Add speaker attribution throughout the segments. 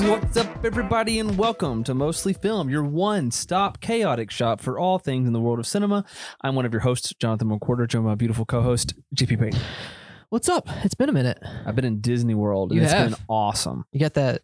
Speaker 1: What's up, everybody, and welcome to Mostly Film, your one stop chaotic shop for all things in the world of cinema. I'm one of your hosts, Jonathan McWhorter, joined by my beautiful co host, JP Payton.
Speaker 2: What's up? It's been a minute.
Speaker 1: I've been in Disney World, and
Speaker 2: You
Speaker 1: it's
Speaker 2: have.
Speaker 1: been awesome.
Speaker 2: You got that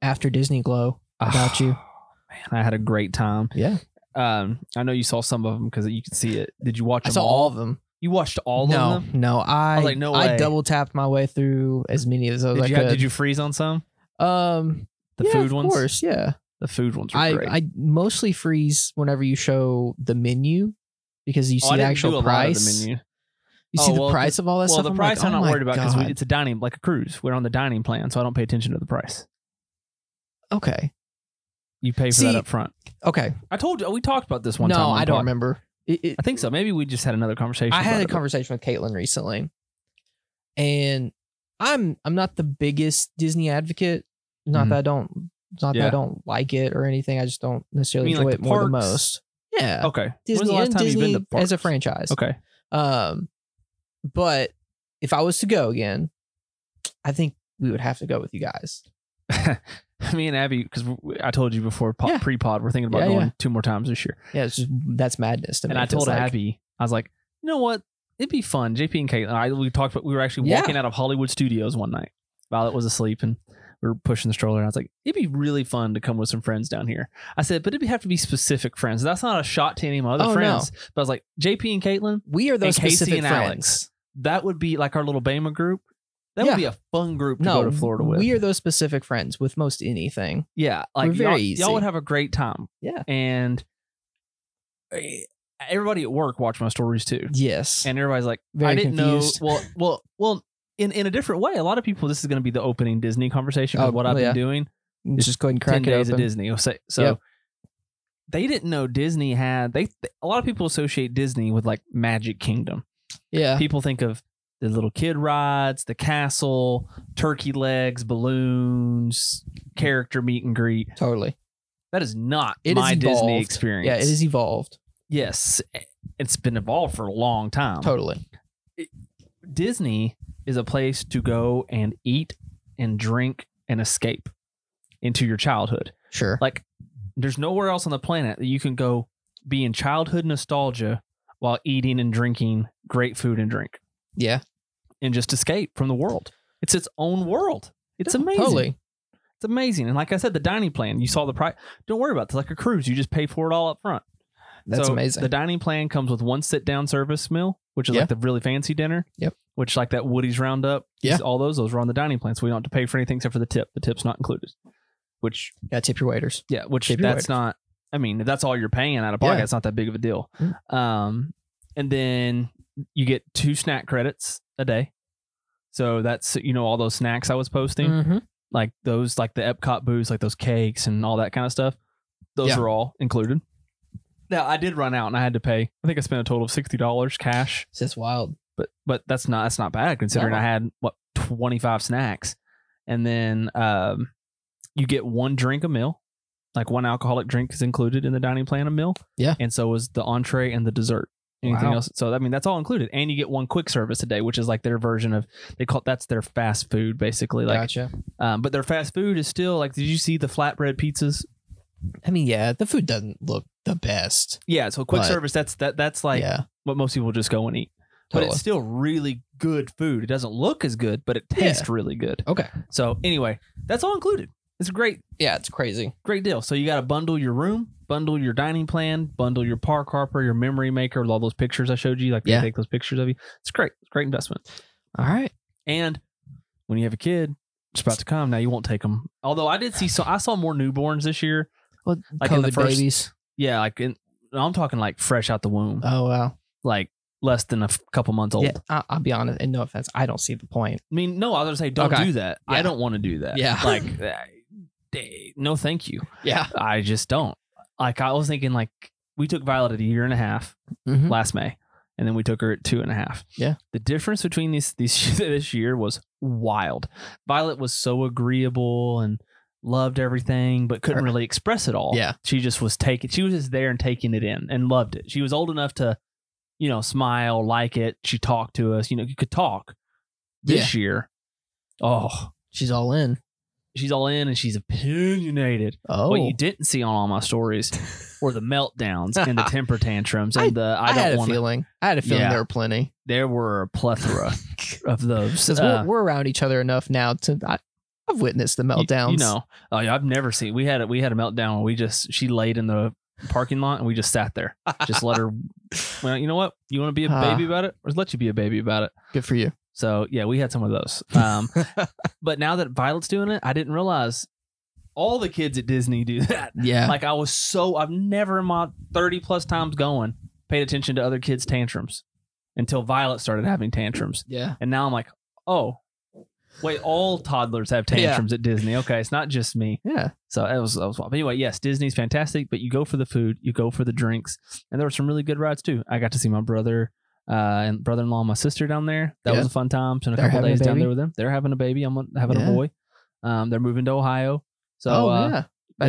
Speaker 2: after Disney glow about you.
Speaker 1: Man, I had a great time.
Speaker 2: Yeah.
Speaker 1: Um, I know you saw some of them because you could see it. Did you watch
Speaker 2: I
Speaker 1: them
Speaker 2: saw
Speaker 1: all?
Speaker 2: all of them.
Speaker 1: You watched all
Speaker 2: no,
Speaker 1: of them?
Speaker 2: no. I,
Speaker 1: was like, no way.
Speaker 2: I double tapped my way through as many of those
Speaker 1: Did
Speaker 2: as
Speaker 1: you,
Speaker 2: I
Speaker 1: have,
Speaker 2: could.
Speaker 1: did you freeze on some?
Speaker 2: um,
Speaker 1: The
Speaker 2: yeah,
Speaker 1: food
Speaker 2: of
Speaker 1: ones?
Speaker 2: course, yeah.
Speaker 1: The food ones were
Speaker 2: I,
Speaker 1: great.
Speaker 2: I mostly freeze whenever you show the menu because you
Speaker 1: Oh,
Speaker 2: see
Speaker 1: I
Speaker 2: the
Speaker 1: didn't do a
Speaker 2: actual
Speaker 1: lot of the
Speaker 2: price.
Speaker 1: menu.
Speaker 2: You
Speaker 1: Oh,
Speaker 2: see
Speaker 1: well,
Speaker 2: the price of all that
Speaker 1: well,
Speaker 2: stuff.
Speaker 1: the
Speaker 2: I'm
Speaker 1: price
Speaker 2: like,
Speaker 1: I'm,
Speaker 2: oh
Speaker 1: not
Speaker 2: my
Speaker 1: worried about because
Speaker 2: God.
Speaker 1: it's a dining, like a cruise. We're on the dining plan, so I don't pay attention to the price.
Speaker 2: okay.
Speaker 1: You pay for that
Speaker 2: See,
Speaker 1: up front.
Speaker 2: Okay.
Speaker 1: I told you we talked about this one time.
Speaker 2: No,
Speaker 1: on
Speaker 2: I
Speaker 1: the
Speaker 2: don't
Speaker 1: pod.
Speaker 2: remember. It- it-
Speaker 1: I think so. Maybe we just had another conversation.
Speaker 2: I
Speaker 1: about
Speaker 2: had a
Speaker 1: it.
Speaker 2: conversation with Caitlin recently, and I'm I'm not the biggest Disney advocate. Not
Speaker 1: Mhm.
Speaker 2: that I don't, it's not that
Speaker 1: Yeah.
Speaker 2: I don't like it or anything. I just don't necessarily
Speaker 1: You mean,
Speaker 2: enjoy
Speaker 1: like,
Speaker 2: it
Speaker 1: the
Speaker 2: more than
Speaker 1: parks?
Speaker 2: most. Yeah,
Speaker 1: Okay. When's
Speaker 2: uh, Disney
Speaker 1: the last
Speaker 2: and
Speaker 1: time
Speaker 2: Disney
Speaker 1: you've been to
Speaker 2: as a
Speaker 1: parks?
Speaker 2: franchise.
Speaker 1: Okay.
Speaker 2: Um, but if I was to go again, I think we would have to go with you guys.
Speaker 1: Me and Abby, because I told you before po-
Speaker 2: Yeah.
Speaker 1: pre-pod, we're thinking about
Speaker 2: Yeah,
Speaker 1: going
Speaker 2: yeah.
Speaker 1: two more times this year.
Speaker 2: Yeah, it's just that's madness to me.
Speaker 1: and I
Speaker 2: It feels
Speaker 1: told
Speaker 2: like-
Speaker 1: Abby, I was like, you know what? It'd be fun. JP and Caitlin, I, we talked about, we were actually
Speaker 2: Yeah.
Speaker 1: walking out of Hollywood Studios one night. Violet was asleep and we were pushing the stroller. And I was like, it'd be really fun to come with some friends down here. I said, but it'd be- have to be specific friends. That's not a shot to any of my other
Speaker 2: Oh, no.
Speaker 1: friends. But I was like, JP and Caitlin,
Speaker 2: we are those
Speaker 1: and Casey
Speaker 2: specific
Speaker 1: and
Speaker 2: friends.
Speaker 1: Alex. that would be like our little Bama group. That
Speaker 2: Yeah.
Speaker 1: would be a fun group to
Speaker 2: No,
Speaker 1: go to Florida with.
Speaker 2: we are those specific friends with most anything.
Speaker 1: yeah,
Speaker 2: we're
Speaker 1: like
Speaker 2: very
Speaker 1: y'all,
Speaker 2: easy.
Speaker 1: y'all would have a great time.
Speaker 2: Yeah.
Speaker 1: and eh, everybody at work watched my stories too,
Speaker 2: Yes,
Speaker 1: and everybody's like,
Speaker 2: Very
Speaker 1: "I didn't
Speaker 2: confused.
Speaker 1: know." Well, well, well. In, in a different way, a lot of people. This is going to be the opening Disney conversation. 'cause
Speaker 2: Oh,
Speaker 1: what I've
Speaker 2: yeah.
Speaker 1: been doing
Speaker 2: Let's just go ahead and crack
Speaker 1: ten
Speaker 2: it
Speaker 1: days
Speaker 2: open.
Speaker 1: at Disney. I'll say- So
Speaker 2: Yep.
Speaker 1: they didn't know Disney had they. A lot of people associate Disney with like Magic Kingdom.
Speaker 2: Yeah,
Speaker 1: people think of the little kid rides, the castle, turkey legs, balloons, character meet and greet.
Speaker 2: totally.
Speaker 1: That is not
Speaker 2: It is
Speaker 1: my Disney
Speaker 2: evolved.
Speaker 1: experience.
Speaker 2: Yeah, it is evolved.
Speaker 1: Yes, it's been evolved for a long time.
Speaker 2: Totally.
Speaker 1: Disney is a place to go and eat and drink and escape into your childhood.
Speaker 2: Sure.
Speaker 1: Like There's nowhere else on the planet that you can go be in childhood nostalgia while eating and drinking great food and drink
Speaker 2: yeah.
Speaker 1: and just escape from the world. It's its own world. It's amazing.
Speaker 2: Totally.
Speaker 1: It's amazing. And like I said, the dining plan, you saw the price. Don't worry about it. It's like a cruise. You just pay for it all up front.
Speaker 2: That's
Speaker 1: So
Speaker 2: amazing.
Speaker 1: The dining plan comes with one sit down service meal, which is
Speaker 2: Yeah.
Speaker 1: like the really fancy dinner.
Speaker 2: Yep.
Speaker 1: Which like that Woody's Roundup.
Speaker 2: Yeah.
Speaker 1: All those, those were on the dining plan. So we don't have to pay for anything except for the tip. The tip's not included. Which
Speaker 2: yeah, tip your waiters.
Speaker 1: yeah, which
Speaker 2: Keep your
Speaker 1: that's
Speaker 2: wages.
Speaker 1: not. I mean, if that's all you're paying out of pocket,
Speaker 2: Yeah.
Speaker 1: it's not that big of a deal.
Speaker 2: Mm.
Speaker 1: Um, and then you get two snack credits a day. So that's you know all those snacks I was posting,
Speaker 2: Mm-hmm.
Speaker 1: like those like the Epcot booths, like those cakes and all that kind of stuff. Those
Speaker 2: Yeah.
Speaker 1: are all included. Now I did run out and I had to pay. I think I spent a total of sixty dollars cash,
Speaker 2: That's wild.
Speaker 1: but but that's not that's not bad considering
Speaker 2: No.
Speaker 1: I had what twenty five snacks, and then um, you get one drink a meal, like one alcoholic drink is included in the dining plan a meal.
Speaker 2: Yeah.
Speaker 1: and so is the entree and the dessert. Anything
Speaker 2: Wow.
Speaker 1: else? So I mean, that's all included, and you get one quick service a day, which is like their version of they call that's their fast food basically. Like
Speaker 2: gotcha.
Speaker 1: um, but their fast food is still like, did you see the flatbread pizzas?
Speaker 2: I mean, yeah, the food doesn't look the best.
Speaker 1: Yeah, so quick
Speaker 2: But-
Speaker 1: service. That's that. That's like
Speaker 2: yeah.
Speaker 1: what most people just go and eat. But
Speaker 2: Totally.
Speaker 1: it's still really good food. It doesn't look as good, but it
Speaker 2: Yeah.
Speaker 1: tastes really good.
Speaker 2: okay.
Speaker 1: So anyway, that's all included. It's a great,
Speaker 2: Yeah, it's crazy.
Speaker 1: great deal. So you got to bundle your room, bundle your dining plan, bundle your park harper, your memory maker, all those pictures I showed you. Like they
Speaker 2: Yeah.
Speaker 1: take those pictures of you. It's great. It's a great investment.
Speaker 2: All right.
Speaker 1: And when you have a kid, it's about to come. Now you won't take them. Although I did see, so I saw more newborns this year.
Speaker 2: Well,
Speaker 1: Like in the
Speaker 2: COVID
Speaker 1: first-
Speaker 2: babies.
Speaker 1: Yeah, like in, I'm talking like fresh out the womb,
Speaker 2: Oh wow.
Speaker 1: like less than a f- couple months old.
Speaker 2: Yeah, I- I'll be honest, and no offense, I don't see the point.
Speaker 1: I mean, no, I was gonna say don't
Speaker 2: Okay.
Speaker 1: do that. I
Speaker 2: Yeah.
Speaker 1: don't want to do that.
Speaker 2: Yeah.
Speaker 1: like I- eh, no, thank you.
Speaker 2: Yeah.
Speaker 1: I just don't. Like I was thinking, like we took Violet at a year and a half
Speaker 2: Mhm.
Speaker 1: last May, and then we took her at two and a half.
Speaker 2: Yeah.
Speaker 1: the difference between these these this year was wild. Violet was so agreeable and loved everything, but couldn't really express it all.
Speaker 2: Yeah.
Speaker 1: she just was taking she was just there and taking it in and loved it she was old enough to you know smile like it she talked to us you know you could talk this year oh
Speaker 2: She's all in.
Speaker 1: she's all in and she's opinionated.
Speaker 2: Oh,
Speaker 1: What you didn't see on all my stories were the meltdowns and the temper tantrums and the I,
Speaker 2: I, had
Speaker 1: don't
Speaker 2: a
Speaker 1: want. to
Speaker 2: feeling. I had a feeling
Speaker 1: Yeah.
Speaker 2: there were plenty
Speaker 1: There were a plethora of those.
Speaker 2: because
Speaker 1: Uh,
Speaker 2: we're, we're around each other enough now to. I, I've witnessed the
Speaker 1: you-
Speaker 2: meltdowns.
Speaker 1: You, know, Oh, yeah, I've never seen. We had a, we had a meltdown where we just she laid in the parking lot and we just sat there, just let her. Well, you know what? You want to be a
Speaker 2: Ah.
Speaker 1: baby about it, or let you be a baby about it.
Speaker 2: good for you.
Speaker 1: So yeah, we had some of those. Um, but now that Violet's doing it, I didn't realize all the kids at Disney do that.
Speaker 2: Yeah,
Speaker 1: Like I was so I've never in my thirty plus times going paid attention to other kids' tantrums until Violet started having tantrums,
Speaker 2: yeah.
Speaker 1: and now I'm like, oh. Wait, all toddlers have
Speaker 2: Yeah.
Speaker 1: tantrums at Disney. Okay, it's not just me.
Speaker 2: Yeah.
Speaker 1: So that was that was wild. But anyway, yes, Disney's fantastic, but you go for the food, you go for the drinks, and there were some really good rides too. I got to see my brother uh, and brother in law, and my sister down there. That
Speaker 2: Yeah.
Speaker 1: was a fun time. Spent a
Speaker 2: They're
Speaker 1: couple
Speaker 2: having a
Speaker 1: days down
Speaker 2: baby?
Speaker 1: there with them. They're having a baby. I'm having
Speaker 2: Yeah.
Speaker 1: a boy. Um, they're moving to Ohio. So
Speaker 2: oh,
Speaker 1: uh,
Speaker 2: yeah. Back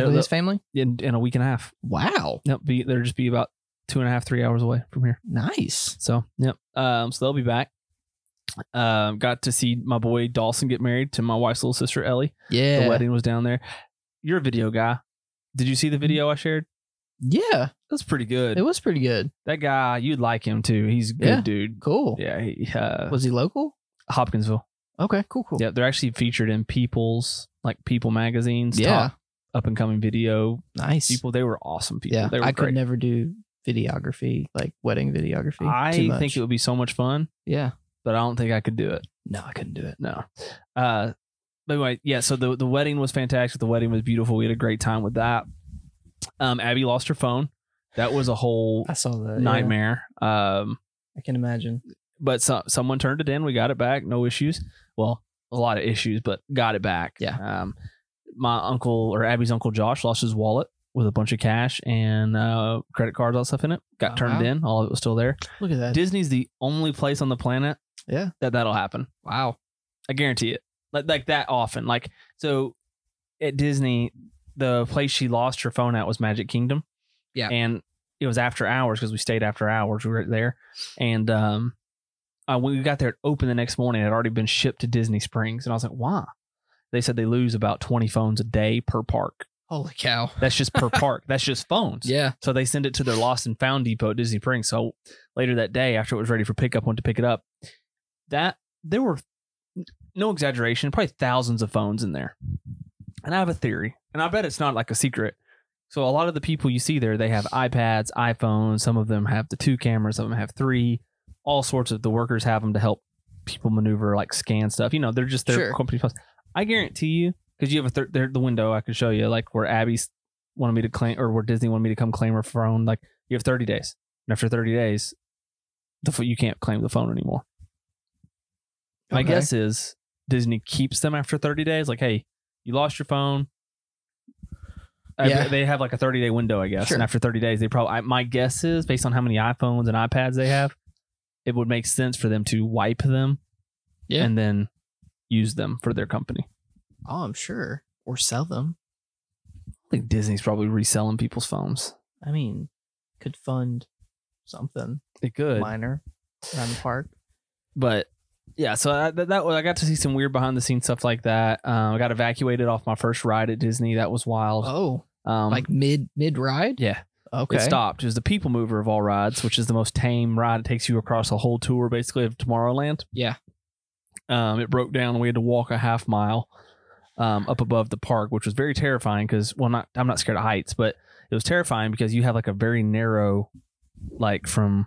Speaker 1: yeah,
Speaker 2: with
Speaker 1: the-
Speaker 2: his family.
Speaker 1: in, in a week and a half.
Speaker 2: Wow.
Speaker 1: Yep, be they'll just be about two and a half, three hours away from here.
Speaker 2: Nice.
Speaker 1: So yep. Um, so they'll be back. Um, got to see my boy Dawson get married to my wife's little sister Ellie.
Speaker 2: Yeah.
Speaker 1: The wedding was down there. You're a video guy. Did you see the video I shared?
Speaker 2: Yeah.
Speaker 1: That's pretty good.
Speaker 2: It was pretty good.
Speaker 1: that guy, you'd like him too. He's a good
Speaker 2: Yeah.
Speaker 1: dude.
Speaker 2: Cool.
Speaker 1: Yeah, he, uh,
Speaker 2: Was he local?
Speaker 1: Hopkinsville.
Speaker 2: Okay. Cool. Cool.
Speaker 1: Yeah, they're actually featured in People's like People magazines.
Speaker 2: Yeah.
Speaker 1: up and coming video
Speaker 2: Nice.
Speaker 1: people. They were awesome people.
Speaker 2: yeah.
Speaker 1: they were
Speaker 2: I
Speaker 1: great.
Speaker 2: could never do videography, like wedding videography. too
Speaker 1: I
Speaker 2: much.
Speaker 1: think it would be so much fun,
Speaker 2: Yeah.
Speaker 1: but I don't think I could do it.
Speaker 2: No, I couldn't do it.
Speaker 1: No. Uh, but anyway, yeah. So the the wedding was fantastic. The wedding was beautiful. We had a great time with that. Um, Abby lost her phone. That was a whole
Speaker 2: I saw that. Uh, yeah.
Speaker 1: nightmare. Um,
Speaker 2: I can imagine.
Speaker 1: but so, someone turned it in. We got it back, no issues. Well, a lot of issues, but got it back.
Speaker 2: Yeah.
Speaker 1: Um, my uncle or Abby's uncle Josh lost his wallet with a bunch of cash and uh, credit cards, all that stuff in it. Got
Speaker 2: Oh,
Speaker 1: turned
Speaker 2: wow.
Speaker 1: in. All of it was still there.
Speaker 2: Look at that.
Speaker 1: Disney's the only place on the planet.
Speaker 2: Yeah.
Speaker 1: That that'll happen.
Speaker 2: wow.
Speaker 1: I guarantee it. Like like that often. Like so, at Disney, the place she lost her phone at was Magic Kingdom.
Speaker 2: Yeah.
Speaker 1: and it was after hours because we stayed after hours. We were there, and um, uh, when we got there at open the next morning, it had already been shipped to Disney Springs, and I was like, why? They said they lose about twenty phones a day per park.
Speaker 2: Holy cow.
Speaker 1: That's just per park. That's just phones.
Speaker 2: Yeah.
Speaker 1: So they send it to their lost and found depot at Disney Springs. So later that day, after it was ready for pickup, went to pick it up. That there were no exaggeration, probably thousands of phones in there. And I have a theory, and I bet it's not like a secret. So a lot of the people you see there, they have iPads, iPhones. Some of them have the two cameras. Some of them have three. All sorts of the workers have them to help people maneuver, like scan stuff. You know, they're just their
Speaker 2: Sure.
Speaker 1: company phones. I guarantee you, because you have a thir- there, the window I could show you, like where Abby's wanted me to claim or where Disney wanted me to come claim her phone. Like you have 30 days, and after 30 days, the pho- you can't claim the phone anymore. My
Speaker 2: Okay.
Speaker 1: guess is Disney keeps them after 30 days. Like, hey, you lost your phone. I-
Speaker 2: Yeah.
Speaker 1: They have like a 30 day window, I guess.
Speaker 2: Sure.
Speaker 1: And after 30 days, they probably, I, my guess is based on how many iPhones and iPads they have, it would make sense for them to wipe them
Speaker 2: Yeah.
Speaker 1: and then use them for their company.
Speaker 2: Oh, I'm sure. Or sell them.
Speaker 1: I think Disney's probably reselling people's phones.
Speaker 2: I mean, could fund something
Speaker 1: It could.
Speaker 2: minor around the park.
Speaker 1: but yeah, so I, that, that was, I got to see some weird behind the scenes stuff like that. Um, I got evacuated off my first ride at Disney. That was wild.
Speaker 2: Oh,
Speaker 1: um,
Speaker 2: like mid mid ride.
Speaker 1: yeah.
Speaker 2: Okay.
Speaker 1: It stopped. It was the people mover of all rides, which is the most tame ride. It takes you across a whole tour basically of Tomorrowland.
Speaker 2: Yeah.
Speaker 1: Um, it broke down. We had to walk a half mile um, up above the park, which was very terrifying because well, not I'm not scared of heights, but it was terrifying because you have like a very narrow, like from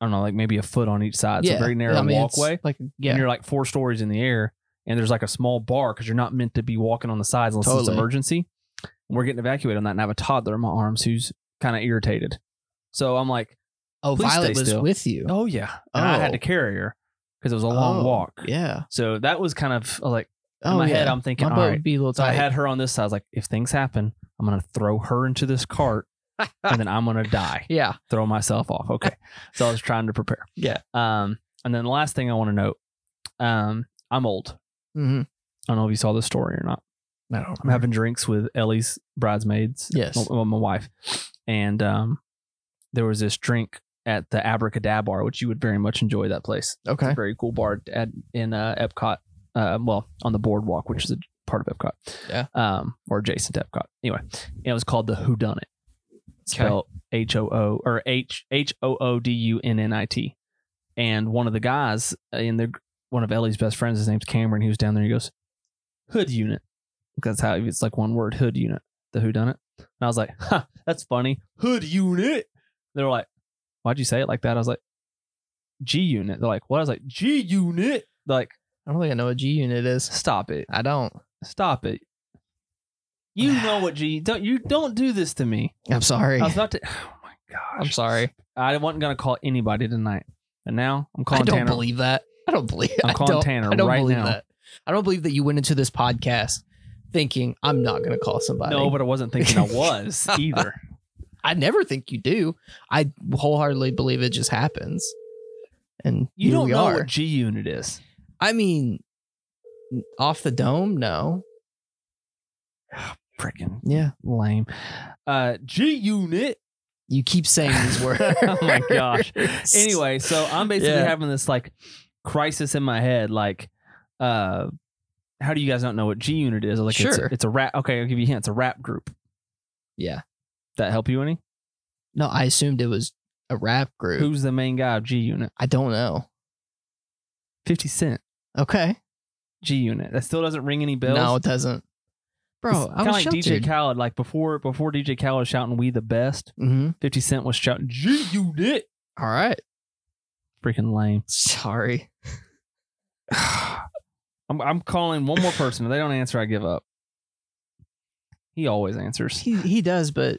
Speaker 1: I don't know, like maybe a foot on each side. It's a very narrow
Speaker 2: I mean, it's
Speaker 1: walkway.
Speaker 2: Like yeah.
Speaker 1: And you're like four stories in the air, and there's like a small bar because you're not meant to be walking on the sides unless it's
Speaker 2: Totally.
Speaker 1: an emergency. And we're getting evacuated on that, and I have a toddler in my arms who's kind of irritated. So I'm like,
Speaker 2: oh,
Speaker 1: please
Speaker 2: Violet
Speaker 1: stay
Speaker 2: was
Speaker 1: still.
Speaker 2: with you.
Speaker 1: oh yeah, and I had
Speaker 2: Oh.
Speaker 1: to carry her because it was a long
Speaker 2: Oh,
Speaker 1: walk.
Speaker 2: Yeah.
Speaker 1: So that was kind of uh, like in
Speaker 2: oh,
Speaker 1: my
Speaker 2: yeah.
Speaker 1: head, I'm thinking,
Speaker 2: My
Speaker 1: all
Speaker 2: butt
Speaker 1: right.
Speaker 2: would be a little
Speaker 1: So I
Speaker 2: tight.
Speaker 1: had her on this side. I was like, if things happen, I'm gonna throw her into this cart, and then I'm gonna die.
Speaker 2: yeah.
Speaker 1: throw myself off. Okay. so I was trying to prepare.
Speaker 2: Yeah.
Speaker 1: Um, and then the last thing I want to note, um, I'm old.
Speaker 2: Mm-hmm.
Speaker 1: I don't know if you saw this story or not.
Speaker 2: No.
Speaker 1: I'm having drinks with Ellie's bridesmaids.
Speaker 2: Yes.
Speaker 1: my- my, my wife, and um, there was this drink at the Abracadabra bar, which you would very much enjoy. That place,
Speaker 2: Okay.
Speaker 1: very cool bar at in uh, Epcot. Uh, well, on the boardwalk, which is a part of Epcot.
Speaker 2: Yeah.
Speaker 1: Um, or adjacent to Epcot. Anyway, and it was called the Who Done It. Spelled H O O or H H O O D U N N I T. And one of the guys in the one of Ellie's best friends, his name's Cameron, he was down there. He goes, Hood unit. That's how it's like one word, hood unit. The Who Done It. And I was like, huh, that's funny. Hood unit. They're like, why'd you say it like that? I was like, G unit. They're like, what? I was like, G unit. Like,
Speaker 2: I don't think I know what G unit is.
Speaker 1: stop it.
Speaker 2: I don't.
Speaker 1: Stop it. You know what, G? Don't you don't do this to me.
Speaker 2: I'm
Speaker 1: I
Speaker 2: sorry.
Speaker 1: was about to. Oh my gosh!
Speaker 2: I'm sorry.
Speaker 1: I wasn't gonna call anybody tonight, and now I'm
Speaker 2: I
Speaker 1: calling
Speaker 2: don't
Speaker 1: Tanner.
Speaker 2: believe that. I don't believe.
Speaker 1: I'm
Speaker 2: I
Speaker 1: calling
Speaker 2: don't-
Speaker 1: Tanner
Speaker 2: I don't
Speaker 1: right
Speaker 2: believe
Speaker 1: now.
Speaker 2: that. I don't believe that you went into this podcast thinking I'm not going to call somebody.
Speaker 1: no, but I wasn't thinking I was either.
Speaker 2: I never think you do. I wholeheartedly believe it just happens. And
Speaker 1: You
Speaker 2: here
Speaker 1: don't
Speaker 2: we
Speaker 1: know
Speaker 2: are.
Speaker 1: what G unit is.
Speaker 2: I mean, off the dome, no.
Speaker 1: Freaking
Speaker 2: Yeah,
Speaker 1: lame. Uh, G unit.
Speaker 2: you keep saying these words.
Speaker 1: Oh my gosh. Anyway, so I'm basically
Speaker 2: Yeah.
Speaker 1: having this like crisis in my head. Like, uh, how do you guys not know what G unit is? Like, it's,
Speaker 2: Sure.
Speaker 1: it's a rap. Okay, I'll give you a hint. It's a rap group.
Speaker 2: yeah.
Speaker 1: That help you any?
Speaker 2: No, I assumed it was a rap group.
Speaker 1: Who's the main guy of G Unit?
Speaker 2: I don't know.
Speaker 1: 50 Cent,
Speaker 2: Okay.
Speaker 1: G Unit. That still doesn't ring any bells.
Speaker 2: No, it doesn't. Bro, I
Speaker 1: kind of
Speaker 2: was
Speaker 1: like
Speaker 2: sheltered.
Speaker 1: DJ Khaled. Like before, before DJ Khaled was shouting "We the best,"
Speaker 2: Mhm.
Speaker 1: 50 Cent was shouting "G Unit."
Speaker 2: All right.
Speaker 1: Freaking lame.
Speaker 2: Sorry.
Speaker 1: I'm, I'm calling one more person. If they don't answer, I give up. He always answers.
Speaker 2: He he does, but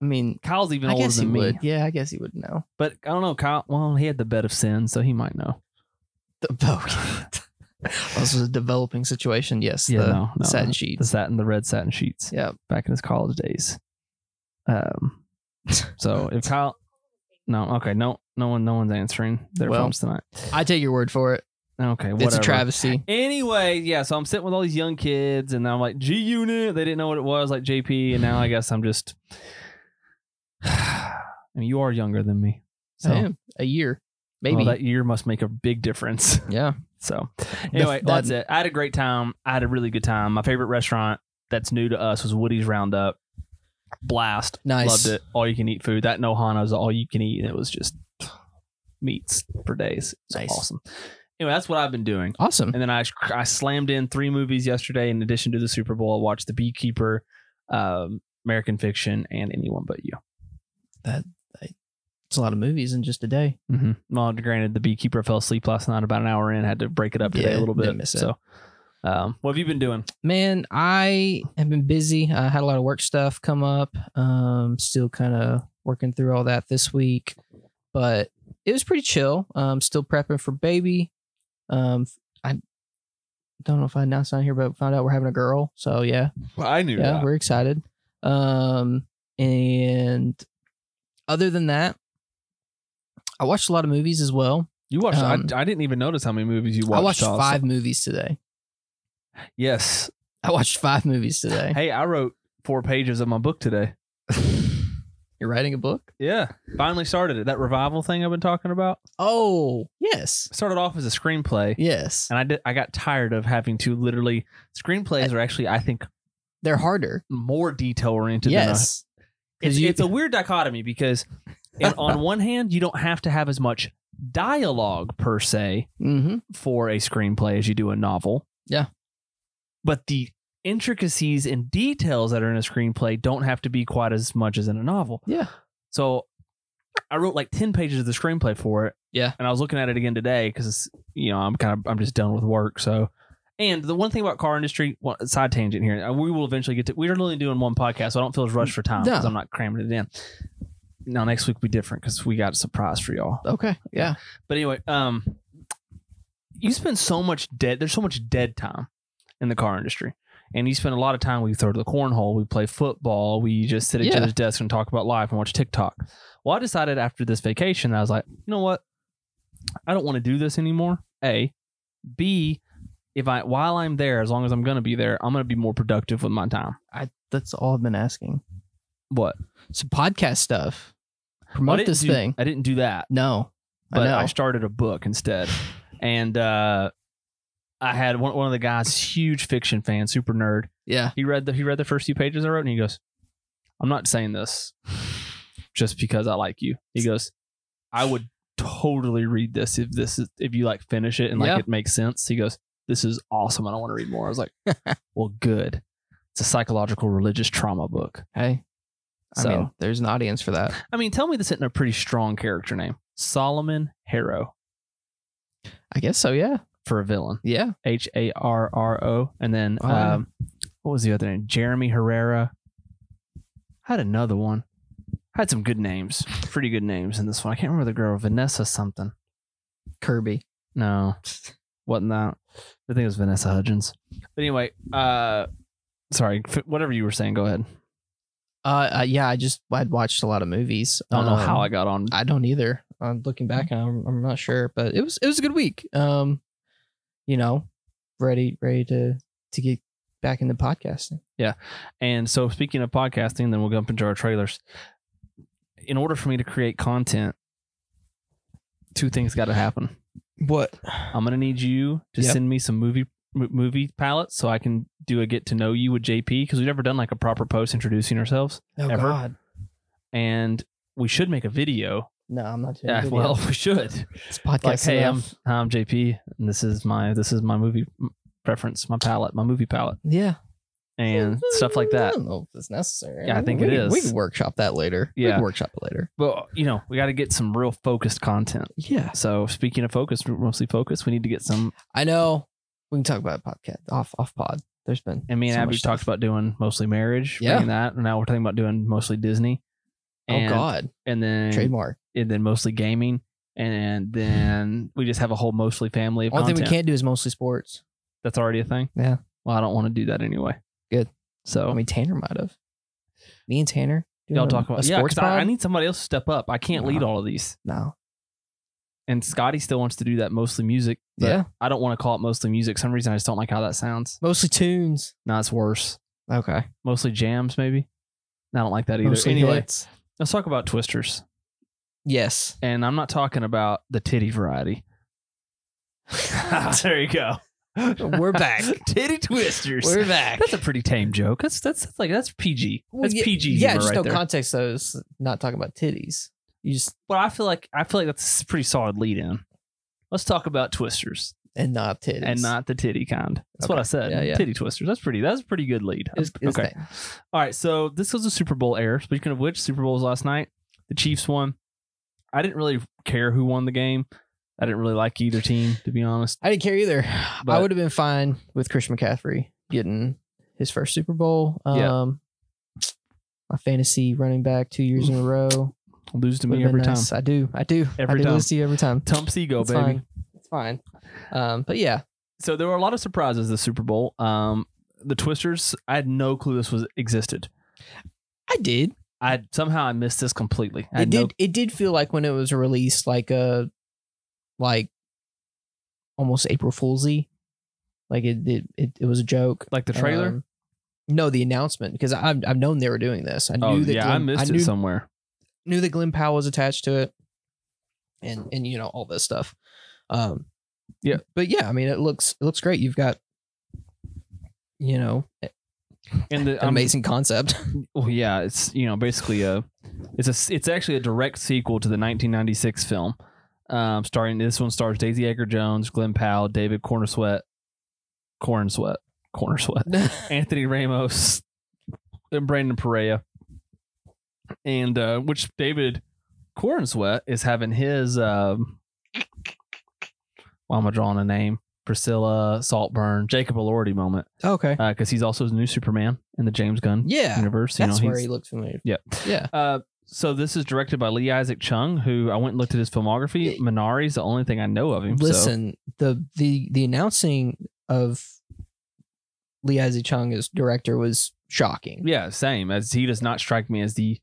Speaker 2: I mean,
Speaker 1: Kyle's even
Speaker 2: I
Speaker 1: older
Speaker 2: guess he
Speaker 1: than me,
Speaker 2: would. Yeah, I guess he would know.
Speaker 1: but I don't know. Kyle, well, he had the bed of sin, so he might know.
Speaker 2: The this was a developing situation. Yes.
Speaker 1: yeah,
Speaker 2: the
Speaker 1: no, no,
Speaker 2: satin
Speaker 1: no.
Speaker 2: sheet.
Speaker 1: the satin, the red satin sheets.
Speaker 2: Yep.
Speaker 1: back in his college days. Um, so if Kyle, no, okay, no, no one, no one's answering their
Speaker 2: Well,
Speaker 1: phones tonight.
Speaker 2: I take your word for it.
Speaker 1: Okay, whatever.
Speaker 2: It's a travesty.
Speaker 1: Anyway, yeah, so I'm sitting with all these young kids, and I'm like G Unit. They didn't know what it was, like JP, and now I guess I'm just. I mean, you are younger than me, so
Speaker 2: I am. A year.
Speaker 1: well,
Speaker 2: Maybe.
Speaker 1: that year must make a big difference.
Speaker 2: yeah.
Speaker 1: So anyway,
Speaker 2: that-
Speaker 1: that's it. I had a great time. I had a really good time. My favorite restaurant that's new to us was Woody's Roundup. Blast.
Speaker 2: Nice.
Speaker 1: Loved it. All you can eat food. That Nohana was all you can eat, and it was just meats for days. It's
Speaker 2: Nice.
Speaker 1: awesome. Anyway, that's what I've been doing.
Speaker 2: Awesome.
Speaker 1: And then I I slammed in three movies yesterday. In addition to the Super Bowl, I watched The Beekeeper, um, American Fiction, and Anyone But You.
Speaker 2: It's a lot of movies in just a day.
Speaker 1: Mm-hmm. Well, granted, The Beekeeper fell asleep last night about an hour in. Had to break it up today
Speaker 2: Yeah,
Speaker 1: a little bit.
Speaker 2: didn't miss it.
Speaker 1: So, um, what have you been doing?
Speaker 2: Man, I have been busy. I had a lot of work stuff come up. Um, still kind of working through all that this week, but it was pretty chill. Um, still prepping for baby. Um, I don't know if I announced on here, but found out we're having a girl. So yeah,
Speaker 1: I knew
Speaker 2: yeah, we're excited. Um, and other than that, I watched a lot of movies as well.
Speaker 1: You watched.
Speaker 2: Um,
Speaker 1: I, I didn't even notice how many movies you watched.
Speaker 2: I watched
Speaker 1: also.
Speaker 2: five movies today.
Speaker 1: Yes.
Speaker 2: I watched five movies today.
Speaker 1: Hey, I wrote four pages of my book today.
Speaker 2: You're writing a book?
Speaker 1: Yeah. Finally started it. That revival thing I've been talking about
Speaker 2: Oh, yes.
Speaker 1: started off as a screenplay,
Speaker 2: Yes.
Speaker 1: and I did. I got tired of having to literally screenplays are actually I think
Speaker 2: They're harder.
Speaker 1: more detail oriented.
Speaker 2: yes.
Speaker 1: Than a,
Speaker 2: 'Cause
Speaker 1: it's,
Speaker 2: you-
Speaker 1: it's a weird dichotomy because in, on one hand you don't have to have as much dialogue per se,
Speaker 2: Mm-hmm.
Speaker 1: for a screenplay as you do a novel.
Speaker 2: Yeah.
Speaker 1: But the intricacies and details that are in a screenplay don't have to be quite as much as in a novel.
Speaker 2: Yeah.
Speaker 1: So I wrote like 10 pages of the screenplay for it.
Speaker 2: Yeah.
Speaker 1: And I was looking at it again today because, you know, I'm kind of, I'm just done with work. So, and the one thing about car industry, one, side tangent here, and we will eventually get to, we're only doing one podcast, so I don't feel as rushed for time
Speaker 2: No.
Speaker 1: because I'm not cramming it in. Now, next week will be different because we got a surprise for y'all.
Speaker 2: Okay. Yeah.
Speaker 1: But anyway, um, you spend so much dead. There's so much dead time in the car industry, and you spend a lot of time. We throw to the cornhole. We play football. We just sit at each
Speaker 2: Yeah.
Speaker 1: other's desk and talk about life and watch TikTok. Well, I decided after this vacation that I was like, you know what? I don't want to do this anymore. A, B. If I while I'm there, as long as I'm gonna be there, I'm gonna be more productive with my time.
Speaker 2: I that's all I've been asking.
Speaker 1: What?
Speaker 2: Some podcast stuff.
Speaker 1: Well, I
Speaker 2: Promote
Speaker 1: didn't
Speaker 2: this
Speaker 1: do-
Speaker 2: thing.
Speaker 1: I didn't do that.
Speaker 2: No. I
Speaker 1: but
Speaker 2: know.
Speaker 1: I, started a book instead, and uh, I had one, one of the guys, huge fiction fan, super nerd.
Speaker 2: Yeah.
Speaker 1: He read the he read the first few pages I wrote, and he goes, "I'm not saying this just because I like you." He goes, "I would totally read this if this is if you like finish it and like
Speaker 2: Yeah.
Speaker 1: it makes sense." He goes, "This is awesome. I don't want to read more." I was like, "Well, good. It's a psychological religious trauma book."
Speaker 2: Hey. I
Speaker 1: So I mean,
Speaker 2: mean, there's an audience for that.
Speaker 1: tell me this isn't a pretty strong character name, Solomon Harrow
Speaker 2: I guess so. Yeah.
Speaker 1: for a villain.
Speaker 2: Yeah.
Speaker 1: H A R R O, and then
Speaker 2: Oh, yeah.
Speaker 1: um, what was the other name? Jeremy Herrera. Had another one. Had some good names, pretty good names in this one. I can't remember the girl, Vanessa something.
Speaker 2: Kirby.
Speaker 1: No, wasn't that? I think it was Vanessa Hudgens. But anyway, uh, sorry, f- whatever you were saying, go ahead.
Speaker 2: Uh, uh yeah, I just I'd watched a lot of movies.
Speaker 1: I don't know how
Speaker 2: Um,
Speaker 1: I Mm-hmm. got on.
Speaker 2: I don't either. I'm looking back, and I'm, I'm not sure, but it was it was a good week. Um, you know, ready ready to to get back into podcasting.
Speaker 1: And so, speaking of podcasting, then we'll jump into our trailers. In order for me to create content, two things got to happen.
Speaker 2: What?
Speaker 1: I'm gonna need you to
Speaker 2: Yep.
Speaker 1: send me some movie m- movie palettes so I can do a get to know you with JP because we've never done like a proper post introducing ourselves,
Speaker 2: Oh
Speaker 1: Ever?
Speaker 2: God!
Speaker 1: and we should make a video.
Speaker 2: No, I'm not doing.
Speaker 1: Yeah,
Speaker 2: video.
Speaker 1: well, we should.
Speaker 2: it's podcast.
Speaker 1: Like, hey, I'm,
Speaker 2: enough.
Speaker 1: I'm JP, and this is my this is my movie preference, my palette, my movie palette,
Speaker 2: yeah,
Speaker 1: and stuff like
Speaker 2: I
Speaker 1: that.
Speaker 2: don't know if it's necessary.
Speaker 1: Yeah, I think
Speaker 2: we,
Speaker 1: it
Speaker 2: can- We
Speaker 1: is.
Speaker 2: can workshop that later. we
Speaker 1: Yeah.
Speaker 2: can workshop it later.
Speaker 1: Well, you know, we got to get some real focused content.
Speaker 2: Yeah,
Speaker 1: So speaking of focus, we're mostly focused, we need to get some.
Speaker 2: I know. We can talk about podcast off off pod. There's been
Speaker 1: And me and
Speaker 2: so
Speaker 1: Abby
Speaker 2: much
Speaker 1: talked
Speaker 2: stuff.
Speaker 1: about doing mostly marriage,
Speaker 2: Yeah.
Speaker 1: bringing that, and now we're talking about doing mostly Disney.
Speaker 2: oh
Speaker 1: And-
Speaker 2: God,
Speaker 1: and then
Speaker 2: trademark.
Speaker 1: and then mostly gaming, and then we just have a whole mostly family of
Speaker 2: One thing
Speaker 1: content.
Speaker 2: we can't do is mostly sports.
Speaker 1: That's already a thing.
Speaker 2: Yeah.
Speaker 1: Well, I don't want to do that anyway.
Speaker 2: Good.
Speaker 1: So
Speaker 2: I mean, Tanner might have. Me and Tanner. doing
Speaker 1: Oh. y'all
Speaker 2: a-
Speaker 1: talk
Speaker 2: a
Speaker 1: about yeah. 'cause
Speaker 2: sports
Speaker 1: I, I
Speaker 2: pod?
Speaker 1: need somebody else to step up. I can't lead
Speaker 2: No.
Speaker 1: all of these.
Speaker 2: No.
Speaker 1: And Scotty still wants to do that mostly music. But
Speaker 2: Yeah.
Speaker 1: I don't want to call it mostly music. Some reason I just don't like how that sounds.
Speaker 2: Mostly tunes.
Speaker 1: No, it's worse.
Speaker 2: Okay.
Speaker 1: Mostly jams, maybe. I don't like that either.
Speaker 2: Mostly
Speaker 1: anyway,
Speaker 2: hits.
Speaker 1: let's talk about twisters.
Speaker 2: Yes.
Speaker 1: And I'm not talking about the titty variety. there you go.
Speaker 2: We're back.
Speaker 1: titty twisters.
Speaker 2: We're back.
Speaker 1: That's a pretty tame joke. That's that's, that's like that's PG.
Speaker 2: Well,
Speaker 1: That's
Speaker 2: yeah-
Speaker 1: PG
Speaker 2: Yeah,
Speaker 1: humor
Speaker 2: just
Speaker 1: right
Speaker 2: no
Speaker 1: there.
Speaker 2: context though. It's not talking about titties. You just
Speaker 1: but I feel like I feel like that's a pretty solid lead in. Let's talk about twisters
Speaker 2: and not titties
Speaker 1: and not the titty kind. That's what
Speaker 2: Okay.
Speaker 1: I said.
Speaker 2: Yeah, yeah.
Speaker 1: Titty twisters. That's pretty. That's a pretty good lead.
Speaker 2: It's, it's
Speaker 1: okay.
Speaker 2: that.
Speaker 1: All right. So this was a Super Bowl error. Speaking of which, Super Bowls last night, the Chiefs won. I didn't really care who won the game. I didn't really like either team, to be honest.
Speaker 2: I didn't care either. I
Speaker 1: But-
Speaker 2: would have been fine with Christian McCaffrey getting his first Super Bowl. Um
Speaker 1: Yeah.
Speaker 2: My fantasy running back two years in a row.
Speaker 1: Lose to
Speaker 2: Would've
Speaker 1: me
Speaker 2: been
Speaker 1: every
Speaker 2: nice.
Speaker 1: time.
Speaker 2: I do. I do.
Speaker 1: Every
Speaker 2: I do
Speaker 1: time.
Speaker 2: lose to you every time.
Speaker 1: Tom Seagull,
Speaker 2: it's
Speaker 1: baby.
Speaker 2: fine. It's fine. Um, but yeah,
Speaker 1: so there were a lot of surprises this Super Bowl. Um, the Twisters, I had no clue this was existed.
Speaker 2: I did.
Speaker 1: I somehow I missed this completely. I
Speaker 2: it
Speaker 1: had
Speaker 2: did
Speaker 1: no-
Speaker 2: it did feel like when it was released like a like almost april foolsy like it it it, it was a joke
Speaker 1: like the trailer.
Speaker 2: Um, no the announcement because i've i've known they were doing this i
Speaker 1: oh
Speaker 2: knew that
Speaker 1: yeah, I
Speaker 2: Glenn-
Speaker 1: missed
Speaker 2: knew,
Speaker 1: it somewhere.
Speaker 2: knew that glenn powell was attached to it and and you know all this stuff um
Speaker 1: Yeah.
Speaker 2: but yeah i mean it looks it looks great you've got you know an
Speaker 1: And the, I'm-
Speaker 2: amazing concept
Speaker 1: well, yeah, it's you know basically a, it's a it's actually a direct sequel to the 1996 film. Um, starring this one stars Daisy Edgar Jones, Glenn Powell, David Cornersweat, Cornersweat, Cornersweat, Anthony Ramos and Brandon Perea. And uh, which David Cornsweat is having his um why am I drawing a name? Priscilla Saltburn, Jacob Elordi moment.
Speaker 2: okay
Speaker 1: because he's also the new Superman in the James Gunn
Speaker 2: yeah
Speaker 1: universe. You
Speaker 2: that's
Speaker 1: know,
Speaker 2: where
Speaker 1: he's-
Speaker 2: he looked familiar
Speaker 1: Yeah.
Speaker 2: yeah
Speaker 1: uh, so this is directed by Lee Isaac Chung, who I went and looked at his filmography. Minari's the only thing I know of him. so-
Speaker 2: Listen, the the the announcing of Lee Isaac Chung as director was shocking.
Speaker 1: yeah, same. As he does not strike me as the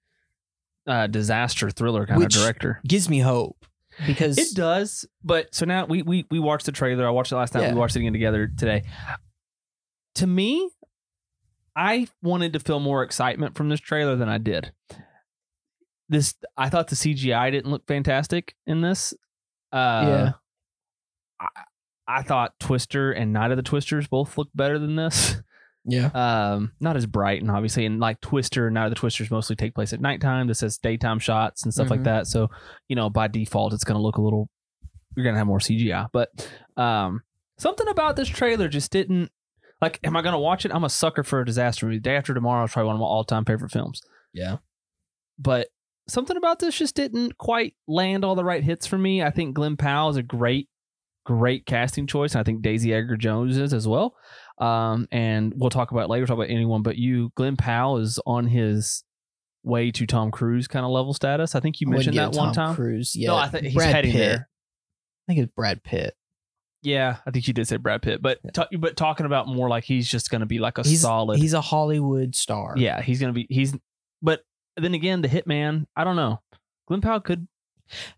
Speaker 1: uh, disaster thriller kind
Speaker 2: Which-
Speaker 1: of director.
Speaker 2: Gives me hope because
Speaker 1: It does, but so now we we we watched the trailer. I watched it last night.
Speaker 2: Yeah.
Speaker 1: We watched it again together today. To me, I wanted to feel more excitement from this trailer than I did. This I thought the CGI didn't look fantastic in this. Uh,
Speaker 2: Yeah.
Speaker 1: I, I thought Twister and Night of the Twisters both looked better than this.
Speaker 2: Yeah.
Speaker 1: Um, not as bright and obviously, and like Twister and Night of the Twisters mostly take place at nighttime. This has daytime shots and stuff like
Speaker 2: Mhm.
Speaker 1: that. So, you know, by default, it's going to look a little. You're going to have more CGI, but um, something about this trailer just didn't. Like, am I going to watch it? I'm a sucker for a disaster movie. Day After Tomorrow is probably one of my all-time favorite films,
Speaker 2: Yeah.
Speaker 1: but something about this just didn't quite land all the right hits for me. I think Glenn Powell is a great great casting choice. And I think Daisy Edgar Jones is as well. Um, and we'll talk about it later, talk about anyone but you. Glenn Powell is on his way to Tom Cruise kind of level status. I think you
Speaker 2: I wouldn't
Speaker 1: mentioned
Speaker 2: get
Speaker 1: that one
Speaker 2: Tom
Speaker 1: time.
Speaker 2: Cruise. Yeah.
Speaker 1: No, I think he's
Speaker 2: Brad
Speaker 1: heading
Speaker 2: Pitt.
Speaker 1: there.
Speaker 2: I think it's Brad Pitt.
Speaker 1: Yeah, I think you did say Brad Pitt, but
Speaker 2: Yeah.
Speaker 1: ta- but talking about more like he's just going to be like a
Speaker 2: He's
Speaker 1: solid.
Speaker 2: He's a Hollywood star.
Speaker 1: yeah, he's going to be he's. But then again, the hitman. I don't know. Glenn Powell could.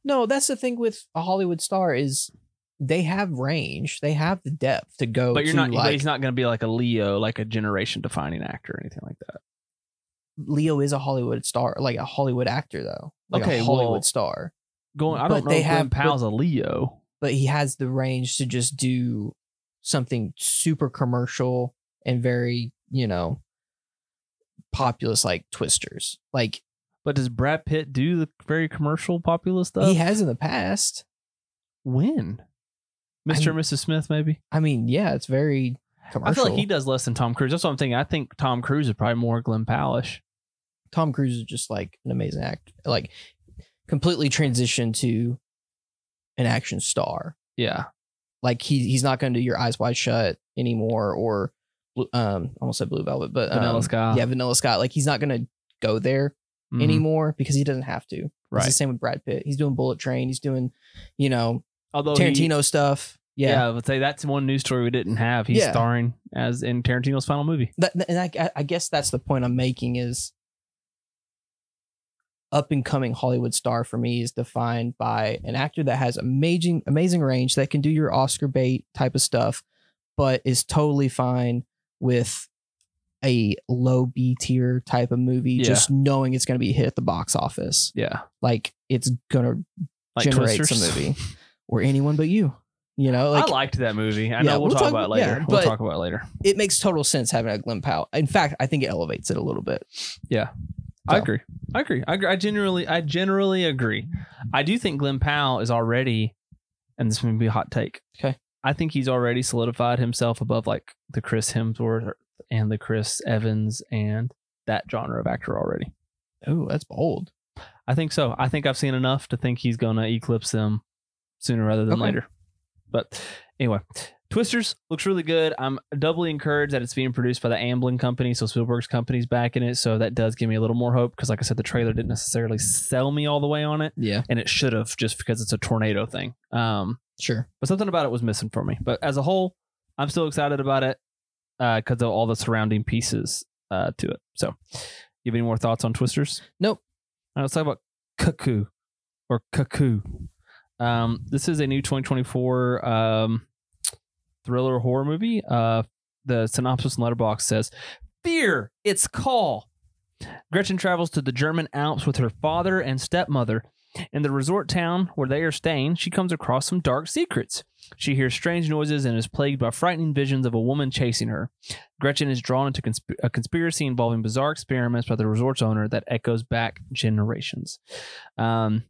Speaker 2: No, that's the thing with a Hollywood star is they have range. They have the depth to go.
Speaker 1: but you're
Speaker 2: to,
Speaker 1: not. but
Speaker 2: Like,
Speaker 1: he's not going to be like a Leo, like a generation defining actor or anything like that.
Speaker 2: Leo is a Hollywood star, like a Hollywood actor though. Like
Speaker 1: Okay,
Speaker 2: a
Speaker 1: well-
Speaker 2: Hollywood star.
Speaker 1: Going. I
Speaker 2: But
Speaker 1: don't know.
Speaker 2: they
Speaker 1: if Glenn
Speaker 2: have- but-
Speaker 1: Powell's a Leo.
Speaker 2: But he has the range to just do something super commercial and very, you know, populous like Twisters. Like
Speaker 1: But does Brad Pitt do the very commercial popular stuff?
Speaker 2: he has in the past.
Speaker 1: when? Mr. and Mrs. Smith, maybe?
Speaker 2: I mean, yeah, it's very
Speaker 1: I
Speaker 2: commercial.
Speaker 1: feel like he does less than Tom Cruise. That's what I'm thinking. I think Tom Cruise is probably more Glenn Powellish.
Speaker 2: Tom Cruise is just like an amazing actor, like completely transitioned to an action star.
Speaker 1: Yeah.
Speaker 2: Like he he's not going to do your eyes wide shut anymore or Blue- um almost said Blue Velvet, but um,
Speaker 1: Vanilla Sky.
Speaker 2: Yeah, Vanilla Sky. Like he's not going to go there
Speaker 1: Mhm.
Speaker 2: anymore because he doesn't have to. It's the
Speaker 1: Right.
Speaker 2: same with Brad Pitt. He's doing Bullet Train. He's doing you know
Speaker 1: Although Oh, he-
Speaker 2: Tarantino stuff.
Speaker 1: yeah.
Speaker 2: Yeah.
Speaker 1: I would say that's one news story we didn't have. He's
Speaker 2: Yeah.
Speaker 1: starring as in Tarantino's final movie.
Speaker 2: That, and I- I, I guess that's the point I'm making is up and coming Hollywood star for me is defined by an actor that has amazing amazing range that can do your Oscar bait type of stuff, but is totally fine with a low B tier type of movie,
Speaker 1: Yeah.
Speaker 2: just knowing it's going to be a hit at the box office.
Speaker 1: Yeah.
Speaker 2: Like it's going to
Speaker 1: Like
Speaker 2: generate
Speaker 1: Twisters.
Speaker 2: some movie or anyone but you. You know,
Speaker 1: I
Speaker 2: like,
Speaker 1: liked that movie. I
Speaker 2: Yeah,
Speaker 1: know we'll,
Speaker 2: we'll
Speaker 1: talk
Speaker 2: talk-
Speaker 1: about it later.
Speaker 2: yeah,
Speaker 1: we'll
Speaker 2: but-
Speaker 1: talk about it later.
Speaker 2: it makes total sense having a Glenn Powell. In fact, I think it elevates it a little bit.
Speaker 1: I
Speaker 2: So.
Speaker 1: agree. I agree. I agree. I generally, I generally agree. I do think Glenn Powell is already, and this may be a hot take.
Speaker 2: Okay.
Speaker 1: I think he's already solidified himself above like the Chris Hemsworth and the Chris Evans and that genre of actor already.
Speaker 2: Oh, that's bold.
Speaker 1: I think so. I think I've seen enough to think he's gonna eclipse them sooner rather than
Speaker 2: Okay.
Speaker 1: later. But anyway, Twisters looks really good. I'm doubly encouraged that it's being produced by the Amblin company, so Spielberg's company's back in it. So that does give me a little more hope because, like I said, the trailer didn't necessarily sell me all the way on it,
Speaker 2: Yeah,
Speaker 1: and it should have just because it's a tornado thing. Um,
Speaker 2: sure.
Speaker 1: but something about it was missing for me. But as a whole, I'm still excited about it because of all the surrounding pieces uh, to it. So, you have any more thoughts on Twisters?
Speaker 2: Nope.
Speaker 1: All right, let's talk about Cuckoo or Cuckoo. Um, this is a new 2024 um, thriller horror movie. Uh, the synopsis in Letterbox says, "Fear, its call." Gretchen travels to the German Alps with her father and stepmother. In the resort town where they are staying, she comes across some dark secrets. She hears strange noises and is plagued by frightening visions of a woman chasing her. Gretchen is drawn into consp- a conspiracy involving bizarre experiments by the resort's owner that echoes back generations. Um,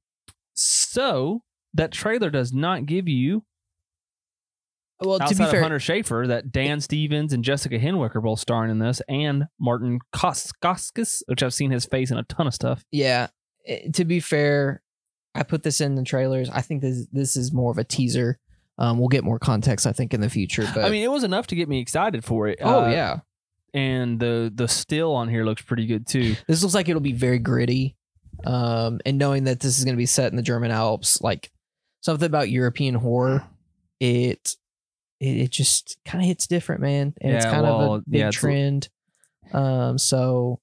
Speaker 1: so that trailer does not give you
Speaker 2: Well, to
Speaker 1: outside
Speaker 2: be
Speaker 1: of
Speaker 2: fair,
Speaker 1: Hunter Schafer that Dan Stevens and Jessica Henwick are both starring in this, and Martin Kos- Koskis, which I've seen his face in a ton of stuff.
Speaker 2: yeah. eh, To be fair, I put this in the trailers. I think this this is more of a teaser. Um, we'll get more context, I think, in the future. But
Speaker 1: I mean, it was enough to get me excited for it.
Speaker 2: oh
Speaker 1: Uh,
Speaker 2: yeah,
Speaker 1: and the the still on here looks pretty good too.
Speaker 2: this looks like it'll be very gritty. Um, and knowing that this is going to be set in the German Alps, like something about European horror, it it, it just kind of hits different, man. And it's
Speaker 1: Yeah,
Speaker 2: kind of
Speaker 1: well,
Speaker 2: a big
Speaker 1: yeah, it's a-
Speaker 2: trend. Um, so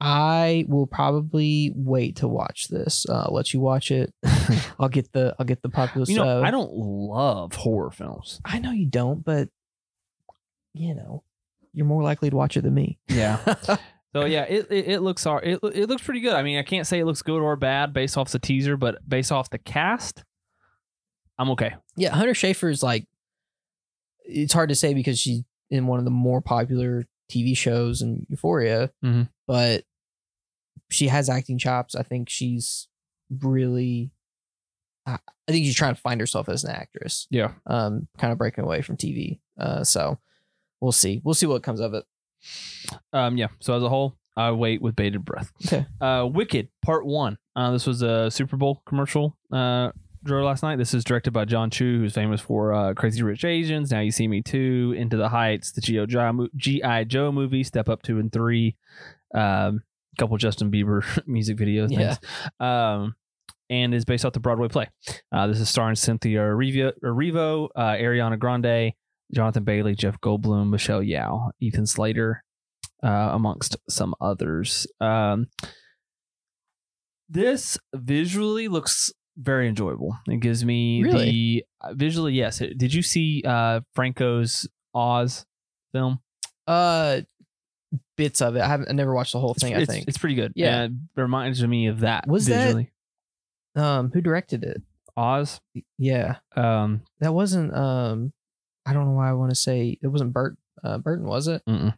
Speaker 2: I will probably wait to watch this. Uh, I'll let you watch it. I'll get the I'll get the popular
Speaker 1: You know,
Speaker 2: sub.
Speaker 1: I don't love horror films.
Speaker 2: I know you don't, but you know, you're more likely to watch it than me.
Speaker 1: Yeah. so yeah, it it, it looks all- it it looks pretty good. I mean, I can't say it looks good or bad based off the teaser, but based off the cast, I'm okay.
Speaker 2: Yeah, Hunter Schafer is like it's hard to say because she's in one of the more popular TV shows in Euphoria,
Speaker 1: Mhm.
Speaker 2: but she has acting chops. I think she's really, I I think she's trying to find herself as an actress,
Speaker 1: Yeah.
Speaker 2: um, kind of breaking away from TV. Uh, so we'll see. We'll see what comes of it.
Speaker 1: Um, yeah. So as a whole, I wait with bated breath.
Speaker 2: Okay.
Speaker 1: Uh, Wicked Part One. Uh, this was a Super Bowl commercial. Uh, drove last night. This is directed by John Chu, who's famous for uh, Crazy Rich Asians, Now You See Me Too, Into the Heights, the G.O. Joe mo- G.I. Joe movie, Step Up Two and Three, um, couple Justin Bieber music videos.
Speaker 2: Yeah.
Speaker 1: Things. Um, and is based off the Broadway play. Uh, this is starring Cynthia Erivo, Erivo uh, Ariana Grande, Jonathan Bailey, Jeff Goldblum, Michelle Yao, Ethan Slater, uh, amongst some others. Um, this visually looks very enjoyable. It gives me
Speaker 2: Really?
Speaker 1: the uh, visually, yes. Did you see uh, Franco's Oz film?
Speaker 2: Uh, bits of it. I haven't. I never watched the whole
Speaker 1: It's,
Speaker 2: thing. I
Speaker 1: it's-
Speaker 2: think.
Speaker 1: it's pretty good.
Speaker 2: Yeah.
Speaker 1: And it reminds me of that.
Speaker 2: Was that-
Speaker 1: visually.
Speaker 2: Um, who directed it?
Speaker 1: Oz?
Speaker 2: Yeah,
Speaker 1: Um,
Speaker 2: that wasn't. Um, I don't know why I want to say it wasn't Bert. Uh, Burton was it?
Speaker 1: mm-mm.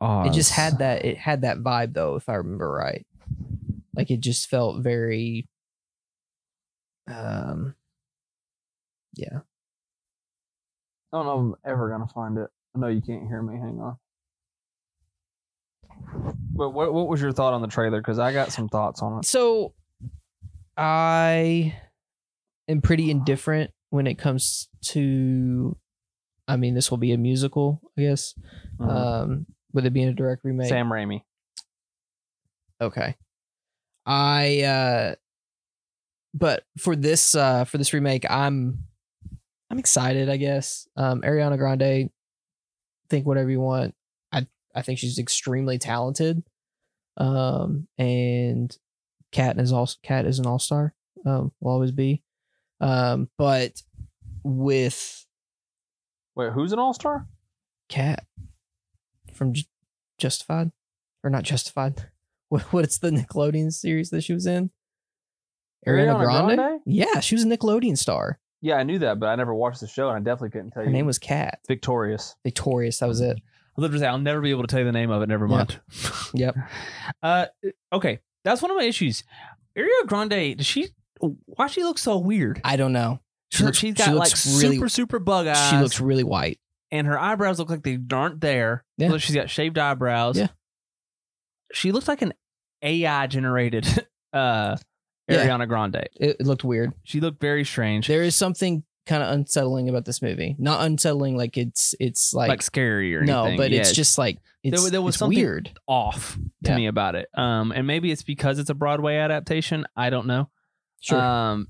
Speaker 1: Oz.
Speaker 2: It just had that. It had that vibe though, if I remember right. Like it just felt very. Um. Yeah.
Speaker 1: I don't know if I'm ever gonna find it. I know you can't hear me. Hang on. But what what was your thought on the trailer? Because I got some thoughts on it.
Speaker 2: So, I am pretty indifferent when it comes to. I mean, this will be a musical, I guess. Um, with it being a direct remake.
Speaker 1: Mm-hmm. Sam Raimi.
Speaker 2: Okay. I uh but for this uh for this remake I'm I'm excited, I guess. Um Ariana Grande think whatever you want. I I think she's extremely talented. Um and Cat is also Cat is an all-star. Um will always be. Um but with
Speaker 1: Wait, who's an all star?
Speaker 2: Cat from Ju- Justified or not Justified. What, what's the Nickelodeon series that she was in?
Speaker 1: Ariana Grande?
Speaker 2: Yeah, she was a Nickelodeon star.
Speaker 1: Yeah, I knew that, but I never watched the show, and I definitely couldn't tell
Speaker 2: Her
Speaker 1: you.
Speaker 2: name was Cat.
Speaker 1: Victorious.
Speaker 2: Victorious, that was it.
Speaker 1: I literally, I'll never be able to tell you the name of it. Never mind.
Speaker 2: Yep.
Speaker 1: uh, okay, that's one of my issues. Ariana Grande. Does she? Why she looks so weird?
Speaker 2: I don't know. She looks-
Speaker 1: she's
Speaker 2: she
Speaker 1: got like
Speaker 2: looks really-
Speaker 1: super super bug eyes.
Speaker 2: She looks really white.
Speaker 1: and her eyebrows look like they aren't there.
Speaker 2: Yeah.
Speaker 1: Although She's got shaved eyebrows.
Speaker 2: Yeah.
Speaker 1: She looks like an AI generated uh
Speaker 2: Yeah.
Speaker 1: Ariana Grande.
Speaker 2: It, it looked weird.
Speaker 1: She looked very strange.
Speaker 2: There is something kind of unsettling about this movie. Not unsettling like it's it's like,
Speaker 1: like, scary or
Speaker 2: no,
Speaker 1: anything.
Speaker 2: but it's
Speaker 1: Yeah,
Speaker 2: just like it's,
Speaker 1: there was
Speaker 2: it's
Speaker 1: something-
Speaker 2: weird.
Speaker 1: off to
Speaker 2: Yeah.
Speaker 1: me about it. Um and maybe it's because it's a Broadway adaptation. I don't know. Um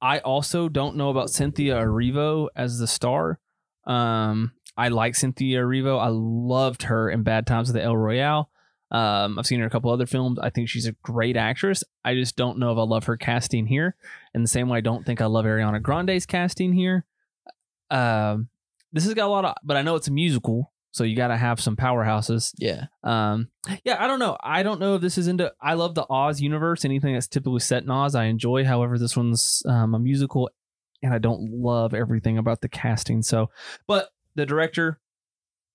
Speaker 1: I also don't know about Cynthia Erivo as the star. Um I like Cynthia Erivo. I loved her in Bad Times at the El Royale. Um, I've seen her in a couple other films. I think she's a great actress. I just don't know if I love her casting here. In the same way, I don't think I love Ariana Grande's casting here. Um, this has got a lot of, but I know it's a musical, so you got to have some powerhouses.
Speaker 2: yeah.
Speaker 1: Um, yeah, I don't know. I don't know if this is into. I love the Oz universe. Anything that's typically set in Oz, I enjoy. However, this one's um, a musical, and I don't love everything about the casting. So, but the director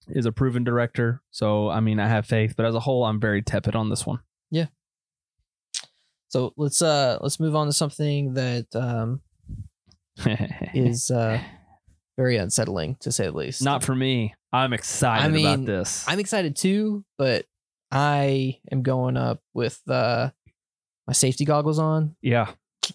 Speaker 1: is a proven director, so I mean, I have faith. But as a whole, I'm very tepid on this one.
Speaker 2: So let's uh let's move on to something that um is uh very unsettling to say the least.
Speaker 1: Not for me. I'm excited
Speaker 2: I mean,
Speaker 1: about this.
Speaker 2: I'm excited too, but I am going up with uh my safety goggles on.
Speaker 1: yeah,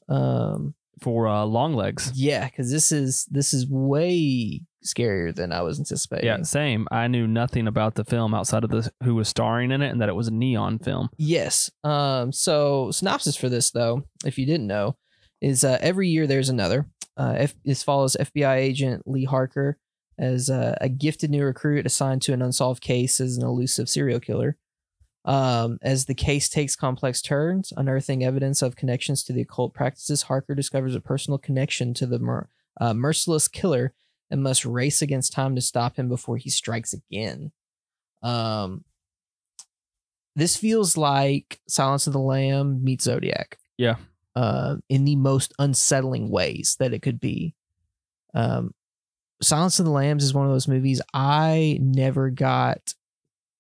Speaker 2: Um
Speaker 1: for uh, long legs.
Speaker 2: yeah, cuz this is this is way scarier than I was anticipating.
Speaker 1: Yeah, same. I knew nothing about the film outside of the who was starring in it and that it was a neon film.
Speaker 2: Yes. Um, so synopsis for this though, if you didn't know, is uh, every year there's another. Uh, F- this follows FBI agent Lee Harker as uh, a gifted new recruit assigned to an unsolved case as an elusive serial killer. Um, as the case takes complex turns, unearthing evidence of connections to the occult practices, Harker discovers a personal connection to the mer- uh, merciless killer and must race against time to stop him before he strikes again. Um, this feels like Silence of the Lamb meets Zodiac.
Speaker 1: Yeah.
Speaker 2: Uh, in the most unsettling ways that it could be. Um, Silence of the Lambs is one of those movies I never got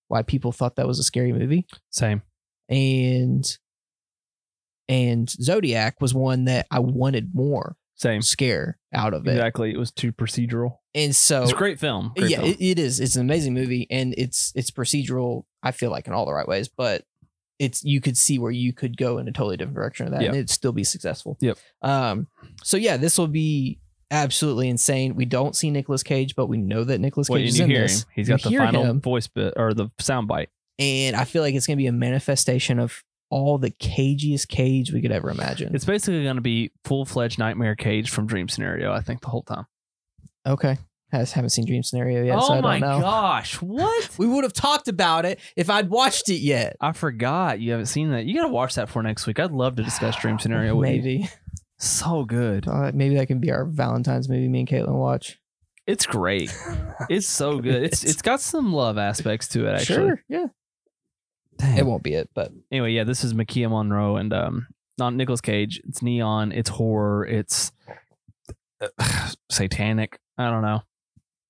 Speaker 2: why people thought that was a scary movie.
Speaker 1: Same.
Speaker 2: And and Zodiac was one that I wanted more
Speaker 1: Same.
Speaker 2: scare out of it.
Speaker 1: Exactly. It was too procedural.
Speaker 2: And so
Speaker 1: It's a great film. Great
Speaker 2: yeah,
Speaker 1: film.
Speaker 2: it, it is. It's an amazing movie, and it's it's procedural. I feel like in all the right ways, but it's you could see where you could go in a totally different direction of that,
Speaker 1: Yep.
Speaker 2: and it'd still be successful.
Speaker 1: Yep.
Speaker 2: Um. So yeah, this will be absolutely insane. We don't see Nicolas Cage, but we know that Nicolas
Speaker 1: Wait,
Speaker 2: Cage
Speaker 1: and
Speaker 2: is
Speaker 1: you
Speaker 2: in
Speaker 1: hear
Speaker 2: this.
Speaker 1: him. He's
Speaker 2: You
Speaker 1: got the
Speaker 2: hear
Speaker 1: final
Speaker 2: him,
Speaker 1: voice bit or the sound bite.
Speaker 2: and I feel like it's gonna be a manifestation of all the cagiest Cage we could ever imagine.
Speaker 1: It's basically going to be full fledged Nightmare Cage from Dream Scenario, I think, the whole time.
Speaker 2: okay. I just haven't seen Dream Scenario
Speaker 1: Oh
Speaker 2: yet, so I don't know.
Speaker 1: gosh. What?
Speaker 2: We would have talked about it if I'd watched it yet.
Speaker 1: I forgot you haven't seen that. You got to watch that for next week. I'd love to discuss Dream Scenario with you.
Speaker 2: Maybe.
Speaker 1: So good.
Speaker 2: Uh, maybe that can be our Valentine's movie me and Caitlin watch.
Speaker 1: It's great. It's so good. It's it's got some love aspects to it actually.
Speaker 2: Sure, yeah.
Speaker 1: Dang.
Speaker 2: It won't be it, but
Speaker 1: anyway, yeah, this is Makia Monroe and um not Nicolas Cage. It's neon, it's horror, it's uh, satanic. I don't know.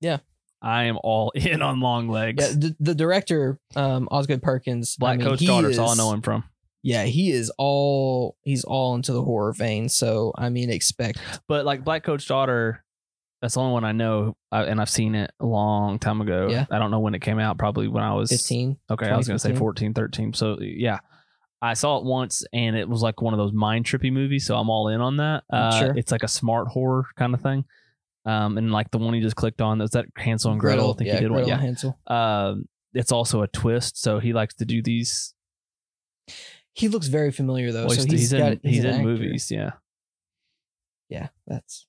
Speaker 2: Yeah.
Speaker 1: I am all in on long legs.
Speaker 2: yeah, the, the director, um, Osgood Perkins, I
Speaker 1: Black
Speaker 2: mean,
Speaker 1: Coat's
Speaker 2: he
Speaker 1: daughter's all I
Speaker 2: is-
Speaker 1: know him from.
Speaker 2: Yeah, he is all he's all into the horror vein. So I mean, expect
Speaker 1: But like Black Coat's daughter, that's the only one I know, I, and I've seen it a long time ago.
Speaker 2: Yeah.
Speaker 1: I don't know when it came out. Probably when I was
Speaker 2: fifteen.
Speaker 1: Okay, I was going to say 14,
Speaker 2: 2015.
Speaker 1: 13. So yeah, I saw it once, and it was like one of those mind trippy movies. So I'm all in on that. Uh,
Speaker 2: Mm, Sure.
Speaker 1: It's like a smart horror kind of thing. Um, and like the one you just clicked on, was that Hansel and Gretel? I think
Speaker 2: yeah,
Speaker 1: he did one.
Speaker 2: Gretel and
Speaker 1: Yeah.
Speaker 2: Hansel.
Speaker 1: Um, it's also a twist, so he likes to do these.
Speaker 2: He looks very familiar though.
Speaker 1: well,
Speaker 2: Oh, so
Speaker 1: he's,
Speaker 2: he's
Speaker 1: he's
Speaker 2: got,
Speaker 1: in he's,
Speaker 2: an
Speaker 1: in
Speaker 2: actor.
Speaker 1: movies, yeah.
Speaker 2: Yeah, that's.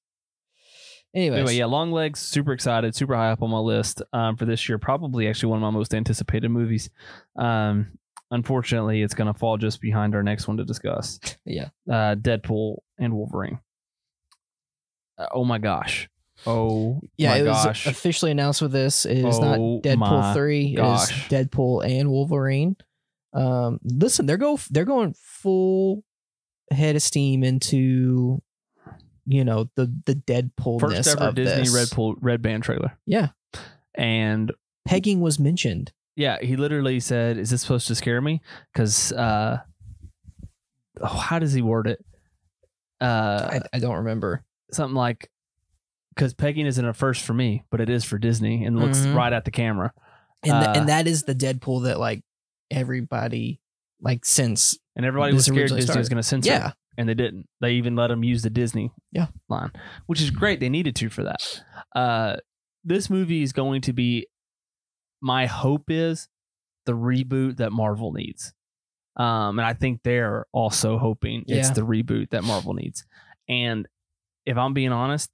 Speaker 2: Anyways,
Speaker 1: Anyway, yeah, Long Legs, super excited, super high up on my list um, for this year. Probably actually one of my most anticipated movies. Um, unfortunately, it's going to fall just behind our next one to discuss.
Speaker 2: Yeah.
Speaker 1: Uh, Deadpool and Wolverine. Uh, oh my gosh. Oh
Speaker 2: yeah,
Speaker 1: my
Speaker 2: it was
Speaker 1: gosh.
Speaker 2: officially announced with this. It is not
Speaker 1: Oh my
Speaker 2: Deadpool three. It
Speaker 1: gosh.
Speaker 2: is Deadpool and Wolverine. Um, listen, they're go they're going full head of steam into you know the the Deadpool
Speaker 1: First ever
Speaker 2: of
Speaker 1: Disney
Speaker 2: this.
Speaker 1: Red, Pool, Red Band trailer.
Speaker 2: Yeah,
Speaker 1: And
Speaker 2: pegging was mentioned.
Speaker 1: yeah, he literally said, "Is this supposed to scare me?" Because uh, oh, how does he word it? Uh,
Speaker 2: I, I don't remember.
Speaker 1: something like, "Because pegging isn't a first for me, but it is for Disney," and looks
Speaker 2: Mhm.
Speaker 1: right at the camera.
Speaker 2: And th-
Speaker 1: uh,
Speaker 2: and that is the Deadpool that like everybody like since
Speaker 1: And everybody
Speaker 2: This
Speaker 1: was scared
Speaker 2: originally
Speaker 1: Disney was
Speaker 2: started.
Speaker 1: going to censor it,
Speaker 2: yeah
Speaker 1: and they didn't. They even let him use the Disney
Speaker 2: Yeah.
Speaker 1: line, which is great. They needed to for that. Uh, this movie is going to be, my hope is, the reboot that Marvel needs. Um, and I think they're also hoping it's
Speaker 2: Yeah.
Speaker 1: the reboot that Marvel needs. And if I'm being honest,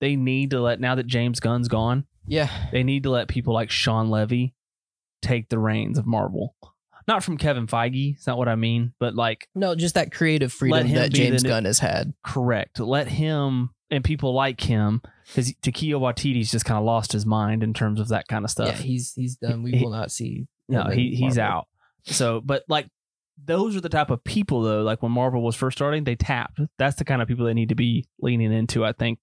Speaker 1: they need to let now that James Gunn's gone,
Speaker 2: yeah
Speaker 1: they need to let people like Sean Levy take the reins of Marvel. Not from Kevin Feige, it's not what I mean, but like
Speaker 2: no just that creative
Speaker 1: Let
Speaker 2: freedom
Speaker 1: him
Speaker 2: that
Speaker 1: be the
Speaker 2: James
Speaker 1: new-
Speaker 2: Gunn has had
Speaker 1: correct. Let him and people like him because Takiyo Watiti's just kind of lost his mind in terms of that kind of stuff.
Speaker 2: yeah he's he's done. We
Speaker 1: He-
Speaker 2: will not see.
Speaker 1: no,
Speaker 2: him in
Speaker 1: he, he's
Speaker 2: Marvel.
Speaker 1: out. So, but like those are the type of people though. Like when Marvel was first starting, they tapped. That's the kind of people they need to be leaning into. I think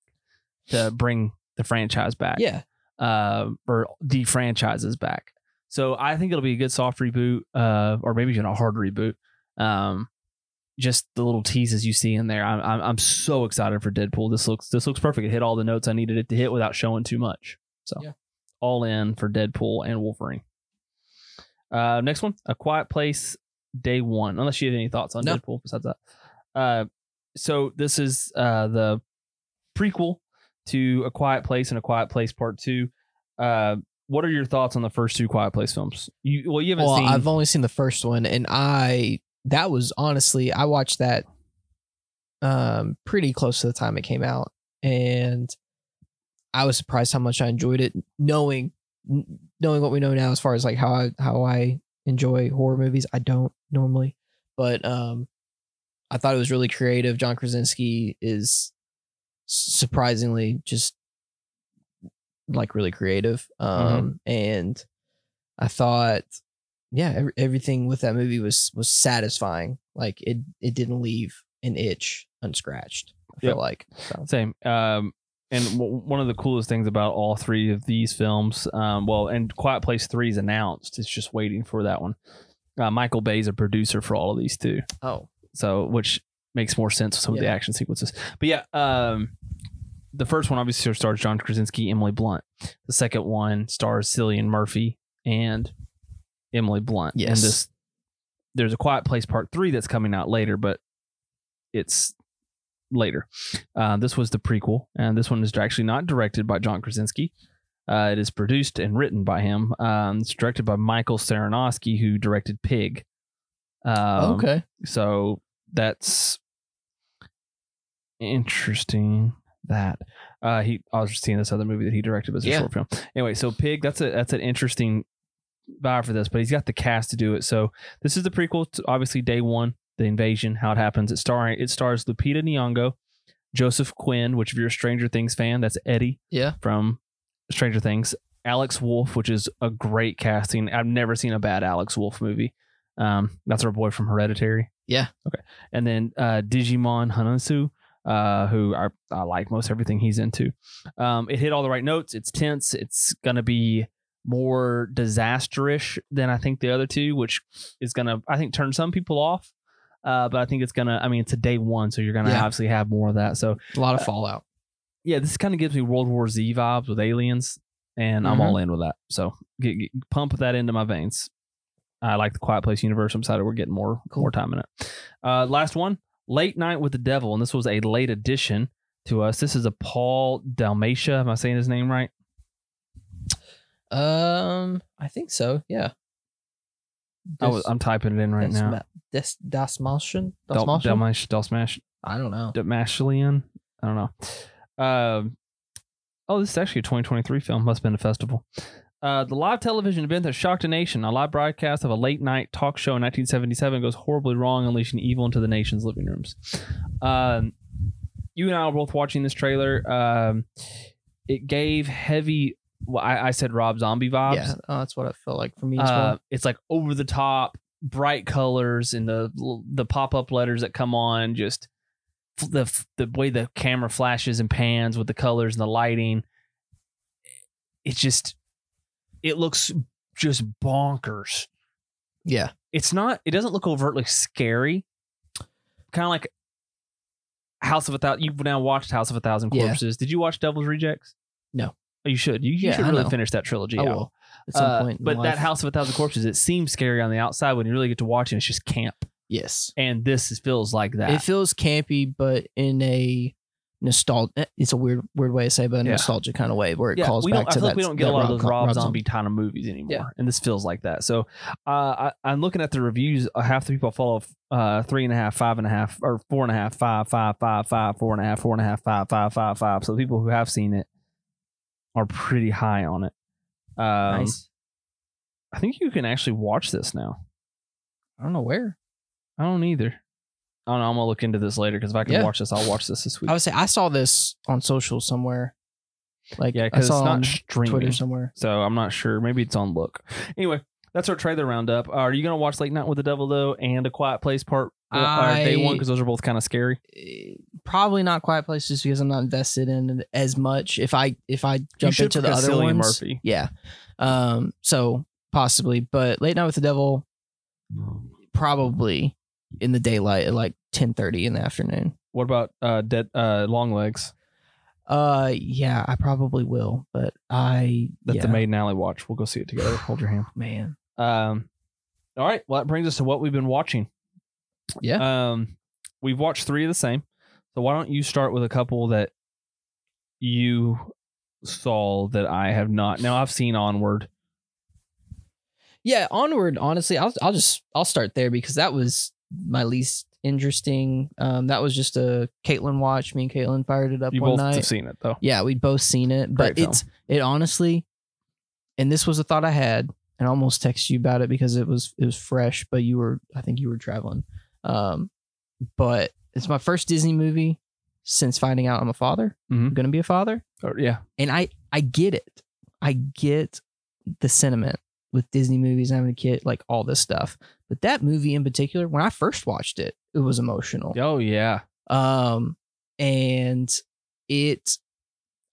Speaker 1: to bring the franchise back.
Speaker 2: Yeah,
Speaker 1: uh, or the franchises back. So I think it'll be a good soft reboot, uh, or maybe even a hard reboot. Um, just the little teases you see in there. I'm, I'm I'm so excited for Deadpool. This looks this looks perfect. It hit all the notes I needed it to hit without showing too much. So
Speaker 2: Yeah.
Speaker 1: all in for Deadpool and Wolverine. Uh, next one, A Quiet Place Day One. Unless you had any thoughts on
Speaker 2: No.
Speaker 1: Deadpool besides that. Uh, so this is uh the prequel to A Quiet Place and A Quiet Place Part Two. Uh, what are your thoughts on the first two Quiet Place films? You well, you haven't
Speaker 2: well,
Speaker 1: seen.
Speaker 2: I've only seen the first one, and I that was honestly I watched that um pretty close to the time it came out, and I was surprised how much I enjoyed it, knowing n- knowing what we know now as far as like how I how I enjoy horror movies. I don't normally, but um, I thought it was really creative. John Krasinski is s- surprisingly just like really creative,
Speaker 1: Mm-hmm.
Speaker 2: um, and I thought yeah ev- everything with that movie was was satisfying like it it didn't leave an itch unscratched i
Speaker 1: Yep.
Speaker 2: feel like so.
Speaker 1: Same. Um, and w- one of the coolest things about all three of these films, um, well, and Quiet Place Three is announced. It's just waiting for that one. Uh, Michael Bay's a producer for all of these too,
Speaker 2: Oh,
Speaker 1: so which makes more sense with some of the
Speaker 2: Yeah.
Speaker 1: action sequences. But yeah, um, the first one obviously stars John Krasinski, Emily Blunt. The second one stars Cillian Murphy and Emily Blunt. And
Speaker 2: Yes.
Speaker 1: this there's a Quiet Place Part Three that's coming out later, but it's later. Uh, this was the prequel, and this one is actually not directed by John Krasinski. Uh, it is produced and written by him. Um, it's directed by Michael Saranovsky, who directed Pig. Um,
Speaker 2: okay.
Speaker 1: so that's interesting. That uh, he, I was just seeing this other movie that he directed was a
Speaker 2: Yeah.
Speaker 1: short film. Anyway, so Pig, that's a that's an interesting vibe for this, but he's got the cast to do it. So this is the prequel, to obviously Day One, the invasion, how it happens. It starring it stars Lupita Nyong'o, Joseph Quinn, which if you're a Stranger Things fan, that's Eddie
Speaker 2: Yeah.
Speaker 1: from Stranger Things. Alex Wolf, which is a great casting. I've never seen a bad Alex Wolf movie. Um, that's our boy from Hereditary.
Speaker 2: Yeah.
Speaker 1: Okay. And then uh, Digimon Hanasu, uh, who I, I like most everything he's into. Um, it hit all the right notes. It's tense. It's gonna be more disasterish than I think the other two, which is gonna I think turn some people off. Uh, but I think it's gonna. I mean, it's a day one, so you're gonna
Speaker 2: Yeah.
Speaker 1: obviously have more of that. So
Speaker 2: A lot of fallout.
Speaker 1: yeah, this kind of gives me World War Z vibes with aliens, and I'm
Speaker 2: Mhm.
Speaker 1: all in with that. So get, get- pump that into my veins. I like the Quiet Place universe. I'm excited we're getting more
Speaker 2: Cool.
Speaker 1: more time in it. Uh, last one, Late Night with the Devil, and this was a late addition to us. This is a Paul Dalmatia. Am I saying his name right?
Speaker 2: Um, I think so. Yeah.
Speaker 1: I was, I'm typing it in right now.
Speaker 2: Des, das Malchen? Das
Speaker 1: Dal-
Speaker 2: Malchen?
Speaker 1: Dalmatia. Dalmatia.
Speaker 2: I don't know.
Speaker 1: Damashlian. I don't know. Um, oh, this is actually a 2023 film. Must have been a festival. Uh, the live television event that shocked a nation, a live broadcast of a late night talk show in 1977, goes horribly wrong, unleashing evil into the nation's living rooms. Um, you and I were both watching this trailer. Um, it gave heavy, well, I, I said Rob Zombie vibes.
Speaker 2: Yeah, oh, that's what it felt like for me as
Speaker 1: Uh,
Speaker 2: well.
Speaker 1: it's like over the top, bright colors, and the the pop up letters that come on. Just f- the f- the way the camera flashes and pans with the colors and the lighting. It just it looks just bonkers.
Speaker 2: Yeah.
Speaker 1: It's not. It doesn't look overtly scary. Kind of like House of a Thousand. You've now watched House of a Thousand
Speaker 2: Yeah.
Speaker 1: Corpses. Did you watch Devil's Rejects?
Speaker 2: No.
Speaker 1: Oh, you should. You, you
Speaker 2: Yeah,
Speaker 1: should
Speaker 2: I
Speaker 1: really
Speaker 2: know.
Speaker 1: finish that trilogy.
Speaker 2: I
Speaker 1: out.
Speaker 2: will at some
Speaker 1: Uh,
Speaker 2: point. in
Speaker 1: But
Speaker 2: life.
Speaker 1: that House of a Thousand Corpses, it seems scary on the outside. When you really get to watch it, it's just camp.
Speaker 2: yes,
Speaker 1: And this is, feels like that.
Speaker 2: it feels campy, but in a nostalgic. It's a weird, weird way to say, it, but a
Speaker 1: Yeah.
Speaker 2: nostalgic kind of way where it
Speaker 1: yeah,
Speaker 2: calls
Speaker 1: we don't,
Speaker 2: back
Speaker 1: I
Speaker 2: to
Speaker 1: feel
Speaker 2: that.
Speaker 1: like we don't get a
Speaker 2: that
Speaker 1: lot of those
Speaker 2: rom-com-
Speaker 1: Rob,
Speaker 2: rom-com.
Speaker 1: Zombie kind of movies anymore,
Speaker 2: Yeah.
Speaker 1: and this feels like that. So, uh, I, I'm looking at the reviews. Uh, Half the people I follow, uh, three and a half, five and a half, or four and a half, five, five, five, five, four and a half, four and a half, five, five, five, five. So the people who have seen it are pretty high on it. Um,
Speaker 2: nice.
Speaker 1: I think you can actually watch this now.
Speaker 2: I don't know where.
Speaker 1: I don't either. I don't know. I'm gonna look into this later because if I can
Speaker 2: Yeah.
Speaker 1: watch this, I'll watch this this week.
Speaker 2: I would say I saw this on social somewhere. Like
Speaker 1: Yeah,
Speaker 2: I
Speaker 1: because it's
Speaker 2: saw it on
Speaker 1: not streaming.
Speaker 2: Twitter somewhere.
Speaker 1: so I'm not sure. Maybe it's on Look. Anyway, that's our trailer roundup. are you gonna watch Late Night with the Devil though, and A Quiet Place Part or Day
Speaker 2: I-
Speaker 1: One? Because those are both kind of scary.
Speaker 2: Eh, Probably not Quiet Place just because I'm not invested in it as much. If I if I jump
Speaker 1: should
Speaker 2: into the
Speaker 1: because
Speaker 2: other
Speaker 1: Cillian
Speaker 2: ones,
Speaker 1: Murphy.
Speaker 2: yeah. Um, so possibly, but Late Night with the Devil, probably in the daylight at like 10:30 in the afternoon.
Speaker 1: What about uh, Dead uh, Long Legs?
Speaker 2: Uh, yeah, I probably will, but I
Speaker 1: That's
Speaker 2: yeah,
Speaker 1: the Maiden Alley watch. We'll go see it together. Hold your hand.
Speaker 2: man.
Speaker 1: Um, all right. Well, that brings us to what we've been watching. Yeah. Um, we've watched three of the same. So why don't you start with a couple that you saw that I have not? Now I've seen Onward.
Speaker 2: Yeah, onward. Honestly, I'll I'll just I'll start there because that was my least interesting. Um, that was just a Caitlin watch. Me and Caitlin fired it up
Speaker 1: You
Speaker 2: one
Speaker 1: both
Speaker 2: night.
Speaker 1: have seen it though.
Speaker 2: Yeah, we'd both seen it, but
Speaker 1: Great film.
Speaker 2: it's it honestly, and this was a thought I had, and I almost texted you about it because it was it was fresh, but you were I think you were traveling. Um, but it's my first Disney movie since finding out I'm a father.
Speaker 1: Mhm.
Speaker 2: I'm gonna be a father,
Speaker 1: Or- yeah.
Speaker 2: and I I get it. I get the sentiment with Disney movies and having a kid, like all this stuff. But that movie in particular, when I first watched it, it was emotional
Speaker 1: Oh yeah.
Speaker 2: um and Um, it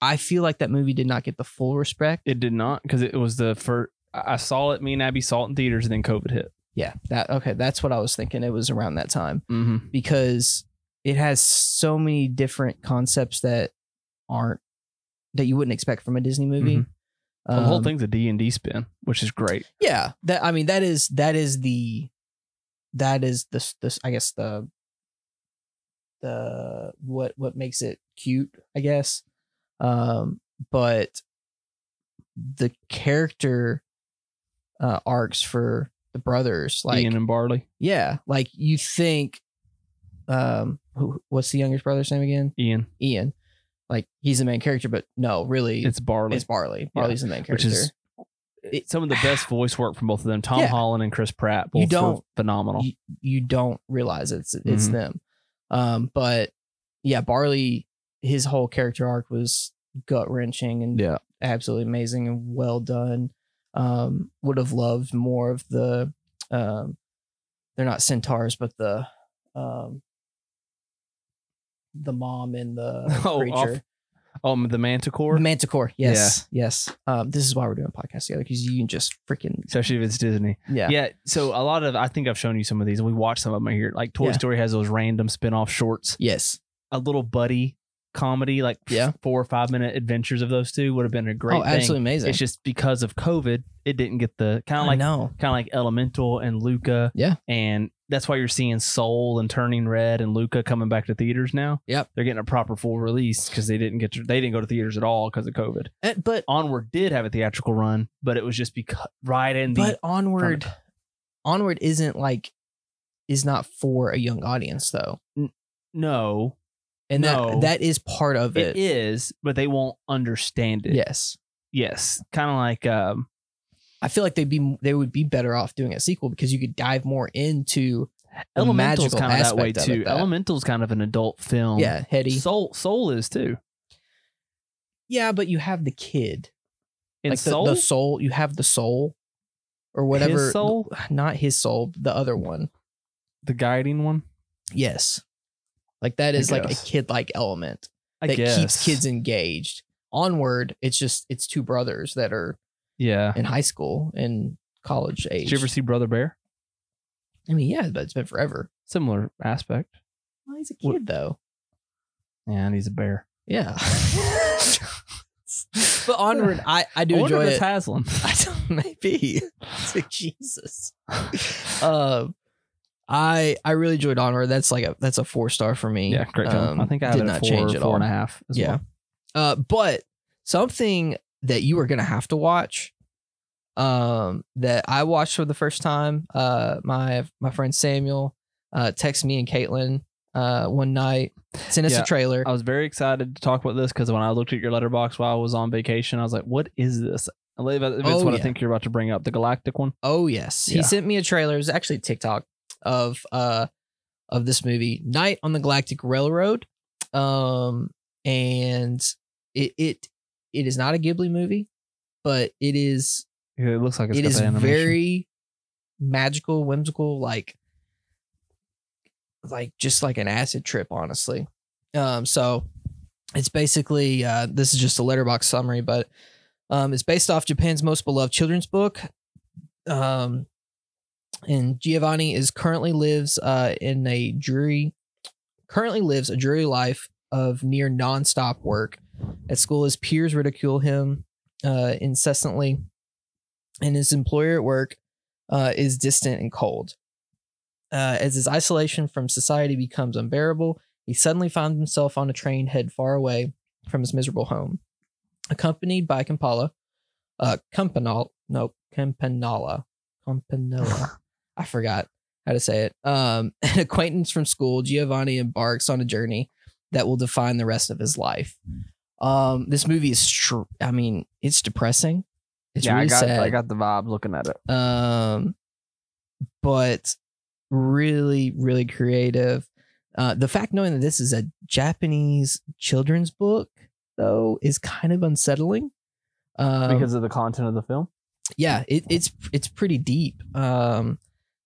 Speaker 2: I feel like that movie did not get the full respect.
Speaker 1: It did not because it was the first. I I saw it. Me and Abby saw it in theaters, and then COVID hit.
Speaker 2: Yeah, that okay. That's what I was thinking. It was around that time
Speaker 1: Mm-hmm.
Speaker 2: because it has so many different concepts that aren't that you wouldn't expect from a Disney movie.
Speaker 1: Mhm. the whole
Speaker 2: Um,
Speaker 1: thing's a D and D spin, which is great.
Speaker 2: Yeah, that I mean that is that is the that is this this I guess the the what what makes it cute I guess, um, but the character uh, arcs for the brothers like
Speaker 1: Ian and Barley,
Speaker 2: yeah like you think um who, what's the youngest brother's name again
Speaker 1: Ian.
Speaker 2: Ian like he's the main character but no really it's,
Speaker 1: It's Barley,
Speaker 2: Barley Barley's the main
Speaker 1: which
Speaker 2: character
Speaker 1: is
Speaker 2: It-
Speaker 1: some of the best voice work from both of them. Tom
Speaker 2: Yeah.
Speaker 1: Holland and Chris Pratt, both
Speaker 2: You
Speaker 1: were
Speaker 2: don't-
Speaker 1: phenomenal.
Speaker 2: you, you don't realize it's it's
Speaker 1: Mhm.
Speaker 2: them. Um, but yeah, Barley, his whole character arc was gut wrenching and
Speaker 1: yeah,
Speaker 2: absolutely amazing and well done. Um, would have loved more of the um, they're not centaurs, but the um, the mom and the
Speaker 1: Oh,
Speaker 2: creature.
Speaker 1: off- um, the Manticore,
Speaker 2: Manticore, yes, yes. Um, this is why we're doing a podcast together because you can just freaking
Speaker 1: especially if it's Disney.
Speaker 2: yeah,
Speaker 1: Yeah. So a lot of I think I've shown you some of these, and we watched some of them here. Like Toy
Speaker 2: Yeah.
Speaker 1: Story has those random spin-off shorts,
Speaker 2: yes,
Speaker 1: a little buddy comedy, like f-
Speaker 2: Yeah.
Speaker 1: four or five minute adventures of those two would have been a great
Speaker 2: oh,
Speaker 1: thing.
Speaker 2: absolutely amazing.
Speaker 1: It's just because of COVID, it didn't get the kind of like
Speaker 2: no,
Speaker 1: kind of like Elemental and Luca.
Speaker 2: Yeah.
Speaker 1: And that's why you're seeing Soul and Turning Red and Luca coming back to theaters now.
Speaker 2: Yep.
Speaker 1: They're getting a proper full release because they didn't get to, they didn't go to theaters at all because of COVID.
Speaker 2: Eh, but
Speaker 1: Onward did have a theatrical run, but it was just because right in the
Speaker 2: but onward onward isn't like is not for a young audience though
Speaker 1: no,
Speaker 2: and
Speaker 1: No.
Speaker 2: that that is part of it,
Speaker 1: it is, but they won't understand it.
Speaker 2: yes
Speaker 1: Yes. Kind of like um
Speaker 2: i feel like they'd be they would be better off doing a sequel because you could dive more into The
Speaker 1: Elemental's
Speaker 2: magical
Speaker 1: kind of that way
Speaker 2: aspect of
Speaker 1: too.
Speaker 2: it, though.
Speaker 1: Elemental's kind of an adult film.
Speaker 2: yeah hetty
Speaker 1: Soul Soul is too.
Speaker 2: yeah but you have the kid
Speaker 1: In
Speaker 2: like the
Speaker 1: Soul,
Speaker 2: the soul you have the soul or whatever
Speaker 1: his soul,
Speaker 2: not his soul the other one
Speaker 1: the guiding one.
Speaker 2: yes like that
Speaker 1: I
Speaker 2: is like a
Speaker 1: guess.
Speaker 2: kid like element
Speaker 1: I
Speaker 2: that
Speaker 1: guess.
Speaker 2: keeps kids engaged onward it's just it's two brothers that are
Speaker 1: Yeah.
Speaker 2: in high school and college age.
Speaker 1: Did you ever see Brother Bear?
Speaker 2: I mean, yeah, but it's been forever.
Speaker 1: Similar aspect.
Speaker 2: Well, he's a kid
Speaker 1: What-
Speaker 2: though.
Speaker 1: Yeah, and he's a bear.
Speaker 2: Yeah. but onward, I I do
Speaker 1: I wonder
Speaker 2: enjoy
Speaker 1: if it's
Speaker 2: it.
Speaker 1: Haslam.
Speaker 2: I don't maybe It's like, Jesus. Um, I I really enjoyed onward. That's like a that's a four star for me.
Speaker 1: yeah, great film.
Speaker 2: Um,
Speaker 1: I think I have
Speaker 2: did
Speaker 1: it
Speaker 2: not
Speaker 1: at four,
Speaker 2: change
Speaker 1: or
Speaker 2: at
Speaker 1: four and
Speaker 2: all.
Speaker 1: a half as
Speaker 2: Yeah.
Speaker 1: well.
Speaker 2: Uh, but something that you are gonna have to watch, um, that I watched for the first time. Uh, my my friend Samuel, uh, texted me and Caitlin, uh, one night, sent us
Speaker 1: Yeah.
Speaker 2: a trailer.
Speaker 1: I was very excited to talk about this because when I looked at your letterbox while I was on vacation, I was like, "What is this?" I believe it's
Speaker 2: Oh,
Speaker 1: what I
Speaker 2: yeah.
Speaker 1: think you're about to bring up, the Galactic one.
Speaker 2: Oh yes,
Speaker 1: Yeah.
Speaker 2: he sent me a trailer. It was actually TikTok of uh of this movie, Night on the Galactic Railroad. Um, and it it it is not a Ghibli movie, but it is
Speaker 1: It looks like it's
Speaker 2: it
Speaker 1: got
Speaker 2: is
Speaker 1: the animation.
Speaker 2: very magical, whimsical, like like just like an acid trip, honestly. Um, so it's basically uh, this is just a letterbox summary, but um, it's based off Japan's most beloved children's book. Um, and Giovanni is currently lives uh, in a dreary, currently lives a dreary life of near nonstop work. At school, his peers ridicule him uh, incessantly, and his employer at work uh, is distant and cold. Uh, as his isolation from society becomes unbearable, he suddenly finds himself on a train head far away from his miserable home, accompanied by Kampala, uh, Campanal, no, Campanala, Campanella. I forgot how to say it. Um, an acquaintance from school, Giovanni embarks on a journey that will define the rest of his life. Um, this movie is, str- I mean, it's depressing. It's
Speaker 1: yeah,
Speaker 2: really
Speaker 1: I got
Speaker 2: sad
Speaker 1: I got the vibe looking at it.
Speaker 2: um but really really creative uh the fact knowing that this is a japanese children's book though is kind of unsettling um,
Speaker 1: because of the content of the film.
Speaker 2: yeah it, it's it's pretty deep um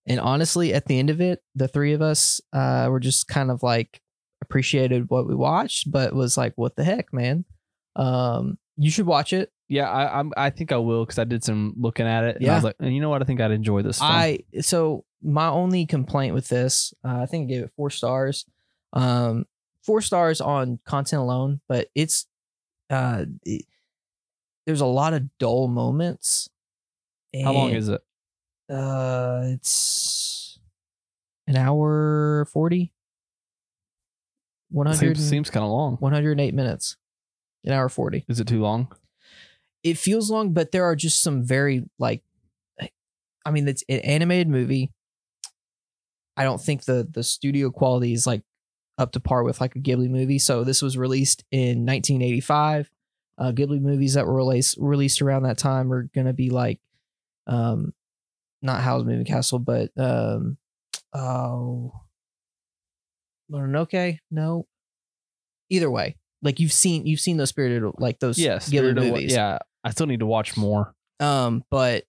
Speaker 2: and honestly at the end of it the three of us uh were just kind of like appreciated what we watched but was like what the heck man Um, you should watch it.
Speaker 1: Yeah, I I'm, I think I will because I did some looking at it. And I was
Speaker 2: Yeah.
Speaker 1: like, you know what? I think I'd enjoy this. Film.
Speaker 2: I so my only complaint with this, uh, I think I gave it four stars, um, four stars on content alone, but it's uh, it- there's a lot of dull moments.
Speaker 1: How long
Speaker 2: and,
Speaker 1: is it?
Speaker 2: Uh, it's an hour forty. One hundred
Speaker 1: Seems, seems kind of long.
Speaker 2: one hundred eight minutes, an hour forty.
Speaker 1: Is it too long?
Speaker 2: it feels long, but there are just some very like, eh, I mean, it's an animated movie. I don't think the the studio quality is like up to par with like a Ghibli movie. So this was released in 1985. Uh, Ghibli movies that were released released around that time are gonna be like, um, not Howl's Moving Castle, but um, oh, Mononoke. No, either way, like you've seen you've seen those spirited like those
Speaker 1: Yes.
Speaker 2: Ghibli
Speaker 1: Spirit of Wa-
Speaker 2: movies.
Speaker 1: Yeah, I still need to watch more.
Speaker 2: Um, but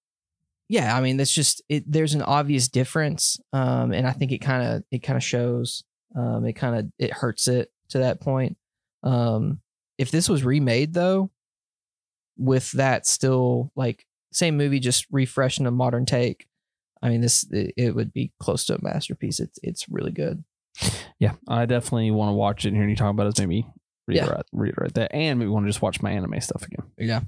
Speaker 2: yeah, I mean, that's just it. There's an obvious difference, um, and I think it kind of it kind of shows. Um, it kind of it hurts it to that point. Um, if this was remade though, with that still like same movie, just refreshed in a modern take. I mean, this it, it would be close to a masterpiece. It's it's really good.
Speaker 1: Yeah, I definitely want to watch it. And hearing you talk about it maybe
Speaker 2: Yeah.
Speaker 1: reiterate, reiterate that, and maybe want to just watch my anime stuff again.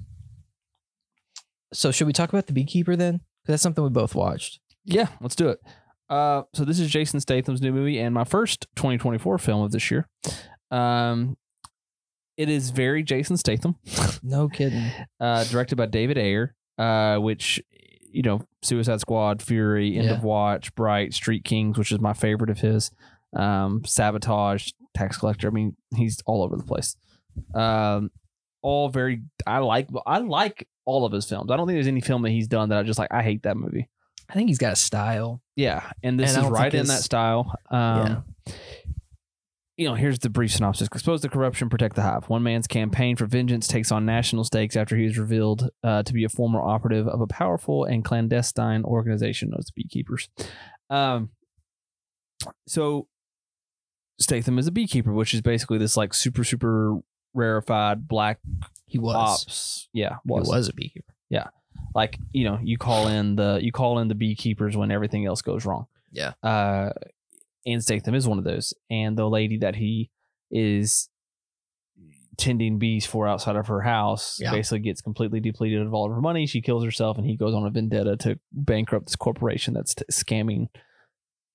Speaker 2: So should we talk about the Beekeeper then? 'Cause that's something we both watched.
Speaker 1: Yeah, let's do it. Uh, so this is Jason Statham's new movie and my first 2024 film of this year. Um, it is very Jason Statham,
Speaker 2: No kidding.
Speaker 1: uh, directed by David Ayer, uh, which you know Suicide Squad, Fury, End
Speaker 2: Yeah.
Speaker 1: of Watch, Bright, Street Kings, which is my favorite of his, um, Sabotage, Tax Collector. I mean, he's all over the place. Um, all very. I like. I like all of his films. I don't think there's any film that he's done that I just like. I hate that movie.
Speaker 2: I think he's got a style.
Speaker 1: Yeah, and this
Speaker 2: And I
Speaker 1: is
Speaker 2: don't think
Speaker 1: right in
Speaker 2: it's-
Speaker 1: that style. Um, You know, here's the brief synopsis: expose the corruption, protect the hive. One man's campaign for vengeance takes on national stakes after he is revealed uh, to be a former operative of a powerful and clandestine organization known as the Beekeepers. Um, so Statham is a beekeeper, which is basically this like super super rarefied black
Speaker 2: he was.
Speaker 1: ops. Yeah, was
Speaker 2: He was a beekeeper.
Speaker 1: like you know you call in the you call in the beekeepers when everything else goes wrong
Speaker 2: Yeah.
Speaker 1: uh and statham is one of those and the lady that he is tending bees for outside of her house
Speaker 2: Yeah.
Speaker 1: basically gets completely depleted of all of her money she kills herself and he goes on a vendetta to bankrupt this corporation that's t- scamming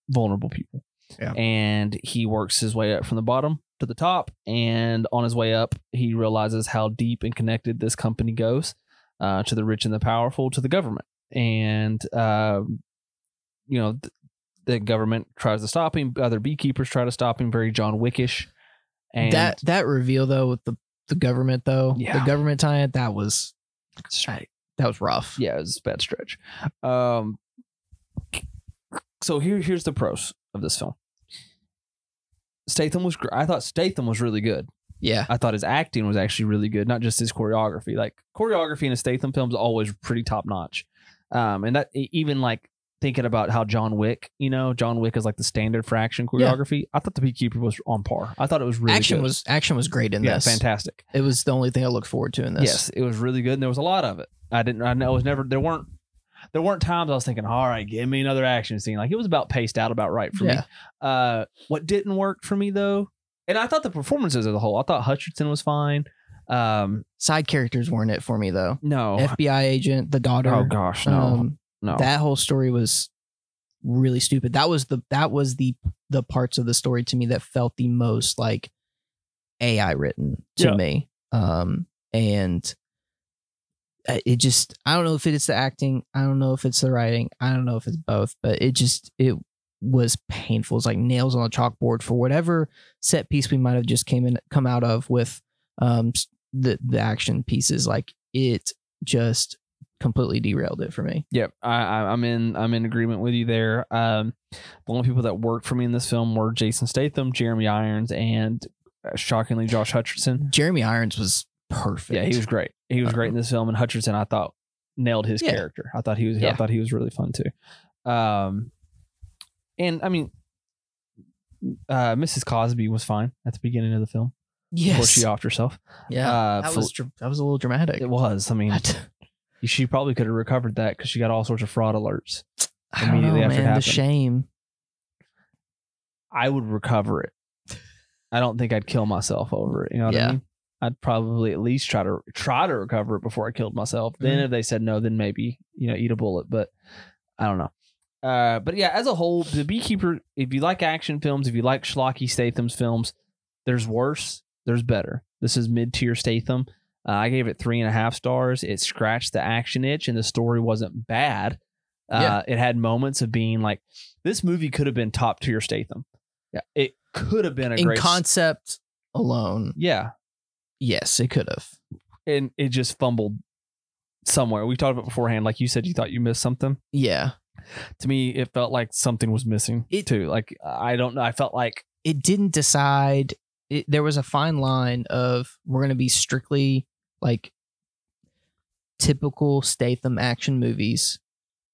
Speaker 1: vulnerable people
Speaker 2: Yeah.
Speaker 1: and he works his way up from the bottom to the top and on his way up he realizes how deep and connected this company goes uh, to the rich and the powerful, to the government. And, uh, you know, th- the government tries to stop him. Other beekeepers try to stop him. Very John Wickish. And
Speaker 2: that that reveal though with the the government though
Speaker 1: Yeah.
Speaker 2: the government tie it that was that was rough
Speaker 1: yeah, it was a bad stretch. Um, so here, here's the pros of this film. Statham was. gr- I thought Statham was really good.
Speaker 2: yeah
Speaker 1: I thought his acting was actually really good, not just his choreography. Like choreography in a Statham film is always pretty top notch. Um, and that e- even like thinking about how John Wick, you know, John Wick is like the standard for action
Speaker 2: Yeah.
Speaker 1: choreography. I thought the Beekeeper was on par. I thought it was really
Speaker 2: action
Speaker 1: good.
Speaker 2: was action was great in
Speaker 1: yeah,
Speaker 2: this
Speaker 1: fantastic.
Speaker 2: it was the only thing i looked forward to in this
Speaker 1: Yes, it was really good, and there was a lot of it. I didn't. I know it was never. There weren't. There weren't times I was thinking, "All right, give me another action scene." Like it was about paced out, about right for me.
Speaker 2: yeah
Speaker 1: Uh, what didn't work for me though, and I thought the performances as a whole. I thought Hutchinson was fine. Um,
Speaker 2: side characters weren't it for me though
Speaker 1: no,
Speaker 2: fbi agent the daughter
Speaker 1: Oh gosh, no,
Speaker 2: um,
Speaker 1: no.
Speaker 2: that whole story was really stupid that was the that was the the parts of the story to me that felt the most like ai written to
Speaker 1: Yeah.
Speaker 2: me um and uh, it just i don't know if it's the acting i don't know if it's the writing i don't know if it's both but it just it was painful it's like nails on a chalkboard for whatever set piece we might have just came in come out of with um s- the the action pieces like it just completely derailed it for me
Speaker 1: Yep, I, I, I'm in. I'm in agreement with you there. Um, the only people that worked for me in this film were Jason Statham, Jeremy Irons, and uh, shockingly Josh Hutcherson.
Speaker 2: Jeremy Irons was perfect. Uh-huh.
Speaker 1: Yeah, he was great. He was great in this film, and Hutcherson I thought nailed his
Speaker 2: Yeah.
Speaker 1: character. I thought he was. I
Speaker 2: Yeah.
Speaker 1: thought he was really fun too. Um, and I mean, uh, Mrs. Cosby was fine at the beginning of the film. Before
Speaker 2: Yes.
Speaker 1: she offed herself.
Speaker 2: yeah.
Speaker 1: Uh,
Speaker 2: that
Speaker 1: Fel-
Speaker 2: was dr- that was a little dramatic.
Speaker 1: it was. I mean,
Speaker 2: I
Speaker 1: she probably could have recovered that because she got all sorts of fraud alerts.
Speaker 2: don't
Speaker 1: Immediately
Speaker 2: know,
Speaker 1: after it
Speaker 2: man, the
Speaker 1: happened.
Speaker 2: shame.
Speaker 1: I would recover it. I don't think I'd kill myself over it. You know what
Speaker 2: Yeah.
Speaker 1: I mean? I'd probably at least try to try to recover it before I killed myself. Then
Speaker 2: Mhm.
Speaker 1: if they said no, then maybe you know eat a bullet. But I don't know. Uh, but yeah, as a whole, the Beekeeper. If you like action films, if you like schlocky Statham's films, there's worse. There's better. This is mid tier Statham. Uh, I gave it three and a half stars. It scratched the action itch, and the story wasn't bad. Uh, It had moments of being like, this movie could have been top tier Statham. Yeah, it could have been a
Speaker 2: In
Speaker 1: great.
Speaker 2: concept alone,
Speaker 1: yeah,
Speaker 2: yes, it could have.
Speaker 1: and it just fumbled somewhere. We talked about beforehand. Like you said, you thought you missed something.
Speaker 2: Yeah.
Speaker 1: To me, it felt like something was missing
Speaker 2: It-
Speaker 1: too. Like I don't know. I felt like
Speaker 2: It didn't decide. It, there was a fine line of we're going to be strictly like typical Statham action movies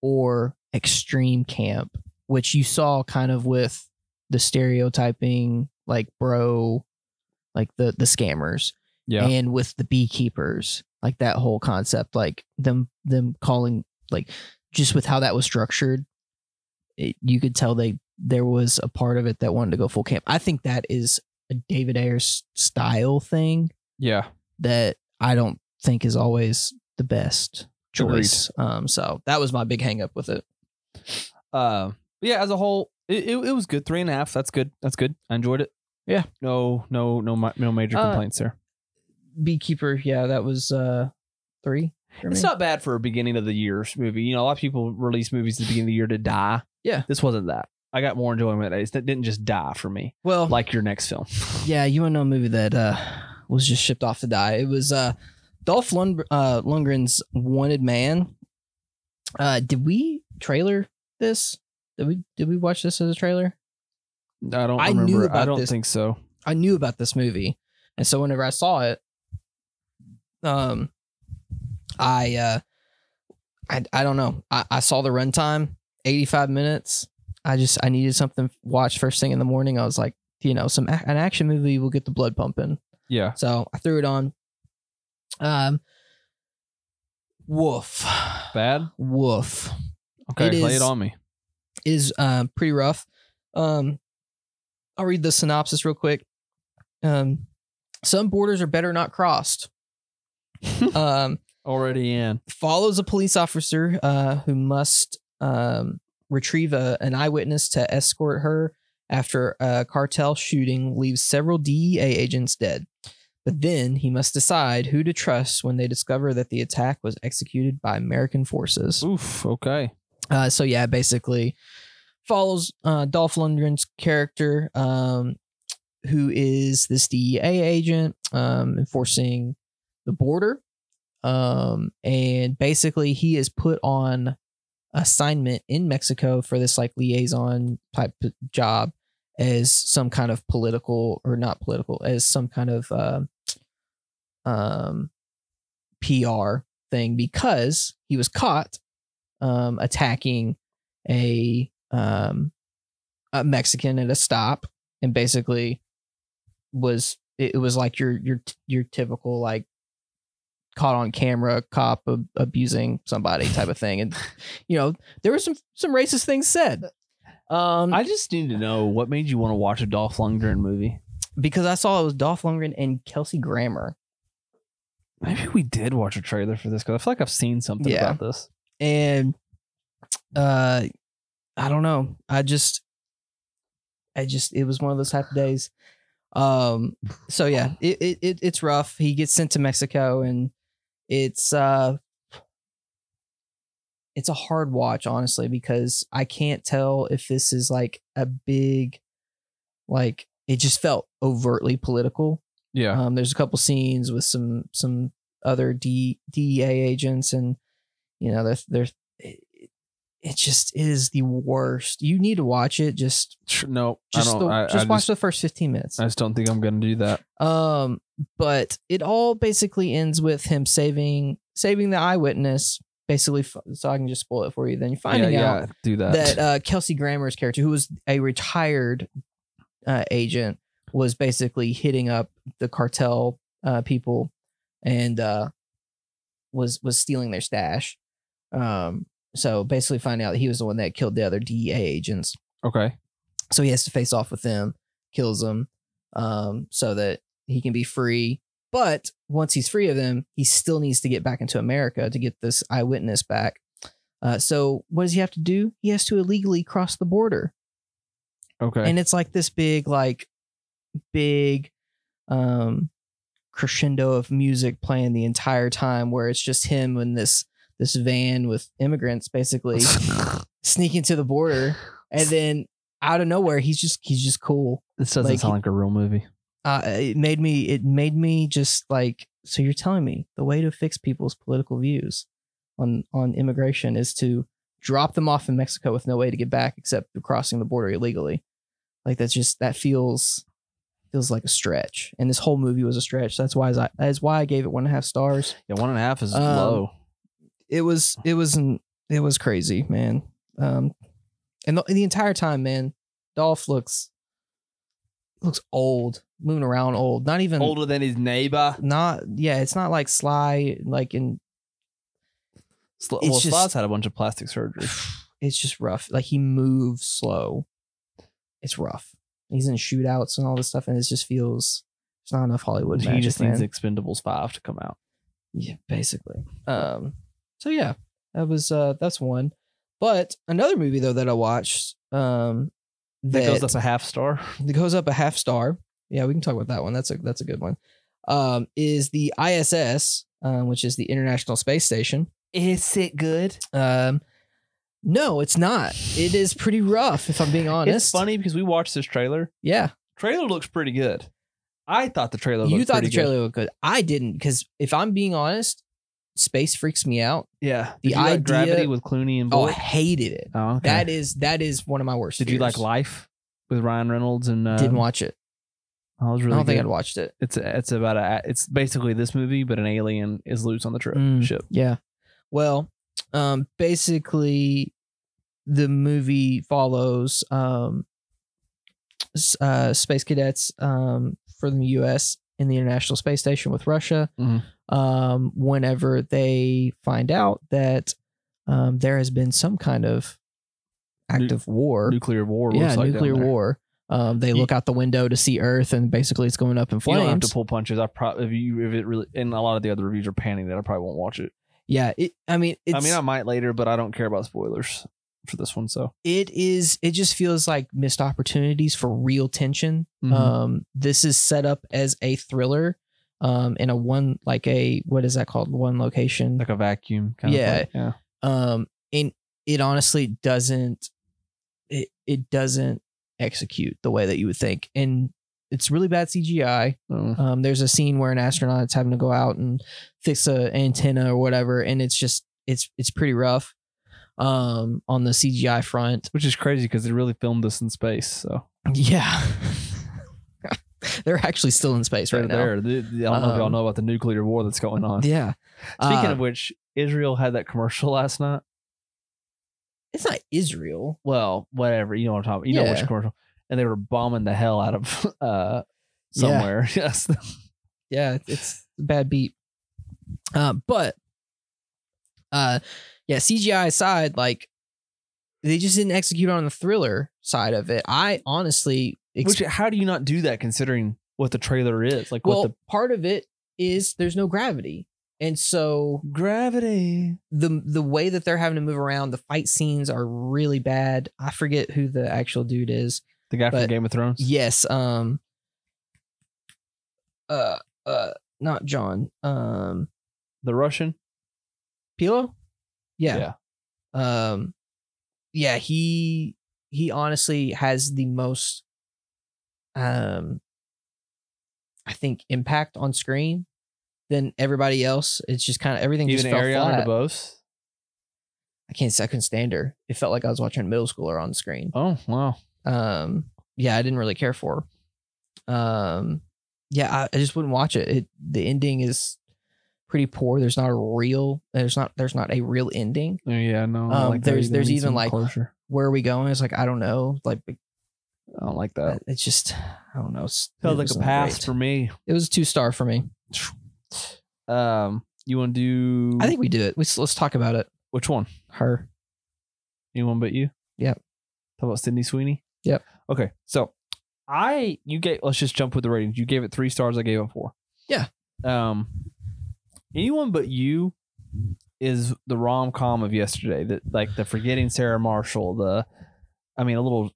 Speaker 2: or extreme camp, which you saw kind of with the stereotyping, like bro, like the the scammers.
Speaker 1: yeah,
Speaker 2: and with the beekeepers like that whole concept like them them calling like just with how that was structured it, you could tell they there was a part of it that wanted to go full camp i think that is a david ayers style thing
Speaker 1: yeah.
Speaker 2: that i don't think is always the best choice um so that was my big hang up with it
Speaker 1: Uh, but yeah. As a whole, it, it, it was good. Three and a half. That's good. That's good. I enjoyed it. Yeah. No, no, no, mi- no major
Speaker 2: Uh,
Speaker 1: complaints there.
Speaker 2: beekeeper yeah that was uh three for
Speaker 1: It's
Speaker 2: me.
Speaker 1: not bad for a beginning of the year movie. You know, a lot of people release movies at the beginning of the year to die.
Speaker 2: Yeah.
Speaker 1: This wasn't that. I got more enjoyment. It didn't just die for me,
Speaker 2: well
Speaker 1: like your next film.
Speaker 2: Yeah, you want to know a movie that uh, was just shipped off to die? It was uh, Dolph Lund- uh, Lundgren's Wanted Man. Uh, did we trailer this? Did we did we watch this as a trailer?
Speaker 1: I don't
Speaker 2: I knew
Speaker 1: remember. I
Speaker 2: about
Speaker 1: don't
Speaker 2: this.
Speaker 1: think so.
Speaker 2: I knew about this movie, and so whenever I saw it, um, I uh, I I don't know. I, I saw the runtime, eighty five minutes. I just I needed something to watch first thing in the morning. I was like, you know, some ac- an action movie will get the blood pumping.
Speaker 1: Yeah.
Speaker 2: So I threw it on. Um, woof,
Speaker 1: Bad.
Speaker 2: woof
Speaker 1: Okay.
Speaker 2: It
Speaker 1: lay it
Speaker 2: is-
Speaker 1: on me.
Speaker 2: It is uh, pretty rough. Um, I'll read the synopsis real quick. Um, some borders are better not crossed. um,
Speaker 1: Already in.
Speaker 2: follows a police officer uh, who must um, retrieve a, an eyewitness to escort her after a cartel shooting leaves several DEA agents dead. But then he must decide who to trust when they discover that the attack was executed by American forces.
Speaker 1: Oof. Okay.
Speaker 2: Uh, so yeah, basically follows uh, Dolph Lundgren's character, um, who is this DEA agent um, enforcing the border, um, and basically he is put on assignment in Mexico for this like liaison type p- job as some kind of political or not political as some kind of uh, um PR thing because he was caught um, attacking a um, a Mexican at a stop, and basically was it, it was like your your your typical like caught on camera cop ab- abusing somebody type of thing, and you know there were some some racist things said. Um,
Speaker 1: I just need to know what made you want to watch a Dolph Lundgren movie.
Speaker 2: because I saw it was Dolph Lundgren and Kelsey Grammer,
Speaker 1: Maybe we did watch a trailer for this because I feel like I've seen something
Speaker 2: Yeah.
Speaker 1: about this.
Speaker 2: and uh, I don't know. I just, I just, it was one of those type of days. Um, so yeah, it, it, it it's rough. He gets sent to Mexico, and it's uh, it's a hard watch, honestly, because I can't tell if this is like a big, like it just felt overtly political.
Speaker 1: Yeah.
Speaker 2: Um, there's a couple scenes with some some other D, DEA agents, and you know, they're, they're it, it just is the worst. You need to watch it. Just
Speaker 1: Tr- No, I
Speaker 2: just
Speaker 1: don't.
Speaker 2: the,
Speaker 1: I,
Speaker 2: just
Speaker 1: I
Speaker 2: watch
Speaker 1: just,
Speaker 2: the first 15 minutes.
Speaker 1: I just don't think I'm gonna do that.
Speaker 2: Um, but it all basically ends with him saving saving the eyewitness. Basically, f- so I can just spoil it for you. Then you're finding
Speaker 1: yeah,
Speaker 2: out
Speaker 1: yeah, do that.
Speaker 2: that uh, Kelsey Grammer's character, who was a retired uh, agent, was basically hitting up the cartel uh, people and uh, was was stealing their stash. Um, so basically, finding out that he was the one that killed the other DEA agents.
Speaker 1: Okay.
Speaker 2: So he has to face off with them, kills them, um, so that he can be free. But once he's free of them, he still needs to get back into America to get this eyewitness back. Uh, so what does he have to do? He has to illegally cross the border,
Speaker 1: Okay.
Speaker 2: and it's like this big, like big um, crescendo of music playing the entire time, where it's just him in this this van with immigrants, basically sneaking to the border, and then out of nowhere, he's just he's just cool.
Speaker 1: this doesn't
Speaker 2: like-
Speaker 1: sound like a real movie.
Speaker 2: uh, it made me it made me just like so you're telling me the way to fix people's political views on on immigration is to drop them off in Mexico with no way to get back except through crossing the border illegally like that's just that feels feels like a stretch and this whole movie was a stretch that's why I that's why I gave it one and a half stars
Speaker 1: Yeah, one and a half is
Speaker 2: Um,
Speaker 1: low.
Speaker 2: it was it was an, it was crazy man um and the, the entire time man Dolph looks looks old moving around old not even
Speaker 1: Older than his neighbor.
Speaker 2: not yeah it's not like sly like in
Speaker 1: Sl-
Speaker 2: It's
Speaker 1: well,
Speaker 2: just-
Speaker 1: Sly's had a bunch of plastic surgery.
Speaker 2: it's just rough like he moves slow it's rough he's in shootouts and all this stuff and it just feels it's not enough hollywood
Speaker 1: he
Speaker 2: magic,
Speaker 1: just
Speaker 2: man.
Speaker 1: needs Expendables Five to come out.
Speaker 2: yeah basically um so yeah that was uh that's one but another movie though that i watched um
Speaker 1: That goes that's a half star.
Speaker 2: that goes up a half star. Yeah, we can talk about that one. That's a that's a good one. Um, is the ISS, um, which is the International Space Station.
Speaker 1: Is it good?
Speaker 2: Um, no, it's not. It is pretty rough, if I'm being honest.
Speaker 1: It's funny because we watched this trailer.
Speaker 2: Yeah,
Speaker 1: Trailer looks pretty good. I thought the trailer.
Speaker 2: you
Speaker 1: looked
Speaker 2: thought
Speaker 1: pretty
Speaker 2: the trailer looked good. I didn't, because if I'm being honest, space freaks me out.
Speaker 1: Good. Yeah.
Speaker 2: The
Speaker 1: Did you like
Speaker 2: idea-
Speaker 1: Gravity with Clooney and
Speaker 2: Oh, I
Speaker 1: Bullock?
Speaker 2: hated it.
Speaker 1: Oh, okay.
Speaker 2: That is that is one of my worst.
Speaker 1: Did you like
Speaker 2: fears.
Speaker 1: Life with Ryan Reynolds and? Uh,
Speaker 2: Didn't watch it.
Speaker 1: I was really.
Speaker 2: I don't think
Speaker 1: good.
Speaker 2: I'd watched it.
Speaker 1: it's it's about a it's basically this movie, but an alien is loose on the trip
Speaker 2: Mm.
Speaker 1: ship.
Speaker 2: Yeah. Well, um, basically, the movie follows um, s- uh, space cadets um, from the U.S. in the International Space Station with Russia.
Speaker 1: Mhm.
Speaker 2: Um, whenever they find out that um, there has been some kind of act
Speaker 1: Nu-
Speaker 2: of war,
Speaker 1: Nuclear war.
Speaker 2: yeah,
Speaker 1: looks like down
Speaker 2: nuclear
Speaker 1: there.
Speaker 2: war. Um, they
Speaker 1: You-
Speaker 2: look out the window to see Earth, and basically, it's going up in
Speaker 1: You
Speaker 2: flames.
Speaker 1: don't have to pull punches. I probably if you if it really and a lot of the other reviews are panning that I probably won't watch it.
Speaker 2: yeah, it, I mean, it's,
Speaker 1: I mean, I might later, but I don't care about spoilers for this one. So
Speaker 2: it is it just feels like missed opportunities for real tension
Speaker 1: Mhm.
Speaker 2: um this is set up as a thriller um in a one like a what is that called one location
Speaker 1: Mm-hmm. like a vacuum kind
Speaker 2: Yeah.
Speaker 1: of thing. Yeah.
Speaker 2: um and it honestly doesn't it it doesn't execute the way that you would think and it's really bad cgi
Speaker 1: Mm.
Speaker 2: um, there's a scene where an astronaut's having to go out and fix a antenna or whatever, and it's just it's it's pretty rough um, on the CGI front.
Speaker 1: Which is crazy because they really filmed this in space. So
Speaker 2: Yeah, they're actually still in space
Speaker 1: they're
Speaker 2: right now.
Speaker 1: there. The- the- I don't know if y'all
Speaker 2: Um,
Speaker 1: know about the nuclear war that's going on.
Speaker 2: Yeah.
Speaker 1: Speaking
Speaker 2: Uh,
Speaker 1: of which, Israel had that commercial last night.
Speaker 2: it's not Israel.
Speaker 1: well, whatever. You know what I'm talking. You know which
Speaker 2: Yeah.
Speaker 1: commercial? And they were bombing the hell out of uh somewhere. Yes.
Speaker 2: Yeah, it's a bad beat. Uh, but uh, yeah, CGI aside, like they just didn't execute on the thriller side of it. I honestly ex-
Speaker 1: Which how do you not do that considering what the trailer is? Like
Speaker 2: well,
Speaker 1: what
Speaker 2: part of it is there's no gravity. And so
Speaker 1: the gravity.
Speaker 2: the the way that they're having to move around, the fight scenes are really bad. I forget who the actual dude is.
Speaker 1: The guy from
Speaker 2: But-
Speaker 1: Game of Thrones.
Speaker 2: Yes, um uh uh not John. Um
Speaker 1: The Russian.
Speaker 2: Pilo? Yeah. Um yeah, he he honestly has the most um I think impact on screen than everybody else. It's just kind of everything
Speaker 1: Even
Speaker 2: just fell
Speaker 1: Ariana
Speaker 2: flat.
Speaker 1: DeBose.
Speaker 2: I can't say I couldn't stand her. It felt like I was watching a middle schooler on screen.
Speaker 1: Oh wow.
Speaker 2: Um, yeah, I didn't really care for. her. Um, yeah, I, I just wouldn't watch it. It the ending is pretty poor. There's not a real. There's not. There's not a real ending.
Speaker 1: Yeah. No. I
Speaker 2: Um,
Speaker 1: that
Speaker 2: there's-
Speaker 1: either.
Speaker 2: there's
Speaker 1: Needs
Speaker 2: even,
Speaker 1: some
Speaker 2: like-
Speaker 1: closure.
Speaker 2: Where are we going? It's like I don't know. Like
Speaker 1: I don't like that.
Speaker 2: It's just I don't know. It's,
Speaker 1: Oh. Felt
Speaker 2: it
Speaker 1: like
Speaker 2: was
Speaker 1: a
Speaker 2: not
Speaker 1: pass
Speaker 2: great.
Speaker 1: for me.
Speaker 2: It was a two star for me.
Speaker 1: Um, you want to do?
Speaker 2: I think we do it. Let's, let's talk about it.
Speaker 1: which one?
Speaker 2: Her.
Speaker 1: Anyone but you?
Speaker 2: Yep.
Speaker 1: Talk about Sydney Sweeney?
Speaker 2: Yep.
Speaker 1: Okay. So I you gave let's just jump with the ratings. You gave it three stars, I gave it four.
Speaker 2: Yeah.
Speaker 1: Um anyone but you is the rom com of yesterday. That like the forgetting Sarah Marshall, the I mean a little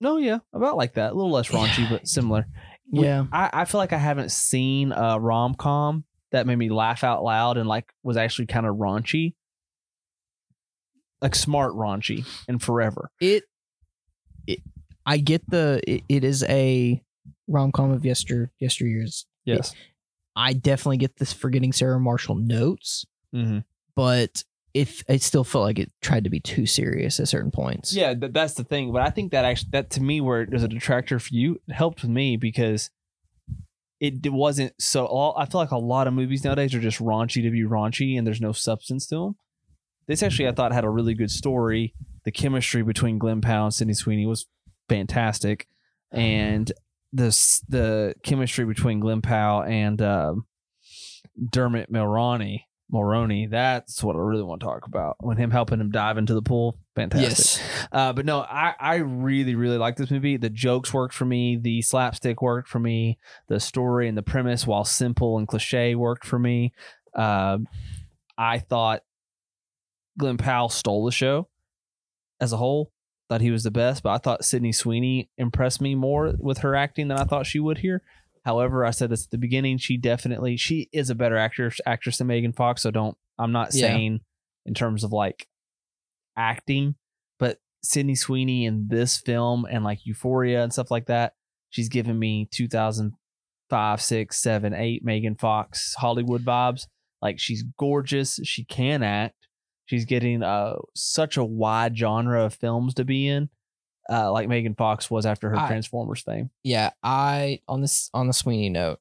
Speaker 1: no, yeah, about like that. A little less raunchy, but similar. We-
Speaker 2: Yeah.
Speaker 1: I, I feel like I haven't seen a rom com that made me laugh out loud and like was actually kind of raunchy, like smart raunchy and forever.
Speaker 2: It. it I get the. It, it is a rom com of yester yesteryears. Yes. I definitely get this forgetting Sarah Marshall notes,
Speaker 1: Mm-hmm.
Speaker 2: but if it still felt like it tried to be too serious at certain points.
Speaker 1: Yeah, th- that's the thing. But I think that actually, that to me, where there's a detractor for you, it helped with me because it d- wasn't so. All, I feel like a lot of movies nowadays are just raunchy to be raunchy, and there's no substance to them. This actually, I thought, had a really good story. The chemistry between Glenn Powell and Sidney Sweeney was fantastic, and the s- the chemistry between Glenn Powell and um, Dermot Mulroney. Mulroney, that's what I really want to talk about. When him helping him dive into the pool, fantastic.
Speaker 2: Yes.
Speaker 1: Uh, but no, I, I really, really like this movie. The jokes worked for me. The slapstick worked for me. The story and the premise, while simple and cliche, worked for me. Um I thought Glenn Powell stole the show as a whole. Thought he was the best, but I thought Sydney Sweeney impressed me more with her acting than I thought she would here. However, I said this at the beginning. She definitely she is a better actress actress than Megan Fox. So don't I'm not
Speaker 2: Yeah.
Speaker 1: saying in terms of like acting, but Sydney Sweeney in this film and like Euphoria and stuff like that, she's giving me 2005, 6, 7, 8 Megan Fox Hollywood vibes. Like she's gorgeous. She can act. She's getting uh, such a wide genre of films to be in, uh, like Megan Fox was after her
Speaker 2: I-
Speaker 1: Transformers fame.
Speaker 2: Yeah. I on this on the Sweeney note.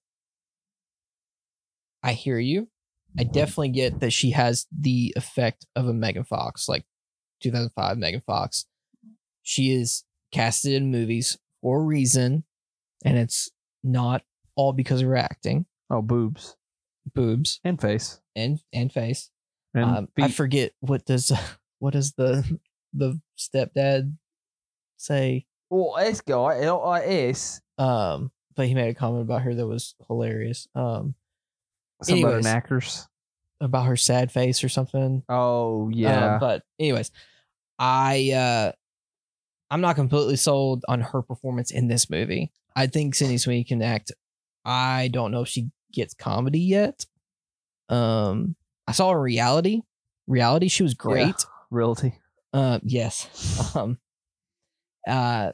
Speaker 2: I hear you. I definitely get that she has the effect of a Megan Fox, like 2005 Megan Fox. She is casted in movies for a reason, and it's not all because of her acting,
Speaker 1: Oh, boobs
Speaker 2: boobs,
Speaker 1: and face
Speaker 2: and and face.
Speaker 1: and
Speaker 2: um, I forget what does what does the the stepdad say.
Speaker 1: well, this guy, L-I-S,
Speaker 2: Um, but he made a comment about her that was hilarious. Um,
Speaker 1: some other
Speaker 2: Anyways.
Speaker 1: knackers.
Speaker 2: about her sad face or something.
Speaker 1: Oh,
Speaker 2: Um,
Speaker 1: yeah.
Speaker 2: but anyways, I uh I'm not completely sold on her performance in this movie. I think Cindy Sweeney can act. I don't know if she gets comedy yet. Um, I saw her reality. Reality, she was great.
Speaker 1: Realty.
Speaker 2: Um, yes. Um, uh,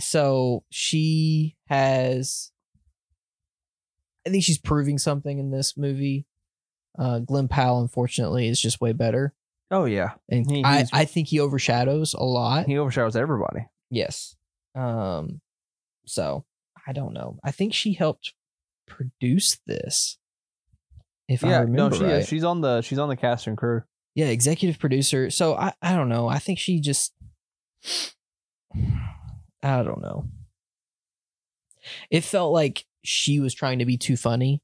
Speaker 2: so she has, I think she's proving something in this movie. Uh, Glenn Powell, unfortunately, is just way better,
Speaker 1: Oh, yeah.
Speaker 2: and
Speaker 1: He-
Speaker 2: I,
Speaker 1: he's-
Speaker 2: I think he overshadows a lot.
Speaker 1: He overshadows everybody.
Speaker 2: yes. Um, so I don't know. I think she helped produce this. If I remember
Speaker 1: no, she
Speaker 2: right.
Speaker 1: is. She's on the she's on the cast and crew.
Speaker 2: yeah executive producer so i i don't know i think she just i don't know it felt like she was trying to be too funny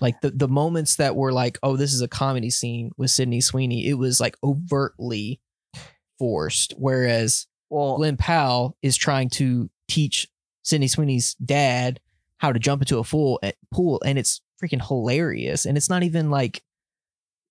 Speaker 2: like the the moments that were like oh this is a comedy scene with sydney sweeney it was like overtly forced whereas
Speaker 1: Well,
Speaker 2: glenn powell is trying to teach sydney sweeney's dad how to jump into a pool pool and it's freaking hilarious and it's not even like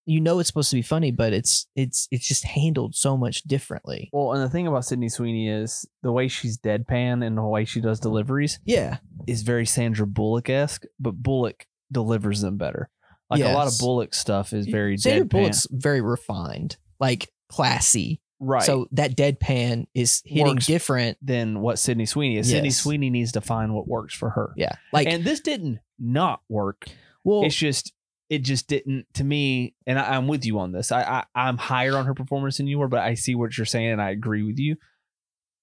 Speaker 2: you know it's supposed to be funny, but it's it's it's just handled so much differently.
Speaker 1: well, and the thing about Sydney Sweeney is the way she's deadpan and the way she does deliveries
Speaker 2: Yeah,
Speaker 1: is very Sandra Bullock esque, but Bullock delivers them better. Like a lot of
Speaker 2: Yes.
Speaker 1: Bullock stuff is very
Speaker 2: Sandra
Speaker 1: deadpan.
Speaker 2: Bullock's very refined, like classy.
Speaker 1: right. So
Speaker 2: So that deadpan is hitting
Speaker 1: Works.
Speaker 2: different.
Speaker 1: than what Sydney Sweeney is. Sydney
Speaker 2: Yes.
Speaker 1: Sweeney needs to find what works for her.
Speaker 2: Yeah, like
Speaker 1: and this didn't not work.
Speaker 2: well,
Speaker 1: it's just it just didn't to me and I, i'm with you on this I, I i'm higher on her performance than you were but i see what you're saying and i agree with you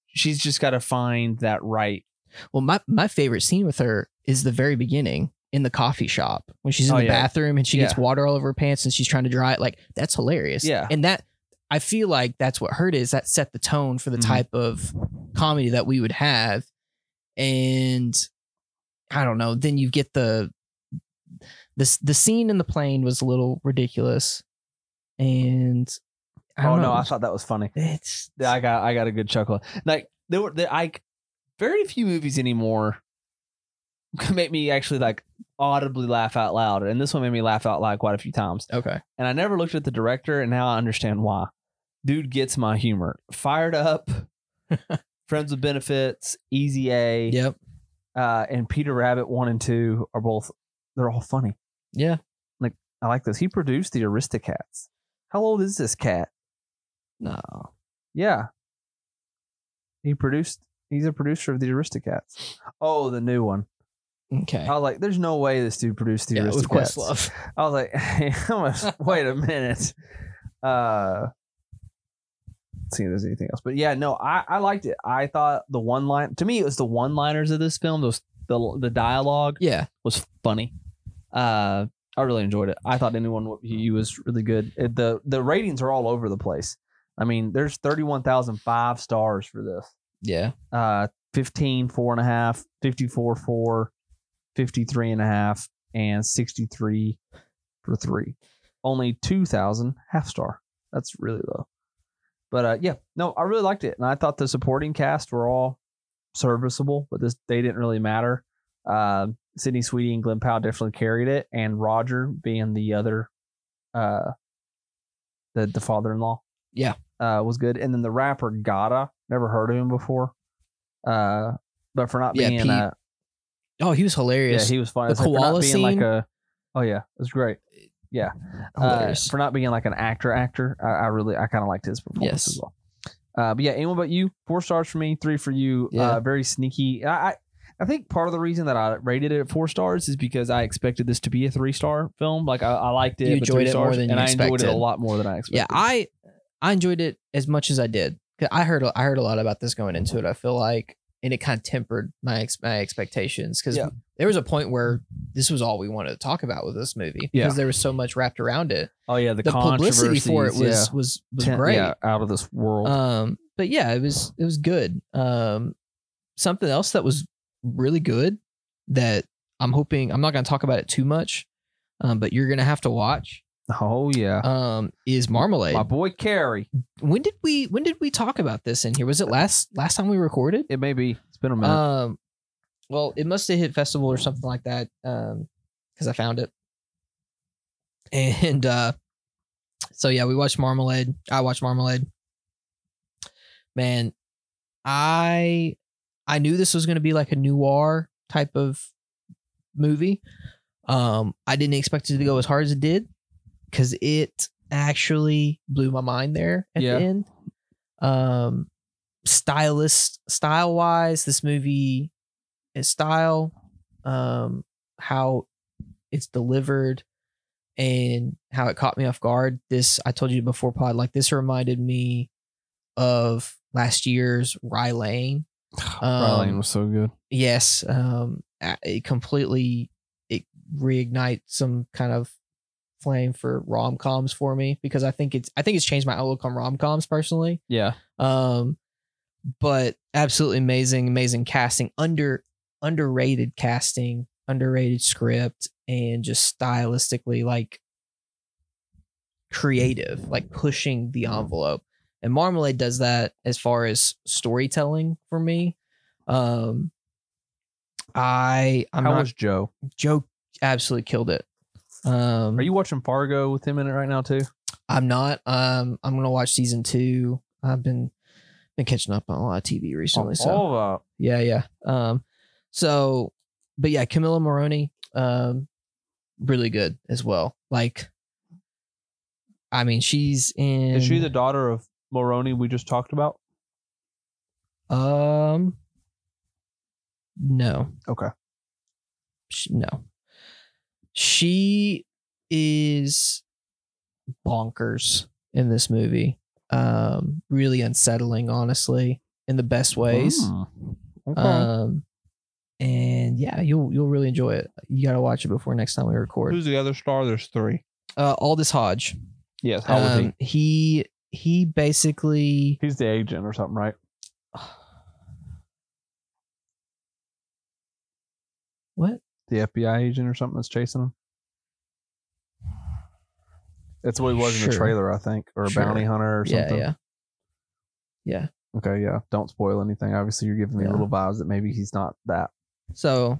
Speaker 1: she's just got to find that right
Speaker 2: well, my my favorite scene with her is the very beginning in the coffee shop when she's in
Speaker 1: Oh,
Speaker 2: the
Speaker 1: yeah.
Speaker 2: bathroom and she gets
Speaker 1: Yeah.
Speaker 2: water all over her pants and she's trying to dry it. Like that's hilarious.
Speaker 1: Yeah.
Speaker 2: and that I feel like that's what hurt is that set the tone for the
Speaker 1: Mhm.
Speaker 2: type of comedy that we would have. And I don't know, then you get the this the scene in the plane was a little ridiculous. And I
Speaker 1: oh
Speaker 2: don't
Speaker 1: no,
Speaker 2: know.
Speaker 1: I thought that was funny.
Speaker 2: it's
Speaker 1: Yeah, I got I got a good chuckle. Like there were there, I very few movies anymore can make me actually like audibly laugh out loud, and this one made me laugh out loud quite a few times.
Speaker 2: okay.
Speaker 1: And I never looked at the director, and now I understand why. Dude gets my humor. Fired up, friends with benefits, Easy A,
Speaker 2: Yep.
Speaker 1: uh, and Peter Rabbit one and two are both they're all funny.
Speaker 2: Yeah.
Speaker 1: I like this. He produced the Aristocats. How old is this cat?
Speaker 2: No.
Speaker 1: Yeah. He produced he's a producer of the Aristocats. Oh, the new one.
Speaker 2: Okay.
Speaker 1: I was like, there's no way this dude produced the
Speaker 2: yeah, with
Speaker 1: Aristocats.
Speaker 2: Questlove.
Speaker 1: I was like, I'm gonna- wait a minute. Uh let's see if there's anything else. But yeah, no, I, I liked it. I thought the one line to me it was the one liners of this film, those the the dialogue
Speaker 2: Yeah.
Speaker 1: was funny. Uh, I really enjoyed it. I thought anyone who you was really good. It- the The ratings are all over the place. I mean, there's 31,000 five stars for this.
Speaker 2: Yeah.
Speaker 1: Uh, 15, four and a half, 54, four, 53 and a half, and 63 for three. Only 2,000 half star. That's really low. But uh, yeah, no, I really liked it. And I thought the supporting cast were all serviceable, but this they didn't really matter. Uh, Sydney Sweetie and Glenn Powell definitely carried it, and Roger being the other, uh, the the father in law,
Speaker 2: Yeah.
Speaker 1: uh, was good. And then the rapper Gotta, never heard of him before, uh, but for not
Speaker 2: Yeah,
Speaker 1: being uh,
Speaker 2: Pete
Speaker 1: a
Speaker 2: Oh, he was
Speaker 1: yeah,
Speaker 2: hilarious.
Speaker 1: he was funny.
Speaker 2: The
Speaker 1: It's like for not
Speaker 2: koala
Speaker 1: being like
Speaker 2: scene?
Speaker 1: a, oh yeah, it was great. Uh,
Speaker 2: hilarious.
Speaker 1: for not being like an actor, actor, I, I really, I kind of liked his performance
Speaker 2: Yes.
Speaker 1: as well. Uh, but yeah, anyone but you, four stars for me, three for you.
Speaker 2: Yeah.
Speaker 1: Uh, very sneaky. I, I, I think part of the reason that I rated it at four stars is because I expected this to be a three star film. Like I, I liked it.
Speaker 2: You
Speaker 1: but three
Speaker 2: enjoyed it more
Speaker 1: stars,
Speaker 2: than you
Speaker 1: and I enjoyed it a
Speaker 2: expected.
Speaker 1: lot more than I expected.
Speaker 2: yeah, I I enjoyed it as much as I did. 'Cause I heard I heard a lot about this going into it. I feel like, and it kind of tempered my ex, my expectations because
Speaker 1: Yeah.
Speaker 2: there was a point where this was all we wanted to talk about with this movie because
Speaker 1: Yeah.
Speaker 2: there was so much wrapped around it.
Speaker 1: oh yeah, the,
Speaker 2: The, publicity for it was
Speaker 1: controversies,
Speaker 2: was was
Speaker 1: yeah.
Speaker 2: great.
Speaker 1: Yeah, out of this world.
Speaker 2: Um, but yeah, it was it was good. Um, something else that was really good that I'm hoping I'm not going to talk about it too much, um, but you're going to have to watch.
Speaker 1: oh yeah,
Speaker 2: Um, is Marmalade?
Speaker 1: my boy Carrie.
Speaker 2: when did we when did we talk about this in here? Was it last last time we recorded?
Speaker 1: It may be. It's been a minute.
Speaker 2: Um, well, it must have hit festival or something like that. Um, because I found it, and uh, so yeah, we watched Marmalade. I watched Marmalade. Man, I I knew this was going to be like a noir type of movie. Um, I didn't expect it to go as hard as it did because it actually blew my mind there at
Speaker 1: Yeah.
Speaker 2: the end. Um, stylist style wise, this movie is style, um, how it's delivered and how it caught me off guard. This I told you before pod, like this reminded me of last year's Rye Lane.
Speaker 1: Riley
Speaker 2: um,
Speaker 1: was so good.
Speaker 2: Yes. Um, a- it completely it reignites some kind of flame for rom coms for me because I think it's I think it's changed my outlook on rom coms personally.
Speaker 1: Yeah,
Speaker 2: Um, but absolutely amazing, amazing casting, under underrated casting, underrated script, and just stylistically like creative, like pushing the
Speaker 1: Mm-hmm.
Speaker 2: envelope. And Marmalade does that as far as storytelling for me. Um, I I'm
Speaker 1: how
Speaker 2: not
Speaker 1: was Joe?
Speaker 2: Joe absolutely killed it. Um,
Speaker 1: Are you watching Fargo with him in it right now too?
Speaker 2: I'm not. Um, I'm gonna watch season two. I've been been catching up on a lot of TV recently. so
Speaker 1: All of, uh,
Speaker 2: yeah, yeah. Um, so, but yeah, Camilla Maroney, um, really good as well. Like, I mean, she's in.
Speaker 1: Is she the daughter of Moroni we just talked about?
Speaker 2: Um, no.
Speaker 1: Okay.
Speaker 2: Sh no. She is bonkers in this movie. Um, really unsettling, honestly, in the best ways.
Speaker 1: Hmm. Okay.
Speaker 2: Um, and yeah, you'll you'll really enjoy it. You gotta watch it before next time we record.
Speaker 1: Who's the other star? There's three.
Speaker 2: Uh, Aldous Hodge.
Speaker 1: Yes. How was
Speaker 2: Um, he? he basically
Speaker 1: He's the agent or something, right?
Speaker 2: what?
Speaker 1: The FBI agent or something that's chasing him. That's what he was in the
Speaker 2: Sure.
Speaker 1: trailer, I think, or a
Speaker 2: Sure.
Speaker 1: bounty hunter or
Speaker 2: Yeah,
Speaker 1: something.
Speaker 2: yeah, yeah.
Speaker 1: Okay, yeah. Don't spoil anything. Obviously, you're giving me
Speaker 2: Yeah.
Speaker 1: little vibes that maybe he's not that.
Speaker 2: So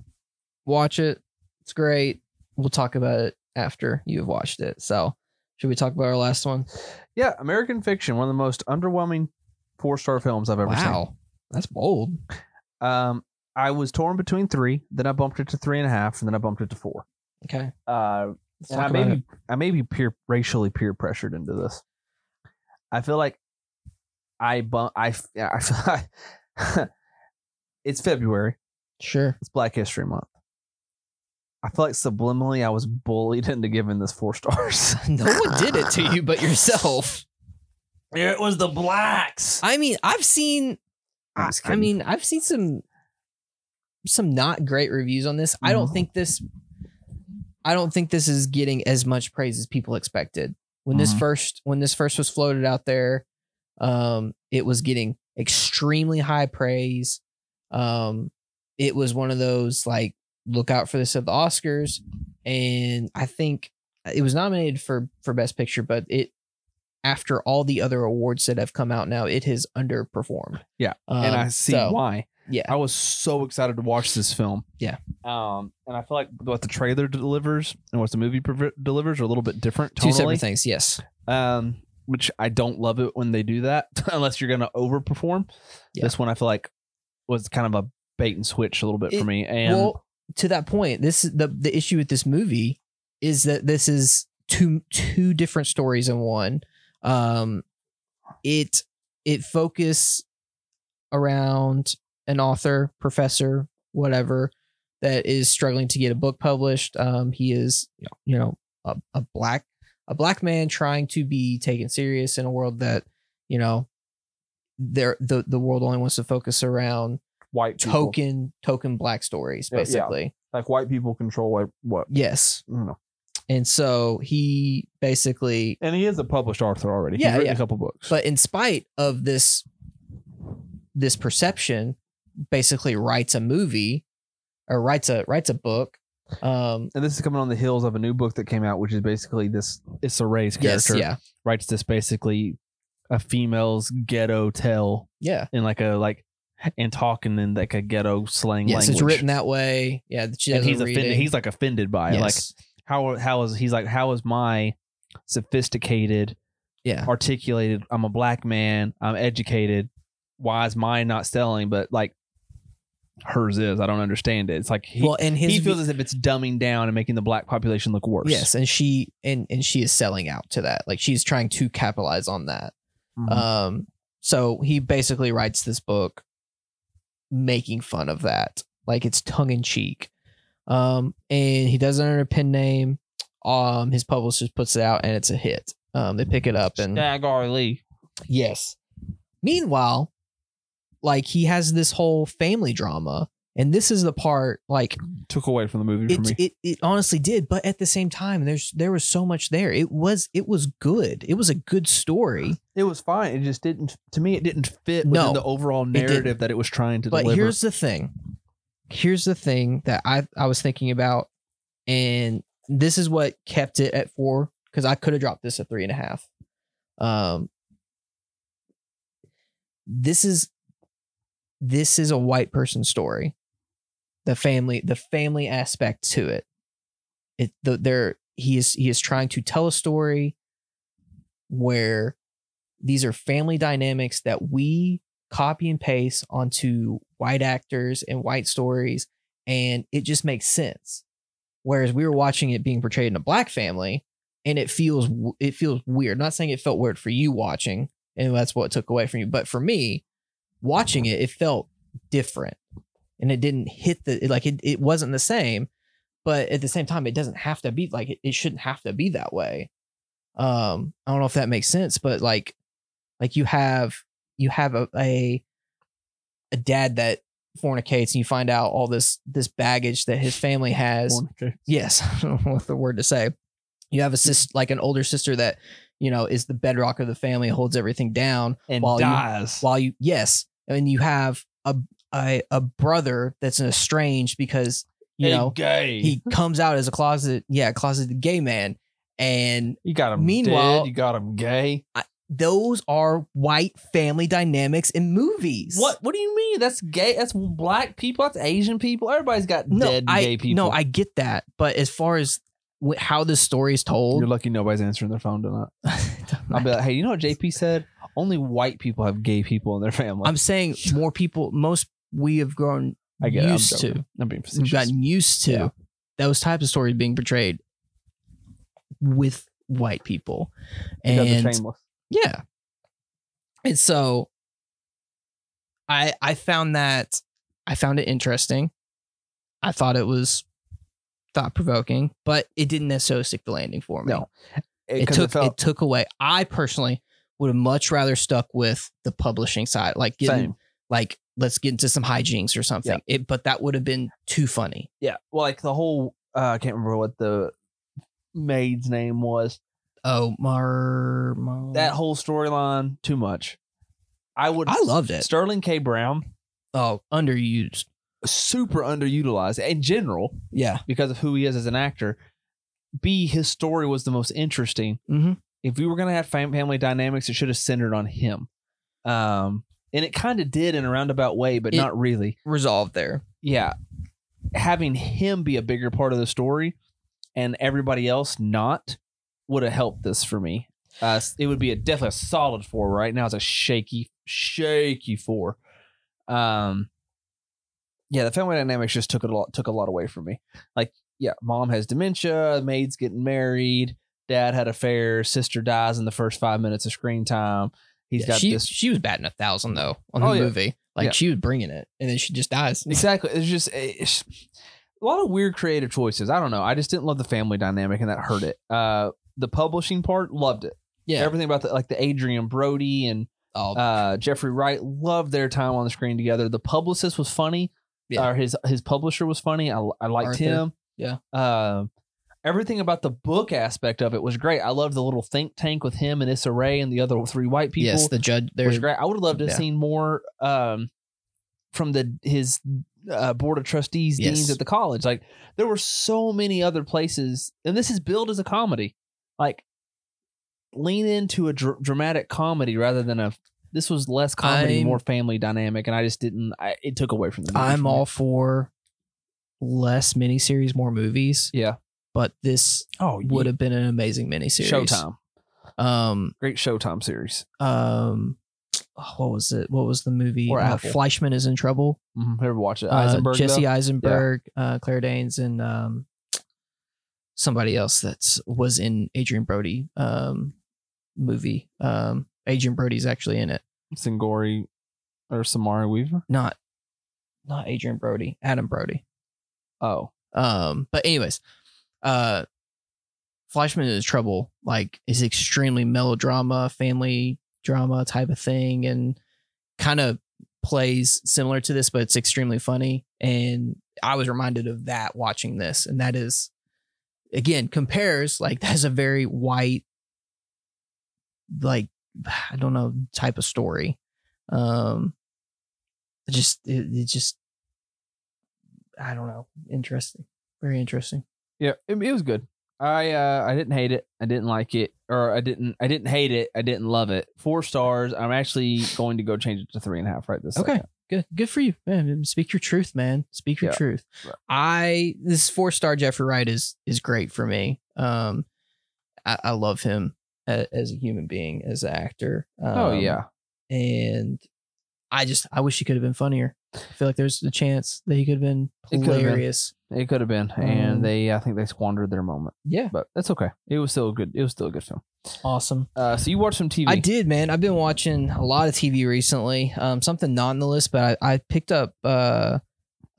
Speaker 2: watch it. It's great. We'll talk about it after you've watched it. So should we talk about our last one?
Speaker 1: Yeah, American Fiction, one of the most underwhelming four star films I've ever seen.
Speaker 2: that's bold.
Speaker 1: Um, I was torn between three, then I bumped it to three and a half, and then I bumped it to four.
Speaker 2: Okay,
Speaker 1: Uh,
Speaker 2: let's
Speaker 1: and I
Speaker 2: talk
Speaker 1: may
Speaker 2: about
Speaker 1: be, I may be peer racially peer pressured into this. I feel like I bu- I f- yeah, I feel it's February.
Speaker 2: it. Sure.
Speaker 1: It's Black History Month. I feel like subliminally I was bullied into giving this four stars.
Speaker 2: No one did it to you but yourself.
Speaker 1: It was the blacks.
Speaker 2: I mean, I've seen.
Speaker 1: I'm
Speaker 2: I,
Speaker 1: just
Speaker 2: I
Speaker 1: kidding.
Speaker 2: mean, I've seen some some not great reviews on this. I don't
Speaker 1: Mhm.
Speaker 2: think this. I don't think this is getting as much praise as people expected. When this
Speaker 1: Mhm.
Speaker 2: first when this first was floated out there, um, it was getting extremely high praise. Um, it was one of those like look out for this at the Oscars, and I think uh, it was nominated for for best picture, but it after all the other awards that have come out now, it has underperformed.
Speaker 1: Yeah,
Speaker 2: Um,
Speaker 1: and I see
Speaker 2: so,
Speaker 1: why.
Speaker 2: Yeah,
Speaker 1: I was so excited to watch this film.
Speaker 2: Yeah.
Speaker 1: Um, and I feel like what the trailer delivers and what the movie prev- delivers are a little bit different
Speaker 2: two separate
Speaker 1: tonally.
Speaker 2: things. Yes,
Speaker 1: Um, which I don't love it when they do that unless you're going to overperform.
Speaker 2: Yeah.
Speaker 1: This one I feel like was kind of a bait and switch a little bit
Speaker 2: It-
Speaker 1: for me. And
Speaker 2: well, to that point, this is the the issue with this movie is that this is two two different stories in one. Um, it it focus around an author, professor, whatever that is struggling to get a book published. Um, he is you know a, a black a black man trying to be taken serious in a world that you know there the the world only wants to focus around
Speaker 1: white people,
Speaker 2: token token black stories
Speaker 1: Yeah, yeah.
Speaker 2: basically
Speaker 1: like white people control like, what,
Speaker 2: yes
Speaker 1: you know.
Speaker 2: and so he basically
Speaker 1: And he is a published author already. He's
Speaker 2: Yeah,
Speaker 1: written
Speaker 2: yeah.
Speaker 1: a couple books.
Speaker 2: but in spite of this this perception basically writes a movie or writes a writes a book um
Speaker 1: and this is coming on the heels of a new book that came out, which is basically this Issa Rae's
Speaker 2: yes
Speaker 1: character
Speaker 2: yeah
Speaker 1: writes this basically a female's ghetto tale
Speaker 2: yeah
Speaker 1: in like a like and talking in like a ghetto slang
Speaker 2: yes
Speaker 1: language.
Speaker 2: it's written that way yeah that she
Speaker 1: and
Speaker 2: doesn't
Speaker 1: he's
Speaker 2: read
Speaker 1: offended.
Speaker 2: it.
Speaker 1: He's like offended by it. Like
Speaker 2: Yes.
Speaker 1: how how is he's like how is my sophisticated,
Speaker 2: yeah
Speaker 1: articulated? I'm a black man. I'm educated. Why is mine not selling? But like hers is. I don't understand it. It's like he
Speaker 2: well and his
Speaker 1: he feels as if it's dumbing down and making the black population look worse.
Speaker 2: yes and she and and she is selling out to that like she's trying to capitalize on that
Speaker 1: Mhm.
Speaker 2: Um, so he basically writes this book making fun of that. Like it's tongue in cheek. Um, and he does it under a pen name. Um, his publisher puts it out and it's a hit. Um, they pick it up and
Speaker 1: Stag R. Lee.
Speaker 2: yes. Meanwhile, like he has this whole family drama, and this is the part like
Speaker 1: took away from the movie for me.
Speaker 2: it, it it honestly did, but at the same time, there's there was so much there. It was it was good. It was a good story.
Speaker 1: It was fine. It just didn't. To me, it didn't fit within
Speaker 2: No,
Speaker 1: the overall
Speaker 2: didn't.
Speaker 1: narrative that it was trying to
Speaker 2: but
Speaker 1: deliver.
Speaker 2: here's the thing here's the thing that i i was thinking about and this is what kept it at four because i could have dropped this at three and a half um this is this is a white person story the family the family aspect to it it the, there he is he is trying to tell a story where these are family dynamics that we copy and paste onto white actors and white stories, and it just makes sense. Whereas we were watching it being portrayed in a black family, and it feels it feels weird. Not saying it felt weird for you watching, and that's what took away from you. But for me, watching it, it felt different, and it didn't hit the like it. It wasn't the same, but at the same time, it doesn't have to be like it, it shouldn't have to be that way. Um, I don't know if that makes sense, but like, like you have you have a, a a dad that fornicates and you find out all this this baggage that his family
Speaker 1: Mm-hmm.
Speaker 2: has yes i don't know what the word to say you have a sister like an older sister that you know, is the bedrock of the family, holds everything down.
Speaker 1: and
Speaker 2: While you-
Speaker 1: dies.
Speaker 2: While you, yes, and you have a a, a brother that's estranged because you
Speaker 1: Hey,
Speaker 2: know
Speaker 1: gay.
Speaker 2: he comes out as a closet, yeah, closeted gay man, and
Speaker 1: you got him.
Speaker 2: Meanwhile-
Speaker 1: dead, you got him gay.
Speaker 2: those are white family dynamics in movies.
Speaker 1: What? What do you mean? That's gay. That's black people. That's Asian people. Everybody's got
Speaker 2: No,
Speaker 1: dead
Speaker 2: I
Speaker 1: gay people.
Speaker 2: no, I get that, but as far as wh- how this story is told,
Speaker 1: You're lucky nobody's answering their phone tonight. I'll be like, hey, you know what JP said? Only white people have gay people in their family.
Speaker 2: I'm saying more people, most we have grown
Speaker 1: I get
Speaker 2: used
Speaker 1: it. I'm,
Speaker 2: to,
Speaker 1: joking. I'm being
Speaker 2: we've
Speaker 1: facetious.
Speaker 2: gotten used to
Speaker 1: Yeah.
Speaker 2: those types of stories being portrayed with white people,
Speaker 1: You got the
Speaker 2: and
Speaker 1: shameless.
Speaker 2: yeah, and so I I found that I found it interesting. I thought it was thought provoking, but it didn't necessarily stick the landing for me.
Speaker 1: No.
Speaker 2: it
Speaker 1: 'cause it
Speaker 2: took it,
Speaker 1: felt-
Speaker 2: took away. I personally would have much rather stuck with the publishing side, like getting
Speaker 1: same.
Speaker 2: like let's get into some hijinks or something. It, but that would have been too funny.
Speaker 1: Yeah. Well, like the whole uh, I can't remember what the maid's name was.
Speaker 2: Oh, Mar, Mar-
Speaker 1: That whole storyline, too much. I would
Speaker 2: I loved it.
Speaker 1: Sterling K. Brown,
Speaker 2: Oh, underused.
Speaker 1: super underutilized in general
Speaker 2: Yeah,
Speaker 1: because of who he is as an actor. B, his story was the most interesting.
Speaker 2: Mhm.
Speaker 1: If we were gonna have fam- family dynamics, it should have centered on him. Um, and it kind of did in a roundabout way, but
Speaker 2: It-
Speaker 1: not really.
Speaker 2: resolved there.
Speaker 1: yeah, having him be a bigger part of the story and everybody else not would have helped this for me. Uh, it would be a definitely a solid four. Right now, it's a shaky, shaky four. Um, yeah, the family dynamics just took it a lot took a lot away from me. Like, yeah, mom has dementia, maid's getting married, dad had affair, sister dies in the first five minutes of screen time. He's
Speaker 2: Yeah,
Speaker 1: got
Speaker 2: she
Speaker 1: this
Speaker 2: she was batting a thousand though on the
Speaker 1: Oh, yeah.
Speaker 2: movie. Like
Speaker 1: Yeah.
Speaker 2: she was bringing it, and then she just dies.
Speaker 1: Exactly. It's just eh, it's a lot of weird creative choices. I don't know. I just didn't love the family dynamic, and that hurt it. Uh, the publishing part, loved it.
Speaker 2: Yeah.
Speaker 1: Everything about the, like the Adrian Brody and
Speaker 2: oh,
Speaker 1: uh, Jeffrey Wright, loved their time on the screen together. The publicist was funny.
Speaker 2: Yeah.
Speaker 1: Or his his publisher was funny. I, I liked
Speaker 2: Arthur.
Speaker 1: him.
Speaker 2: Yeah.
Speaker 1: Um, everything about the book aspect of it was great. I loved the little think tank with him and Issa Rae and the other three white people
Speaker 2: yes, the judge.
Speaker 1: was
Speaker 2: There's
Speaker 1: great. I would have loved to have
Speaker 2: yeah.
Speaker 1: seen more um, from the his uh, board of trustees, deans
Speaker 2: Yes.
Speaker 1: at the college. Like there were so many other places, and this is billed as a comedy. Like lean into a dr- dramatic comedy rather than a. This was less comedy,
Speaker 2: I'm-
Speaker 1: more family dynamic, and I just didn't. I, it took away from the. movie for
Speaker 2: I'm
Speaker 1: me.
Speaker 2: all for less miniseries, more movies.
Speaker 1: Yeah.
Speaker 2: but this
Speaker 1: Oh,
Speaker 2: would have been an amazing miniseries.
Speaker 1: Showtime,
Speaker 2: Um,
Speaker 1: great Showtime series.
Speaker 2: um, oh, what was it? What was the movie?
Speaker 1: Or
Speaker 2: Uh,
Speaker 1: Apple.
Speaker 2: Fleischman is in trouble.
Speaker 1: Mhm, Ever watch it?
Speaker 2: Uh,
Speaker 1: Eisenberg,
Speaker 2: Jesse
Speaker 1: though?
Speaker 2: Eisenberg, uh, Claire Danes, and um, somebody else that's was in Adrian Brody um movie. Um, Adrian Brody's actually in it.
Speaker 1: Singori, or Samara Weaver.
Speaker 2: Not, not Adrian Brody. Adam Brody.
Speaker 1: Oh,
Speaker 2: Um, but anyways, uh, Fleischman is trouble. Like, is extremely melodrama, family drama type of thing, and kind of plays similar to this, but it's extremely funny. And I was reminded of that watching this, and that is again compares like that's a very white, like I don't know type of story. Um, it just it, it just I don't know. Interesting. Very interesting.
Speaker 1: Yeah, it, it was good. I uh, I didn't hate it. I didn't like it, or I didn't I didn't hate it. I didn't love it. Four stars. I'm actually going to go change it to three and a half right this.
Speaker 2: Okay.
Speaker 1: second.
Speaker 2: Good. Good for you. Man, speak your truth, man. Speak your
Speaker 1: Yeah.
Speaker 2: truth.
Speaker 1: Right.
Speaker 2: I this four star Jeffrey Wright is is great for me. Um I, I love him a- as a human being, as an actor. Um,
Speaker 1: oh yeah.
Speaker 2: And I just I wish he could have been funnier. I feel like there's a chance that he could have been
Speaker 1: It could have been.
Speaker 2: hilarious.
Speaker 1: It could have been,
Speaker 2: Um,
Speaker 1: and they I think they squandered their moment,
Speaker 2: Yeah.
Speaker 1: but that's okay. It was still a good. It was still a good film.
Speaker 2: Awesome.
Speaker 1: Uh, so you watched some TV.
Speaker 2: I did, man. I've been watching a lot of TV recently. Um, something not on the list, but I, I picked up uh,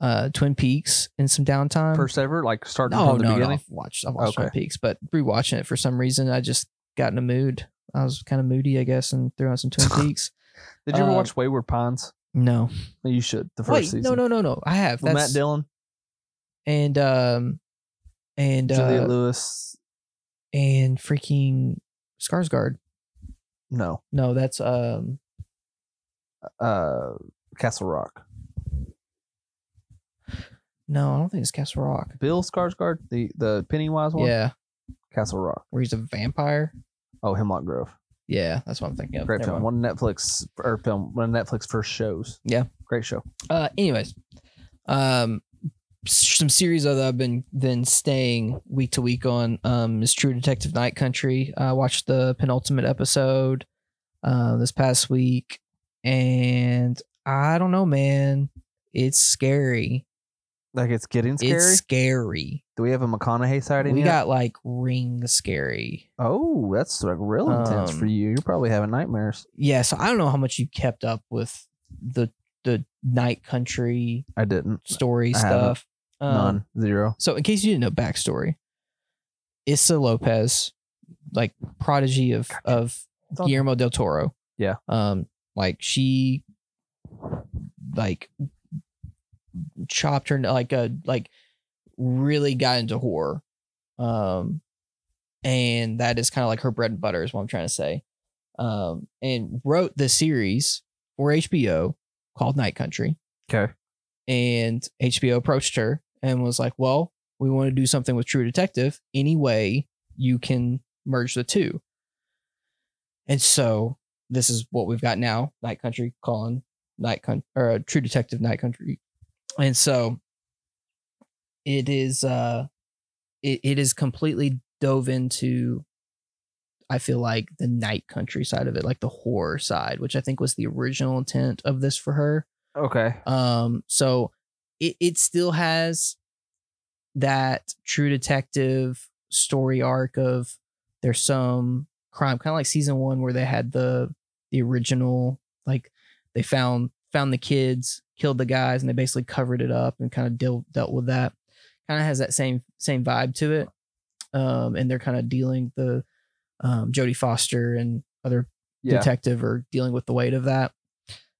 Speaker 2: uh, Twin Peaks in some downtime.
Speaker 1: first ever, like starting
Speaker 2: Um, no,
Speaker 1: from the
Speaker 2: no, no,
Speaker 1: beginning.
Speaker 2: I've watched, I've watched Twin
Speaker 1: Okay.
Speaker 2: Peaks, but rewatching it for some reason, I just got in a mood. I was kind of moody, I guess, and threw on some Twin Peaks.
Speaker 1: Did you ever
Speaker 2: Uh,
Speaker 1: watch Wayward Pines?
Speaker 2: No,
Speaker 1: You should. The first
Speaker 2: wait,
Speaker 1: season.
Speaker 2: no, no, no, no. I have
Speaker 1: With
Speaker 2: that's
Speaker 1: Matt Dillon,
Speaker 2: and um and
Speaker 1: Juliette
Speaker 2: uh,
Speaker 1: Lewis.
Speaker 2: and freaking Skarsgård.
Speaker 1: No,
Speaker 2: No, that's um
Speaker 1: uh, Castle Rock.
Speaker 2: no, I don't think it's Castle Rock.
Speaker 1: Bill Skarsgård, the the Pennywise one.
Speaker 2: Yeah,
Speaker 1: Castle Rock.
Speaker 2: where he's a vampire.
Speaker 1: Oh, Hemlock Grove.
Speaker 2: Yeah, that's what I'm thinking of.
Speaker 1: Great
Speaker 2: Never
Speaker 1: film.
Speaker 2: mind.
Speaker 1: One of Netflix or film. One of Netflix first shows.
Speaker 2: Yeah.
Speaker 1: Great show.
Speaker 2: Uh, anyways, um, s- some series that I've been been staying week to week on um is True Detective Night Country. I watched the penultimate episode uh, this past week, and I don't know, man, it's scary.
Speaker 1: Like it's getting scary.
Speaker 2: It's scary.
Speaker 1: Do we have a McConaughey sighting?
Speaker 2: We
Speaker 1: yet?
Speaker 2: got like ring scary.
Speaker 1: Oh, that's like real intense for
Speaker 2: Um,
Speaker 1: you. You're probably having nightmares.
Speaker 2: Yeah, so I don't know how much you kept up with the the night country
Speaker 1: I didn't.
Speaker 2: story
Speaker 1: I haven't.
Speaker 2: stuff. Um,
Speaker 1: None. Zero.
Speaker 2: So, in case you didn't know backstory, Issa Lopez, like prodigy of of
Speaker 1: all-
Speaker 2: Guillermo del Toro.
Speaker 1: Yeah.
Speaker 2: Um, like she, like, chopped her like a like really got into horror, um, and that is kind of like her bread and butter is what I'm trying to say, um, and wrote the series for HBO called Night Country
Speaker 1: Okay.
Speaker 2: and HBO approached her and was like, "Well, we want to do something with True Detective. Any way you can merge the two. And so this is what we've got now: Night Country calling Night Country or uh, True Detective Night Country. And so it is. uh it, it is completely dove into. I feel like the night country side of it, like the horror side, which I think was the original intent of this for her.
Speaker 1: Okay.
Speaker 2: Um, so it, it still has that true detective story arc of there's some crime, kind of like season one where they had the the original, like they found found the kids, killed the guys, and they basically covered it up and kind of deal, dealt with that. Kind of has that same same vibe to it. Um, and they're kind of dealing the um, Jodie Foster and other
Speaker 1: Yeah.
Speaker 2: detective or dealing with the weight of that.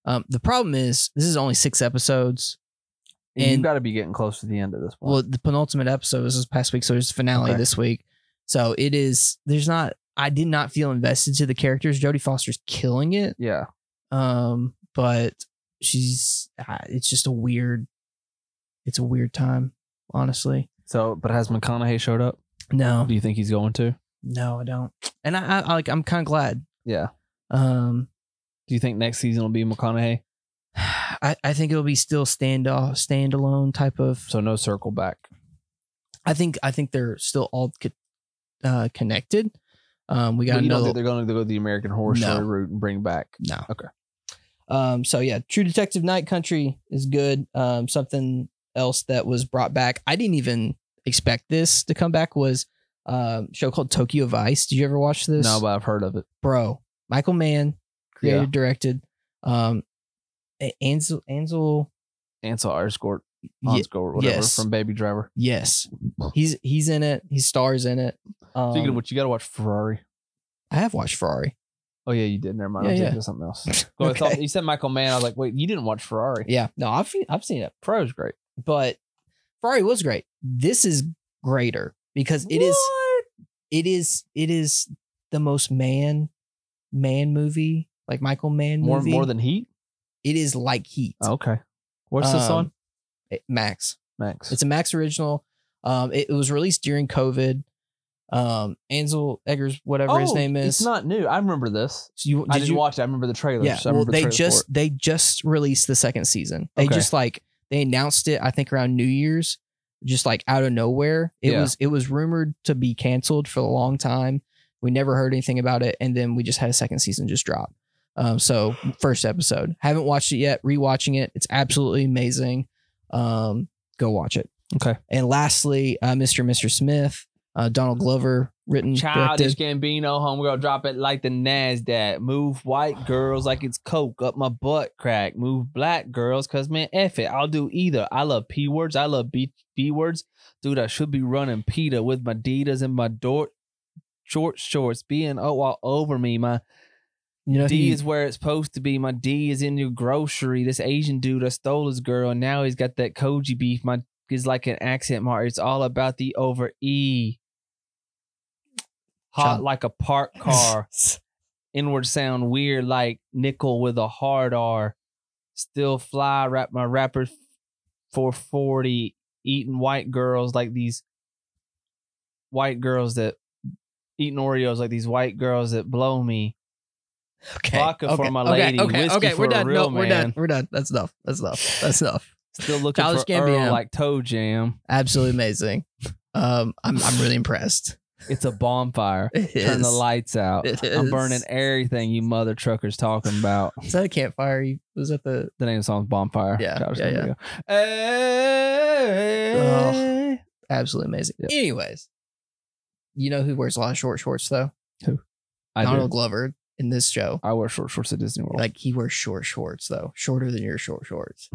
Speaker 2: Um, the problem is this is only six episodes.
Speaker 1: you
Speaker 2: and-
Speaker 1: got to be getting close to the end of this one.
Speaker 2: Well, the penultimate episode was this past week, so there's a finale
Speaker 1: Okay.
Speaker 2: this week. So it is there's not I did not feel invested to the characters. Jodie Foster's killing it.
Speaker 1: yeah.
Speaker 2: Um, but she's uh, it's just a weird it's a weird time, honestly.
Speaker 1: So, but has McConaughey showed up?
Speaker 2: No,
Speaker 1: Do you think he's going to?
Speaker 2: no, I don't. And I, I, I like I'm kind of glad.
Speaker 1: Yeah.
Speaker 2: Um
Speaker 1: Do you think next season will be McConaughey?
Speaker 2: I, I think it'll be still standoff standalone type of
Speaker 1: So no circle back.
Speaker 2: I think I think they're still all co- uh, connected. Um, we got
Speaker 1: But you don't
Speaker 2: another
Speaker 1: think they're going to go the American Horror
Speaker 2: No.
Speaker 1: Story route and bring back?
Speaker 2: no.
Speaker 1: Okay.
Speaker 2: Um, so yeah, True Detective Night Country is good. Um, something else that was brought back. I didn't even expect this to come back was um show called Tokyo Vice. Did you ever watch this?
Speaker 1: No, but I've heard of it.
Speaker 2: bro. Michael Mann created,
Speaker 1: Yeah.
Speaker 2: directed. Um, A- Ansel Ansel.
Speaker 1: Ansel Elgort,
Speaker 2: Ye-
Speaker 1: Hansgort, whatever
Speaker 2: yes.
Speaker 1: from Baby Driver.
Speaker 2: yes, he's he's in it. He stars in it. Um,
Speaker 1: Speaking of which, you got to watch Ferrari.
Speaker 2: I have watched Ferrari.
Speaker 1: Oh yeah, you did. Never mind.
Speaker 2: Yeah,
Speaker 1: I was
Speaker 2: yeah.
Speaker 1: thinking of something else. Well, I thought,
Speaker 2: Okay.
Speaker 1: you said Michael Mann. I was like, wait, you didn't watch Ferrari?
Speaker 2: Yeah, no, I've seen- I've seen it.
Speaker 1: Ferrari's great.
Speaker 2: but Ferrari was great. This is greater because it is it is it is the most man man movie like Michael Mann
Speaker 1: more
Speaker 2: movie.
Speaker 1: more than Heat.
Speaker 2: it is like Heat.
Speaker 1: Oh, Okay. What's this
Speaker 2: Um,
Speaker 1: on?
Speaker 2: it- Max.
Speaker 1: Max.
Speaker 2: It's a Max original. Um, it, it was released during COVID. Um, Ansel Eggers, whatever his name is.
Speaker 1: Oh, It's not new. I remember this.
Speaker 2: So you,
Speaker 1: I
Speaker 2: did
Speaker 1: didn't
Speaker 2: you-
Speaker 1: watch it. I remember the trailers.
Speaker 2: Yeah.
Speaker 1: I
Speaker 2: Well,
Speaker 1: remember the
Speaker 2: they
Speaker 1: trailers
Speaker 2: just
Speaker 1: for
Speaker 2: they just released the second season. They
Speaker 1: Okay.
Speaker 2: just like they announced it. I think around New Year's, just like out of nowhere. It
Speaker 1: Yeah.
Speaker 2: was it was rumored to be canceled for a long time. We never heard anything about it, and then we just had a second season just drop. Um, so first episode, haven't watched it yet. Rewatching it, it's absolutely amazing. Um, go watch it.
Speaker 1: Okay.
Speaker 2: And lastly, uh, Mr. and Mr. Smith, uh, Donald Glover, written,
Speaker 1: it.
Speaker 2: directed.
Speaker 1: Childish Gambino, homegirl, drop it like the Nasdaq. Move white girls like it's coke up my butt crack. Move black girls, cause man, f it. I'll do either. I love p words. I love b b words. Dude, I should be running Peter with my Adidas and my Dort short shorts being oh all over me. My
Speaker 2: You know, who
Speaker 1: D
Speaker 2: you-
Speaker 1: is where it's supposed to be. My D is in your grocery. This Asian dude, I stole his girl, and now he's got that koji beef. My is like an accent mark. It's all about the over E. hot
Speaker 2: Chum.
Speaker 1: like a parked car. Inward sound weird like nickel with a hard R. Still fly, wrap my rapper 440. Eating white girls like these white girls that eating Oreos like these white girls that blow me.
Speaker 2: Okay.
Speaker 1: Vodka for my lady, whiskey for
Speaker 2: we're
Speaker 1: a
Speaker 2: done.
Speaker 1: real
Speaker 2: no, we're done.
Speaker 1: man.
Speaker 2: We're done. That's enough. That's enough. That's enough.
Speaker 1: Still looking
Speaker 2: Childish
Speaker 1: for Earl
Speaker 2: Gambino.
Speaker 1: like Toe Jam.
Speaker 2: Absolutely amazing. Um, I'm I'm really impressed.
Speaker 1: It's a bonfire.
Speaker 2: It is.
Speaker 1: Turn the lights out.
Speaker 2: It
Speaker 1: I'm burning
Speaker 2: is.
Speaker 1: everything you mother truckers talking about.
Speaker 2: Is that a campfire? You, was that the
Speaker 1: The name of the song's Bonfire.
Speaker 2: Yeah,
Speaker 1: Childish
Speaker 2: yeah, yeah.
Speaker 1: Gambino. Hey. Eh,
Speaker 2: Oh. absolutely amazing?
Speaker 1: Yep.
Speaker 2: Anyways, you know who wears a lot of short shorts though?
Speaker 1: I,
Speaker 2: Donald
Speaker 1: do.
Speaker 2: Glover in this show.
Speaker 1: I wear short shorts at Disney World.
Speaker 2: Like he wears short shorts though, shorter than your short shorts.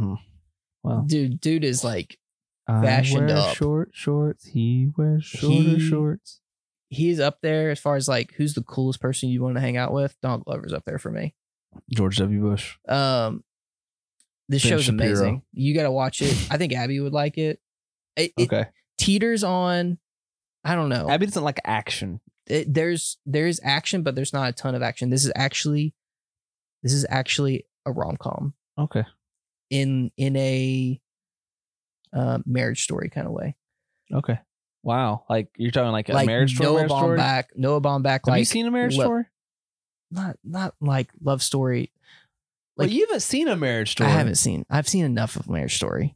Speaker 1: Wow.
Speaker 2: Dude, dude is like
Speaker 1: I
Speaker 2: fashioned
Speaker 1: wear
Speaker 2: up.
Speaker 1: short shorts. He wears shorter
Speaker 2: He-
Speaker 1: shorts.
Speaker 2: he's up there as far as like who's the coolest person you want to hang out with. Donald Glover's up there for me.
Speaker 1: George W. Bush.
Speaker 2: Um, this
Speaker 1: Ben
Speaker 2: show's
Speaker 1: Shapiro.
Speaker 2: amazing. You got to watch it. I think Abby would like it. It, it
Speaker 1: Okay.
Speaker 2: teeters on. I don't know.
Speaker 1: Abby doesn't like action.
Speaker 2: It- there's there is action, but there's not a ton of action. This is actually, this is actually a rom com
Speaker 1: Okay.
Speaker 2: in in a uh, marriage story kind of way.
Speaker 1: Okay. Wow. Like you're talking like, a
Speaker 2: like
Speaker 1: marriage story.
Speaker 2: Noah
Speaker 1: marriage story?
Speaker 2: Baumbach, Noah Baumbach,
Speaker 1: Have
Speaker 2: like
Speaker 1: you seen a marriage
Speaker 2: what-
Speaker 1: story?
Speaker 2: not not like love story.
Speaker 1: Like,
Speaker 2: like-
Speaker 1: you haven't seen a marriage story.
Speaker 2: I haven't seen. I've seen enough of Marriage Story.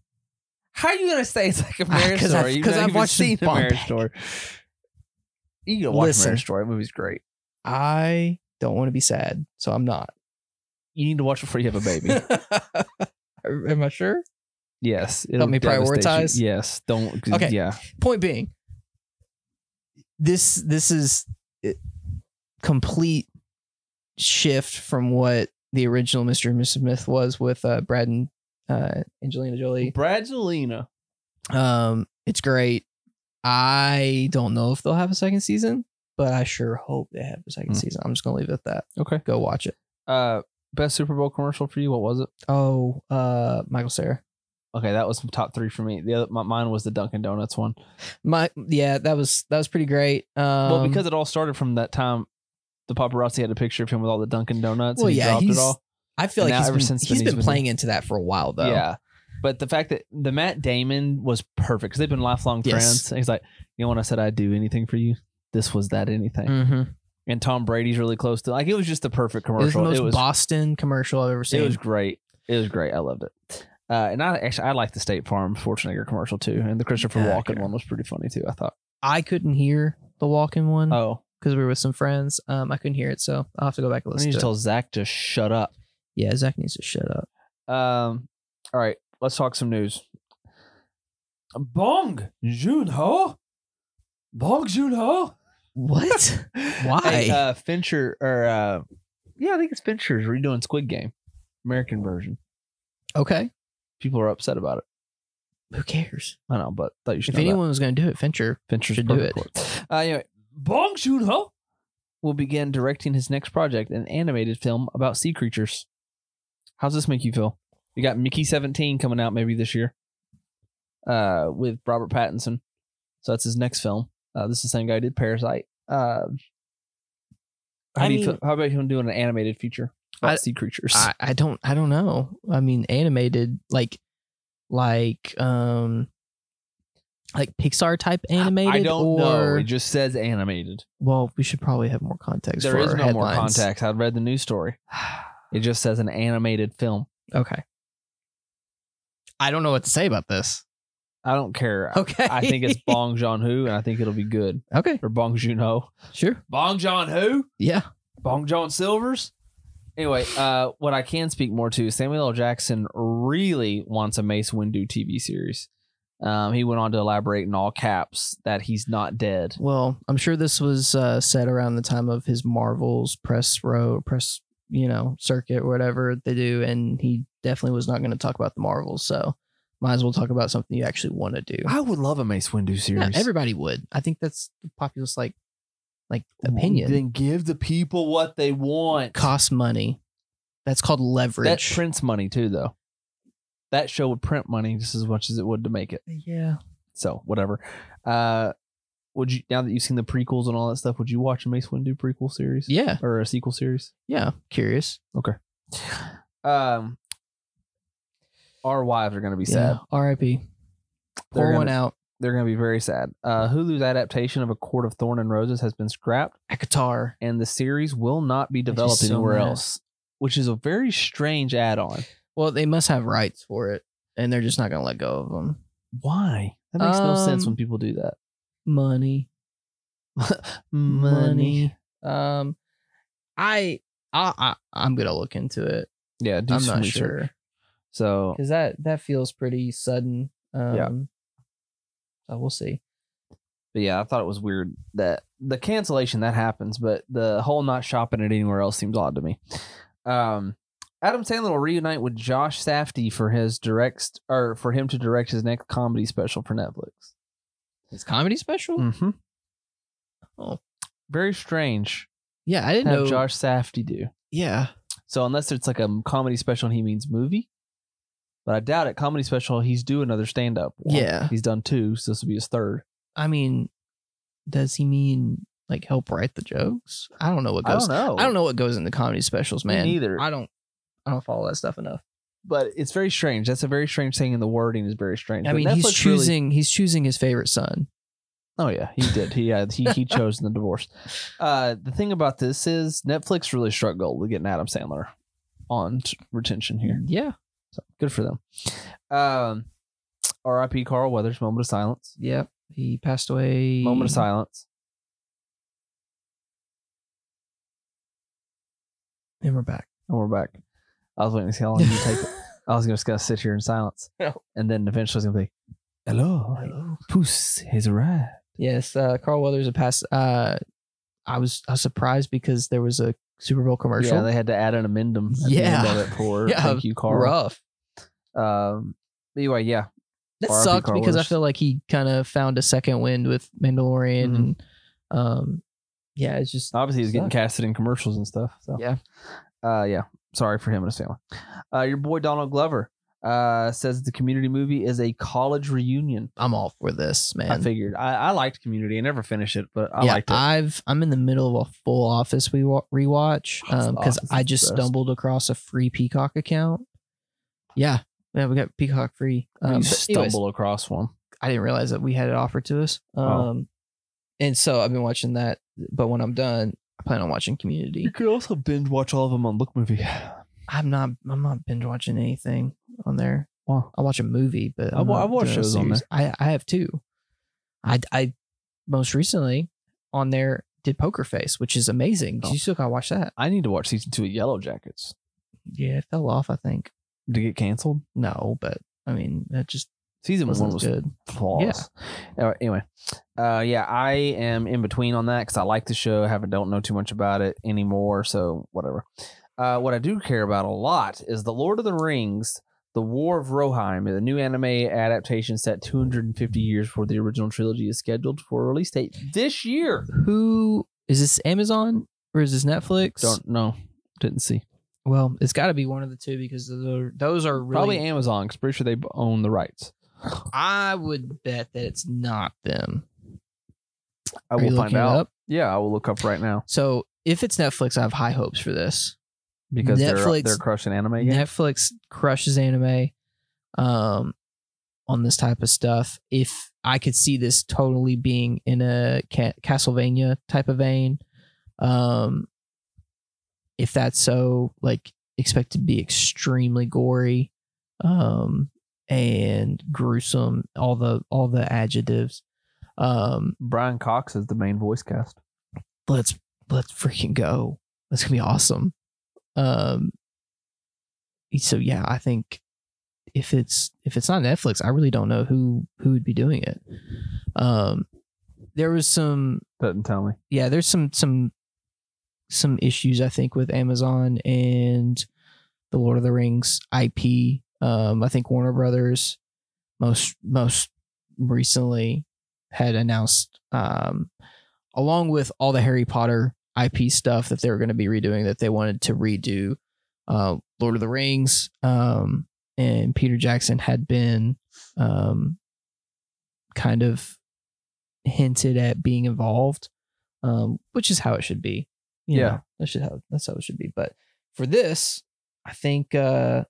Speaker 1: How are you gonna say it's like a
Speaker 2: Ah,
Speaker 1: marriage
Speaker 2: 'cause I've-
Speaker 1: story? You've
Speaker 2: 'cause
Speaker 1: not
Speaker 2: I've
Speaker 1: even
Speaker 2: watched
Speaker 1: seen a
Speaker 2: Bomb
Speaker 1: marriage
Speaker 2: Bag.
Speaker 1: story. You gotta watch
Speaker 2: Listen.
Speaker 1: Marriage Story. That movie's great.
Speaker 2: I don't want to be sad, so I'm not.
Speaker 1: You need to watch before you have a baby.
Speaker 2: Am I sure?
Speaker 1: yes, it'll
Speaker 2: Help me
Speaker 1: devastate you.
Speaker 2: prioritize?
Speaker 1: Yes, don't. 'cause-
Speaker 2: Okay.
Speaker 1: Yeah.
Speaker 2: Point being, this this is it- complete shift from what the original Mr. and Mrs. Smith was with uh, Brad and uh, Angelina Jolie.
Speaker 1: Bradgelina.
Speaker 2: Um, it's great. I don't know if they'll have a second season, but I sure hope they have a second
Speaker 1: Hmm.
Speaker 2: season. I'm just gonna leave it at that.
Speaker 1: Okay.
Speaker 2: Go watch it.
Speaker 1: Uh, best Super Bowl commercial for you? What was it?
Speaker 2: Oh, uh, Michael Sarah.
Speaker 1: Okay, that was top three for me. The other, my, mine was the Dunkin' Donuts one.
Speaker 2: My yeah, that was that was pretty great. Um,
Speaker 1: well, because it all started from that time. The paparazzi had a picture of him with all the Dunkin' Donuts,
Speaker 2: Well,
Speaker 1: and he
Speaker 2: yeah,
Speaker 1: dropped it
Speaker 2: he's-
Speaker 1: all.
Speaker 2: I feel like
Speaker 1: now
Speaker 2: he's
Speaker 1: ever
Speaker 2: been,
Speaker 1: since then
Speaker 2: he's
Speaker 1: he's
Speaker 2: been
Speaker 1: been-
Speaker 2: playing into that for a while though.
Speaker 1: Yeah. But the fact that the Matt Damon was perfect because they've been lifelong
Speaker 2: Yes.
Speaker 1: friends. And he's like, you know, when I said I'd do anything for you, this was that anything.
Speaker 2: Mhm.
Speaker 1: And Tom Brady's really close to like it was just the perfect
Speaker 2: it was the
Speaker 1: commercial.
Speaker 2: most
Speaker 1: It was it was,
Speaker 2: Boston commercial I've ever seen.
Speaker 1: great. It was great. I loved it. Uh, and I actually I like the State Farm Schwarzenegger commercial too, and the Christopher
Speaker 2: Yeah,
Speaker 1: Walken
Speaker 2: okay.
Speaker 1: one was pretty funny too. I thought.
Speaker 2: I couldn't hear the walking one
Speaker 1: Oh,
Speaker 2: because we were with some friends. Um, I couldn't hear it, so I'll have to go back
Speaker 1: I
Speaker 2: and listen
Speaker 1: need
Speaker 2: to
Speaker 1: to
Speaker 2: it.
Speaker 1: tell Zach to shut up.
Speaker 2: yeah, Zach needs to shut up.
Speaker 1: Um, all right, let's talk some news. Bong Joon-ho, Bong Joon-ho.
Speaker 2: What? Why?
Speaker 1: Hey, uh, Fincher or uh, yeah, I think it's Fincher's redoing Squid Game, American version.
Speaker 2: okay,
Speaker 1: People are upset about it.
Speaker 2: who cares?
Speaker 1: I know, but thought you should.
Speaker 2: If
Speaker 1: know that.
Speaker 2: anyone was going to do it, Fincher.
Speaker 1: Fincher's
Speaker 2: should do
Speaker 1: perfect
Speaker 2: it.
Speaker 1: for it. Uh, anyway, Bong Joon Ho will begin directing his next project, an animated film about sea creatures. How's this make you feel? You got Mickey Seventeen coming out maybe this year, uh, with Robert Pattinson. So that's his next film. Uh, this is the same guy who did Parasite. Uh, how
Speaker 2: I
Speaker 1: do you
Speaker 2: mean-
Speaker 1: feel, how about him doing an animated feature about
Speaker 2: I-
Speaker 1: sea creatures?
Speaker 2: I, I don't I don't know. I mean, animated like like um like Pixar type animated.
Speaker 1: I don't
Speaker 2: or,
Speaker 1: know. It just says animated.
Speaker 2: Well, we should probably have more context.
Speaker 1: There
Speaker 2: for
Speaker 1: is
Speaker 2: our
Speaker 1: no more
Speaker 2: headlines.
Speaker 1: context. I read the news story. It just says an animated film.
Speaker 2: okay. I don't know what to say about this.
Speaker 1: I don't care.
Speaker 2: Okay.
Speaker 1: I think it's Bong Joon Ho, and I think it'll be good.
Speaker 2: okay.
Speaker 1: Or Bong Joon Ho.
Speaker 2: Sure.
Speaker 1: Bong Joon Ho.
Speaker 2: Yeah.
Speaker 1: Bong Joon Silvers. Anyway, uh, what I can speak more to, Samuel L. Jackson really wants a Mace Windu TV series. Um, he went on to elaborate in all caps that he's not dead.
Speaker 2: Well, I'm sure this was uh, said around the time of his Marvel's press row press, you know, circuit, whatever they do, and he definitely was not going to talk about the Marvels. So, might as well talk about something you actually want to do.
Speaker 1: I would love a Mace Windu
Speaker 2: Yeah,
Speaker 1: series.
Speaker 2: everybody would. I think that's the populist like like opinion.
Speaker 1: Then give the people what they want.
Speaker 2: Costs money. That's called
Speaker 1: that
Speaker 2: leverage.
Speaker 1: prints money too, though. That show would print money just as much as it would to make it.
Speaker 2: yeah.
Speaker 1: So whatever. Uh, Would you now that you've seen the prequels and all that stuff? Would you watch a Mace Windu prequel series
Speaker 2: Yeah.
Speaker 1: or a sequel series?
Speaker 2: Yeah. Curious.
Speaker 1: Um, our wives are going to be sad.
Speaker 2: Yeah. R.I.P.
Speaker 1: They're
Speaker 2: Pour
Speaker 1: gonna-
Speaker 2: one out.
Speaker 1: They're going to be very sad. Uh, Hulu's adaptation of A Court of Thorn and Roses has been scrapped,
Speaker 2: A guitar.
Speaker 1: and the series will not be
Speaker 2: just
Speaker 1: developed
Speaker 2: so
Speaker 1: anywhere
Speaker 2: mad.
Speaker 1: else, which is a very strange add-on.
Speaker 2: Well, they must have rights for it, and they're just not gonna let go of them.
Speaker 1: Why? That makes no sense
Speaker 2: Um,
Speaker 1: when people do that.
Speaker 2: Money.
Speaker 1: Money.
Speaker 2: Um, I, I, I I'm gonna look into it.
Speaker 1: Yeah, do
Speaker 2: I'm
Speaker 1: some
Speaker 2: not
Speaker 1: research.
Speaker 2: sure
Speaker 1: So
Speaker 2: because that that feels pretty sudden. Um,
Speaker 1: Yeah.
Speaker 2: So we'll see.
Speaker 1: But yeah, I thought it was weird that the cancellation that happens, but the whole not shopping it anywhere else seems odd to me. Um, Adam Sandler will reunite with Josh Safdie for his direct or for him to direct his next comedy special for Netflix.
Speaker 2: It's comedy special.
Speaker 1: Mm-hmm.
Speaker 2: Oh.
Speaker 1: Very strange.
Speaker 2: Yeah, I didn't
Speaker 1: Have
Speaker 2: know.
Speaker 1: Josh Safdie do
Speaker 2: Yeah,
Speaker 1: so unless it's like a comedy special and he means movie, but I doubt it. Comedy special, he's due another stand up.
Speaker 2: Yeah.
Speaker 1: he's done two, so this will be his third.
Speaker 2: I mean, does he mean like help write the jokes? I don't know what goes.
Speaker 1: know.
Speaker 2: I don't know what goes into comedy specials,
Speaker 1: Me
Speaker 2: man.
Speaker 1: neither.
Speaker 2: I don't. I don't follow that stuff enough.
Speaker 1: but it's very strange. That's a very strange thing, and the wording is very strange.
Speaker 2: I
Speaker 1: But
Speaker 2: mean, he's
Speaker 1: Netflix really-
Speaker 2: choosing. he's choosing his favorite son.
Speaker 1: oh yeah, he did. He uh, he he chose the divorce. Uh, the thing about this is Netflix really struck gold with getting Adam Sandler on t- retention here.
Speaker 2: Yeah,
Speaker 1: So good for them. Um, R.I.P. Carl Weathers. Moment of silence.
Speaker 2: yeah. He passed away.
Speaker 1: Moment of silence.
Speaker 2: And we're back.
Speaker 1: And we're back. I was waiting to see how long you take it. I was just gonna sit here in silence,
Speaker 2: No.
Speaker 1: and then eventually it's gonna be, "Hello,
Speaker 2: Hello.
Speaker 1: Puss has arrived."
Speaker 2: Yes, uh, Carl Weathers a pass. Uh, I was I was surprised because there was a Super Bowl commercial.
Speaker 1: Yeah, they had to add an amendum. At
Speaker 2: Yeah.
Speaker 1: the end of it for
Speaker 2: Yeah,
Speaker 1: thank you, Carl.
Speaker 2: Rough.
Speaker 1: Um, anyway, yeah,
Speaker 2: That
Speaker 1: RIP
Speaker 2: sucked
Speaker 1: Carl
Speaker 2: because I
Speaker 1: Weathers.
Speaker 2: feel like he kind of found a second wind with Mandalorian.
Speaker 1: Mhm.
Speaker 2: And, um, yeah, it's just
Speaker 1: obviously he's getting casted in commercials and stuff. So
Speaker 2: Yeah.
Speaker 1: uh, yeah. Sorry for him and his family. Uh, your boy Donald Glover uh says the Community movie is a college reunion.
Speaker 2: I'm all for this, man.
Speaker 1: I figured I, I liked Community. I never finished it, but I
Speaker 2: yeah,
Speaker 1: liked it.
Speaker 2: I've I'm in the middle of a full Office we wa- rewatch because
Speaker 1: Office is
Speaker 2: I
Speaker 1: the
Speaker 2: just
Speaker 1: best.
Speaker 2: stumbled across a free Peacock account. Yeah, yeah, we got Peacock free.
Speaker 1: We
Speaker 2: but um, anyways,
Speaker 1: stumble across one.
Speaker 2: I didn't realize that we had it offered to us. Um,
Speaker 1: Oh.
Speaker 2: and so I've been watching that. But when I'm done, I plan on watching Community.
Speaker 1: could also binge watch all of them on Look Movie.
Speaker 2: I'm not I'm not binge watching anything on there.
Speaker 1: Wow.
Speaker 2: I watch a movie, but
Speaker 1: I
Speaker 2: I'm
Speaker 1: wa-
Speaker 2: not
Speaker 1: I watch
Speaker 2: doing a
Speaker 1: shows on
Speaker 2: series. I I have two. I I most recently on there did Poker Face, which is amazing.
Speaker 1: Oh.
Speaker 2: You still gotta watch that.
Speaker 1: I need to watch season two of Yellow Jackets.
Speaker 2: Yeah, it fell off. I think
Speaker 1: Did it get canceled?
Speaker 2: no, but I mean that just
Speaker 1: Season
Speaker 2: wasn't
Speaker 1: one was
Speaker 2: as good.
Speaker 1: flaws. Yeah. Anyway, uh, yeah, I am in between on that because I like the show. I haven't don't know too much about it anymore, so whatever. Uh, what I do care about a lot is the Lord of the Rings: The War of Rohirrim, the new anime adaptation set 250 years before the original trilogy is scheduled for a release date this year.
Speaker 2: Who is this? Amazon or is this Netflix?
Speaker 1: Don't know, didn't see.
Speaker 2: Well, it's got to be one of the two because those are, those are really.
Speaker 1: Probably Amazon because pretty sure they own the rights.
Speaker 2: I would bet that it's not them.
Speaker 1: I
Speaker 2: Are you
Speaker 1: will find
Speaker 2: looking it
Speaker 1: out.
Speaker 2: up?
Speaker 1: Yeah, I will look up right now
Speaker 2: So if it's Netflix, I have high hopes for this.
Speaker 1: because they're
Speaker 2: Netflix-
Speaker 1: they're crushing anime. Again.
Speaker 2: Netflix crushes anime um on this type of stuff. If I could see this totally being in a Ca- Castlevania type of vein, um if that's so, like expect to be extremely gory um and gruesome, all the all the adjectives. Um
Speaker 1: Brian Cox is the main voice cast.
Speaker 2: let's let's freaking go. That's gonna be awesome. Um so yeah, I think if it's if it's not Netflix, I really don't know who who would be doing it. Um there was some
Speaker 1: Doesn't tell me.
Speaker 2: yeah, there's some some some issues I think with Amazon and the Lord of the Rings IP. Um, I think Warner Brothers most most recently had announced, um, along with all the Harry Potter IP stuff that they were going to be redoing, that they wanted to redo uh, Lord of the Rings. Um, and Peter Jackson had been um, kind of hinted at being involved, um, which is how it should be. You
Speaker 1: Yeah.
Speaker 2: know, that's should how that's how it should be. But for this, I think uh,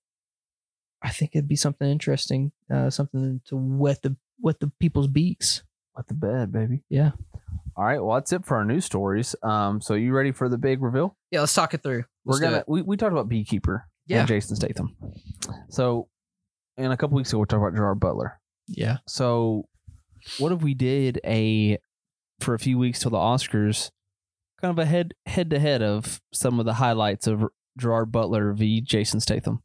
Speaker 2: I think it'd be something interesting, uh, something to wet the wet the people's beaks.
Speaker 1: What the bed, baby.
Speaker 2: Yeah.
Speaker 1: All right. Well, that's it for our news stories. Um, so you ready for the big reveal?
Speaker 2: Yeah, let's talk it through.
Speaker 1: We're gonna we, we talked about beekeeper
Speaker 2: Yeah.
Speaker 1: and Jason Statham. So, and a couple weeks ago we talked about Gerard Butler.
Speaker 2: yeah.
Speaker 1: So, what if we did a for a few weeks till the Oscars, kind of a head head to head of some of the highlights of Gerard Butler v Jason Statham?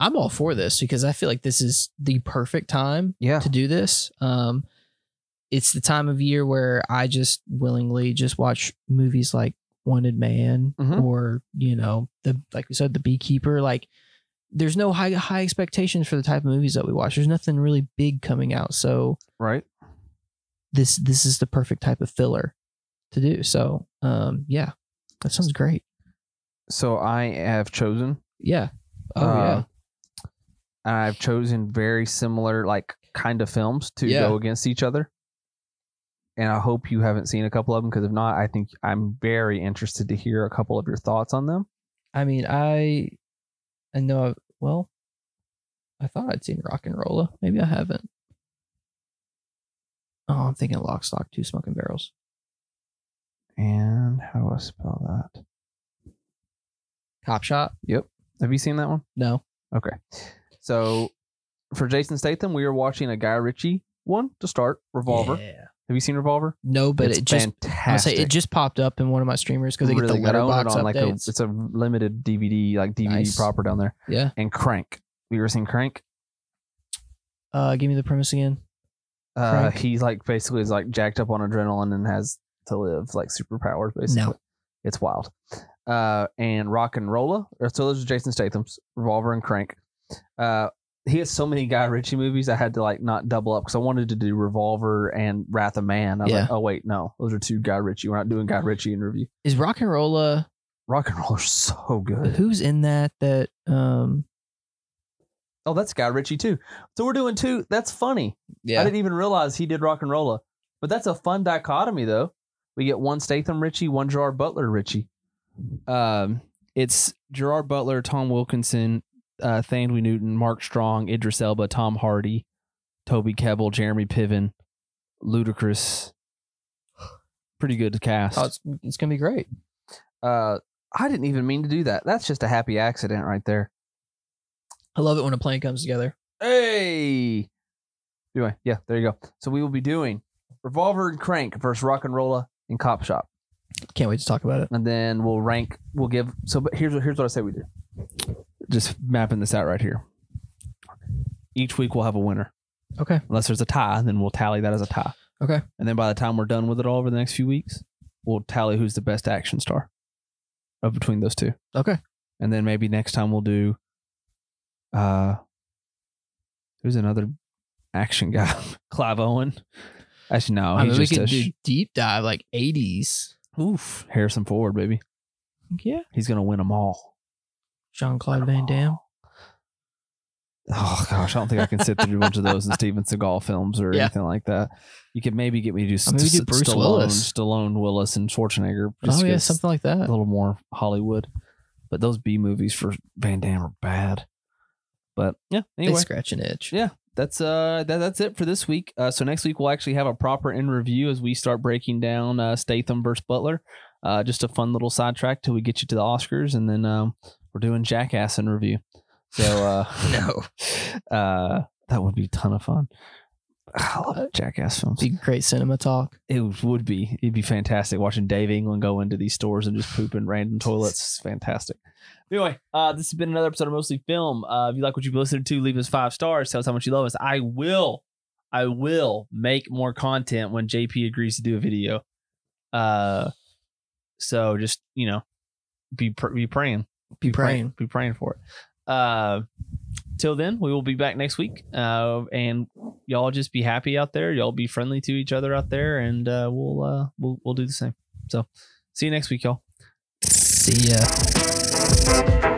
Speaker 2: I'm all for this because I feel like this is the perfect time
Speaker 1: Yeah,
Speaker 2: to do this. Um, it's the time of year where I just willingly just watch movies like Wanted Man
Speaker 1: Mhm.
Speaker 2: or you know the like we said the Beekeeper. Like, there's no high high expectations for the type of movies that we watch. There's nothing really big coming out, so
Speaker 1: right.
Speaker 2: this this is the perfect type of filler to do. So, um, yeah, that sounds great.
Speaker 1: So I have chosen.
Speaker 2: Yeah. Oh yeah.
Speaker 1: Uh, And I've chosen very similar, like kind of films to
Speaker 2: Yeah.
Speaker 1: go against each other. And I hope you haven't seen a couple of them because if not, I think I'm very interested to hear a couple of your thoughts on them.
Speaker 2: I mean, I I know. I, well, I thought I'd seen Rock and Rolla. Maybe I haven't. Oh, I'm thinking Lock, Stock, Two Smoking Barrels.
Speaker 1: And how do I spell that?
Speaker 2: Cop Shot.
Speaker 1: Have you seen that one?
Speaker 2: No.
Speaker 1: Okay. So for Jason Statham, we are watching a Guy Ritchie one to start, Revolver.
Speaker 2: Yeah.
Speaker 1: Have you seen Revolver?
Speaker 2: No, but
Speaker 1: it's
Speaker 2: it just I'll
Speaker 1: fantastic.
Speaker 2: say it just popped up in one of my streamers because I get
Speaker 1: Really
Speaker 2: the
Speaker 1: good. I own it
Speaker 2: letterbox
Speaker 1: on like a,
Speaker 2: updates.
Speaker 1: it's a limited DVD, like DVD
Speaker 2: Nice.
Speaker 1: proper down there.
Speaker 2: yeah.
Speaker 1: And Crank. Have you ever seen Crank?
Speaker 2: Uh, give me the premise again.
Speaker 1: Uh,
Speaker 2: Crank.
Speaker 1: he like basically is like jacked up on adrenaline and has to live like superpowers. Basically, it's wild. Uh, and rock and rolla. So those are Jason Statham's Revolver and Crank. Uh, he has so many Guy Ritchie movies. I had to like not double up because I wanted to do Revolver and Wrath of Man. I was like,
Speaker 2: Yeah.
Speaker 1: oh wait, no, those are two Guy Ritchie. We're not doing Guy Ritchie in review.
Speaker 2: Is Rock and Rolla?
Speaker 1: Rock and roll are so good.
Speaker 2: Who's in that? That um.
Speaker 1: Oh, that's Guy Ritchie too. So we're doing two. That's funny.
Speaker 2: Yeah.
Speaker 1: I didn't even realize he did rock and rolla. But that's a fun dichotomy, though. We get one Statham Richie, one Gerard Butler Richie. Um, it's Gerard Butler, Tom Wilkinson, uh, Thandwe Newton, Mark Strong, Idris Elba, Tom Hardy, Toby Kebbell, Jeremy Piven, ludicrous. Pretty good cast.
Speaker 2: Oh, it's, it's gonna be great.
Speaker 1: Uh, I didn't even mean to do that. That's just a happy accident right there.
Speaker 2: I love it when a plan comes together.
Speaker 1: Hey. Anyway, yeah, there you go. So we will be doing Revolver and Crank versus Rock and Rolla and Cop Shop.
Speaker 2: Can't wait to talk about it.
Speaker 1: and then we'll rank. We'll give. So, but here's what here's what I say we do. Just mapping this out right here. Each week we'll have a winner,
Speaker 2: Okay.
Speaker 1: unless there's a tie, then we'll tally that as a tie.
Speaker 2: Okay.
Speaker 1: And then by the time we're done with it all over the next few weeks, we'll tally who's the best action star of between those two.
Speaker 2: Okay.
Speaker 1: And then maybe next time we'll do. Uh, who's another action guy? Clive Owen. Actually, no,
Speaker 2: I
Speaker 1: Oh, he's
Speaker 2: mean, we
Speaker 1: just a
Speaker 2: could do
Speaker 1: sh-
Speaker 2: deep dive like 80s.
Speaker 1: oof Harrison Ford, baby.
Speaker 2: Yeah.
Speaker 1: He's gonna win them all.
Speaker 2: Jean Claude Van Damme.
Speaker 1: Oh gosh, I don't think I can sit through a bunch of those in Steven Seagal films or
Speaker 2: Yeah.
Speaker 1: anything like that. You could maybe get me to do,
Speaker 2: I mean, we
Speaker 1: St-
Speaker 2: do Bruce
Speaker 1: Stallone,
Speaker 2: Willis.
Speaker 1: Stallone, Willis, and Schwarzenegger. just
Speaker 2: oh yeah,
Speaker 1: 'cause
Speaker 2: something like
Speaker 1: a
Speaker 2: that.
Speaker 1: little more Hollywood. But those B movies for Van Damme are bad. But yeah,
Speaker 2: They
Speaker 1: anyway,
Speaker 2: scratch an itch.
Speaker 1: Yeah. that's uh that, that's it for this week. Uh, so next week we'll actually have a proper in review as we start breaking down uh, Statham versus Butler. Uh, just a fun little sidetrack till we get you to the Oscars, and then um, we're doing Jackass in review. So uh,
Speaker 2: No,
Speaker 1: uh, that would be a ton of fun. I love Jackass films.
Speaker 2: be great cinema talk.
Speaker 1: It would be. It'd be fantastic watching Dave England go into these stores and just poop in random toilets. It's fantastic. Anyway, uh, this has been another episode of Mostly Film. Uh, if you like what you've listened to, leave us five stars. Tell us how much you love us. I will, I will make more content when JP agrees to do a video. Uh, so just you know, be pr- be praying,
Speaker 2: Be praying.
Speaker 1: be praying for it. Uh, till then, we will be back next week. Uh, and y'all just be happy out there. Y'all be friendly to each other out there, and uh, we'll uh, we'll we'll do the same. So, see you next week, y'all.
Speaker 2: See ya.